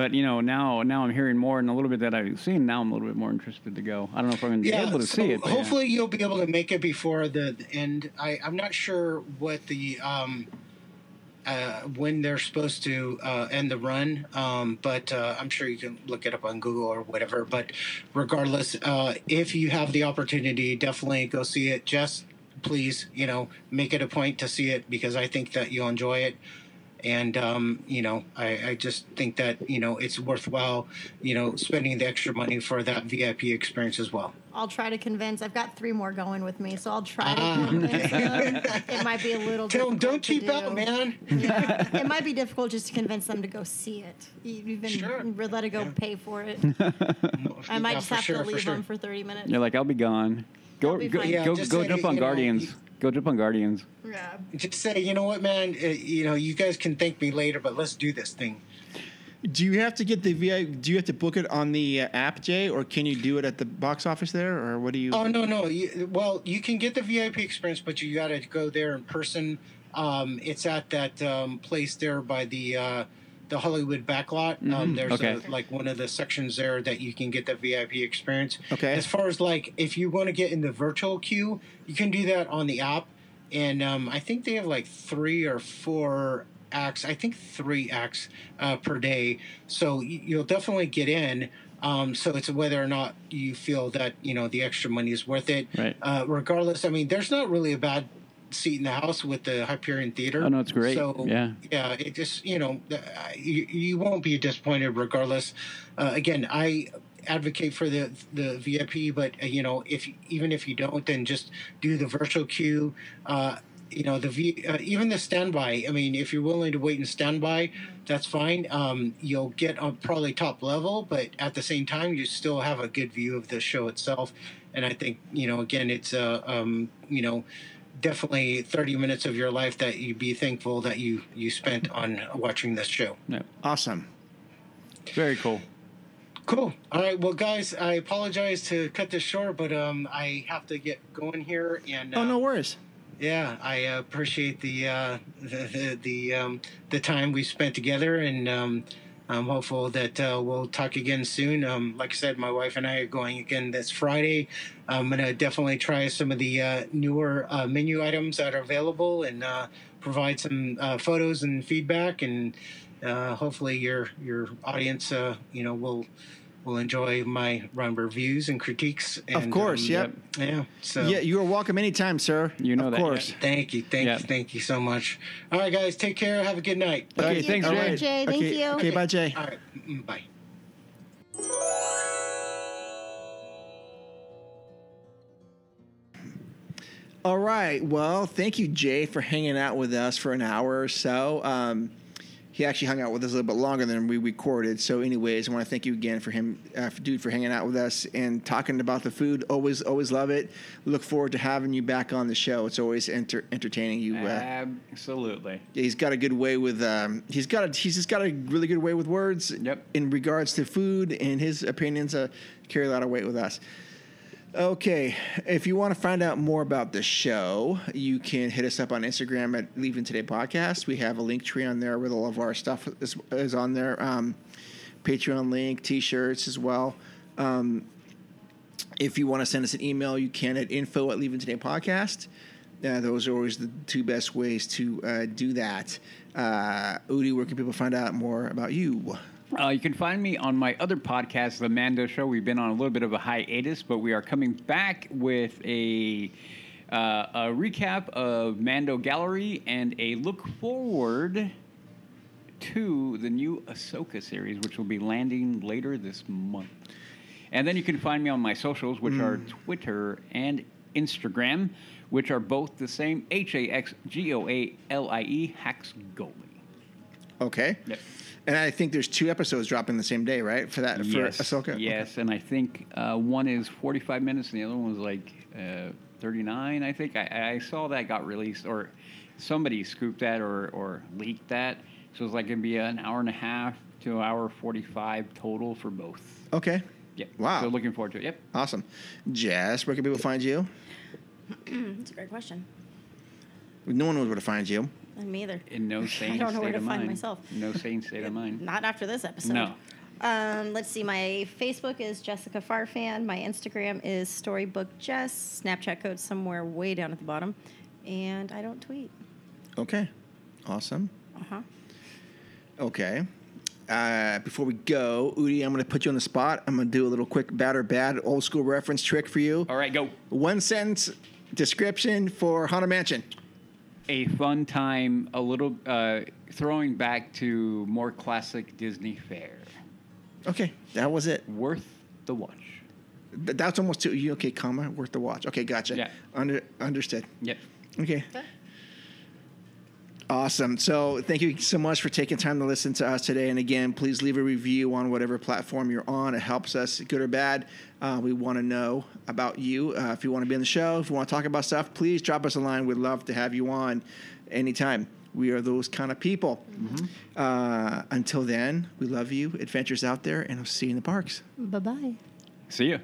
But you know, now now I'm hearing more and a little bit that I've seen. Now I'm a little bit more interested to go. I don't know if I'm going to be able to
so
see it. but yeah.
Hopefully, you'll be able to make it before the, the end. I, I'm not sure what the um, uh, when they're supposed to uh, end the run, um, but uh, I'm sure you can look it up on Google or whatever. But regardless, uh, if you have the opportunity, definitely go see it. Just please, you know, make it a point to see it because I think that you'll enjoy it and um, you know I, I just think that you know it's worthwhile you know spending the extra money for that vip experience as well
I'll try to convince. I've got three more going with me, so I'll try to convince them. It might be a little.
Ah. tell them
difficult
don't
to
cheap
do.
out man
Yeah. it might be difficult just to convince them to go see it. E- Even
Sure.
re- let it go pay for it. I might
Yeah,
just
for
have
sure,
to
for
leave
sure.
them for thirty minutes.
you're like, I'll be gone. Go
I'll be
go
fine.
Yeah,
go,
just
go
say,
jump
you
on
know,
Guardians. Go jump on Guardians.
Yeah.
just say you know what man uh, you know you guys can thank me later but let's do this thing
Do you have to get the VI? Do you have to book it on the uh, app, Jay, or can you do it at the box office there, or what do you?
oh no no you, well you can get the vip experience but you gotta go there in person um, it's at that um, place there by the uh, the Hollywood backlot. Um, there's
Okay.
a, like one of the sections there that you can get the VIP experience.
Okay.
As far as like if you want to get in the virtual queue, you can do that on the app. And um, I think they have like three or four acts. I think three acts uh, per day. So y- you'll definitely get in. Um, so it's whether or not you feel that you know the extra money is worth it.
Right.
Uh, regardless, I mean, there's not really a bad seat in the house with the Hyperion Theater.
Oh, no, it's great.
So
Yeah.
yeah, it just you know, uh, you, you won't be disappointed regardless. Uh, again, I advocate for the the VIP, but uh, you know, if even if you don't, then just do the virtual queue. Uh, you know, the v, uh, even the standby. I mean, if you're willing to wait and standby, that's fine. Um, you'll get on probably top level, but at the same time, you still have a good view of the show itself. And I think you know, again, it's uh, um, you know definitely 30 minutes of your life that you'd be thankful that you you spent on watching this show
No.
Awesome.
Very cool.
cool all right well guys i apologize to cut this short but um i have to get going here and uh,
Oh, no worries.
yeah i appreciate the uh the the, the um the time we spent together and um I'm hopeful that uh, we'll talk again soon. Um, like I said, my wife and I are going again this Friday. I'm going to definitely try some of the uh, newer uh, menu items that are available and uh, provide some uh, photos and feedback. And uh, hopefully, your your audience, uh, you know, will will enjoy my run reviews and critiques. And,
Of course,
um,
yep.
Yeah. So
Yeah, you are welcome anytime, sir.
You know
of
that,
course.
Thank you, thank
Yeah.
you, thank you so much. All right, guys, take care. Have a good night.
Okay,
you.
thanks,
All
Jay.
right. Jay, thank
okay,
you.
Okay, bye, Jay.
All right, mm, bye.
All right. Well, thank you, Jay, for hanging out with us for an hour or so. Um, he actually hung out with us a little bit longer than we recorded. So, anyways, I want to thank you again for him, uh, for- dude, for hanging out with us and talking about the food. Always, always love it. Look forward to having you back on the show. It's always enter- entertaining. You,
Ah,
uh,
Absolutely.
he's got a good way with. Um, he's got a. He's just got a really good way with words.
Yep.
In regards to food and his opinions, uh, carry a lot of weight with us. Okay, if you want to find out more about the show, you can hit us up on Instagram at Leaving Today Podcast. We have a link tree on there with all of our stuff is, is on there. Um, Patreon link, T-shirts as well. Um, if you want to send us an email, you can at info at Leaving Today Podcast. Uh, those are always the two best ways to uh, do that. Uh, Udi, where can people find out more about you?
Uh, you can find me on my other podcast, The Mando Show. We've been on a little bit of a hiatus, but we are coming back with a, uh, a recap of Mando Gallery and a look forward to the new Ahsoka series, which will be landing later this month. And then you can find me on my socials, which are Twitter and Instagram, which are both the same H A X G O A L I E, Hacks Goalie.
Okay.
Yep.
And I think there's two episodes dropping the same day, right? For that, for
yes.
Ahsoka.
Yes, and I think uh, one is 45 minutes and the other one was like uh, 39, I think. I, I saw that got released, or somebody scooped that or, or leaked that. So it's like it'd be an hour and a half to an hour 45 total for both.
Okay.
Yep.
Wow.
So looking forward to it. Yep.
Awesome. Jess, where can people find you?
That's a great question.
No one knows where to find you.
And me either.
In no sane
don't know
state
where to
of
find
mind.
myself.
No sane state of mind.
Not after this episode.
No.
Um, let's see. My Facebook is Jessica Farfan. My Instagram is Storybook Jess. Snapchat code somewhere way down at the bottom. And I don't tweet.
Okay. Awesome.
Uh huh.
Okay. Uh, before we go, Udi, I'm going to put you on the spot. I'm going to do a little quick bad or bad old school reference trick for you.
All right, go.
One sentence description for Haunted Mansion.
a fun time, a little uh, throwing back to more classic Disney fare.
Okay, that was it.
Worth the watch.
Th- That's almost too. You okay, comma, worth the watch. Okay, gotcha.
Yeah.
Under, understood.
Yep.
Okay. Awesome. So, thank you so much for taking time to listen to us today. And again, please leave a review on whatever platform you're on. It helps us, good or bad. Uh, we want to know about you. Uh, if you want to be on the show, if you want to talk about stuff, please drop us a line. We'd love to have you on anytime. We are those kind of people. Uh, until then, we love you. Adventures out there, and I'll see you in the parks.
Bye bye.
See ya.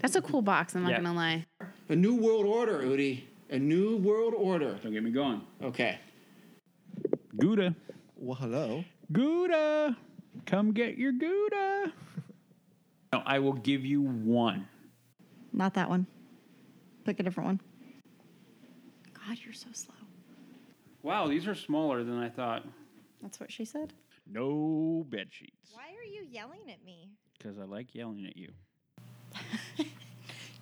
That's a cool box. I'm not
Yeah.
gonna lie.
A new world order, Udi. A new world order.
Don't get me going.
Okay.
Gouda.
Well, hello.
Gouda. Come get your Gouda. no, I will give you one.
Not that one. Pick a different one. God, you're so slow.
Wow, these are smaller than I thought.
That's what she said.
No bed sheets.
Why are you yelling at me?
Because I like yelling at you.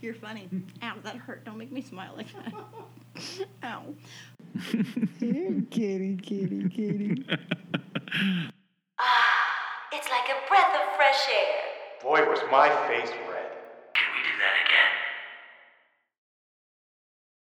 You're funny. Ow, that hurt. Don't make me smile like that. Ow.
kitty, kitty, kitty.
It's like a breath of fresh air.
Boy, was my face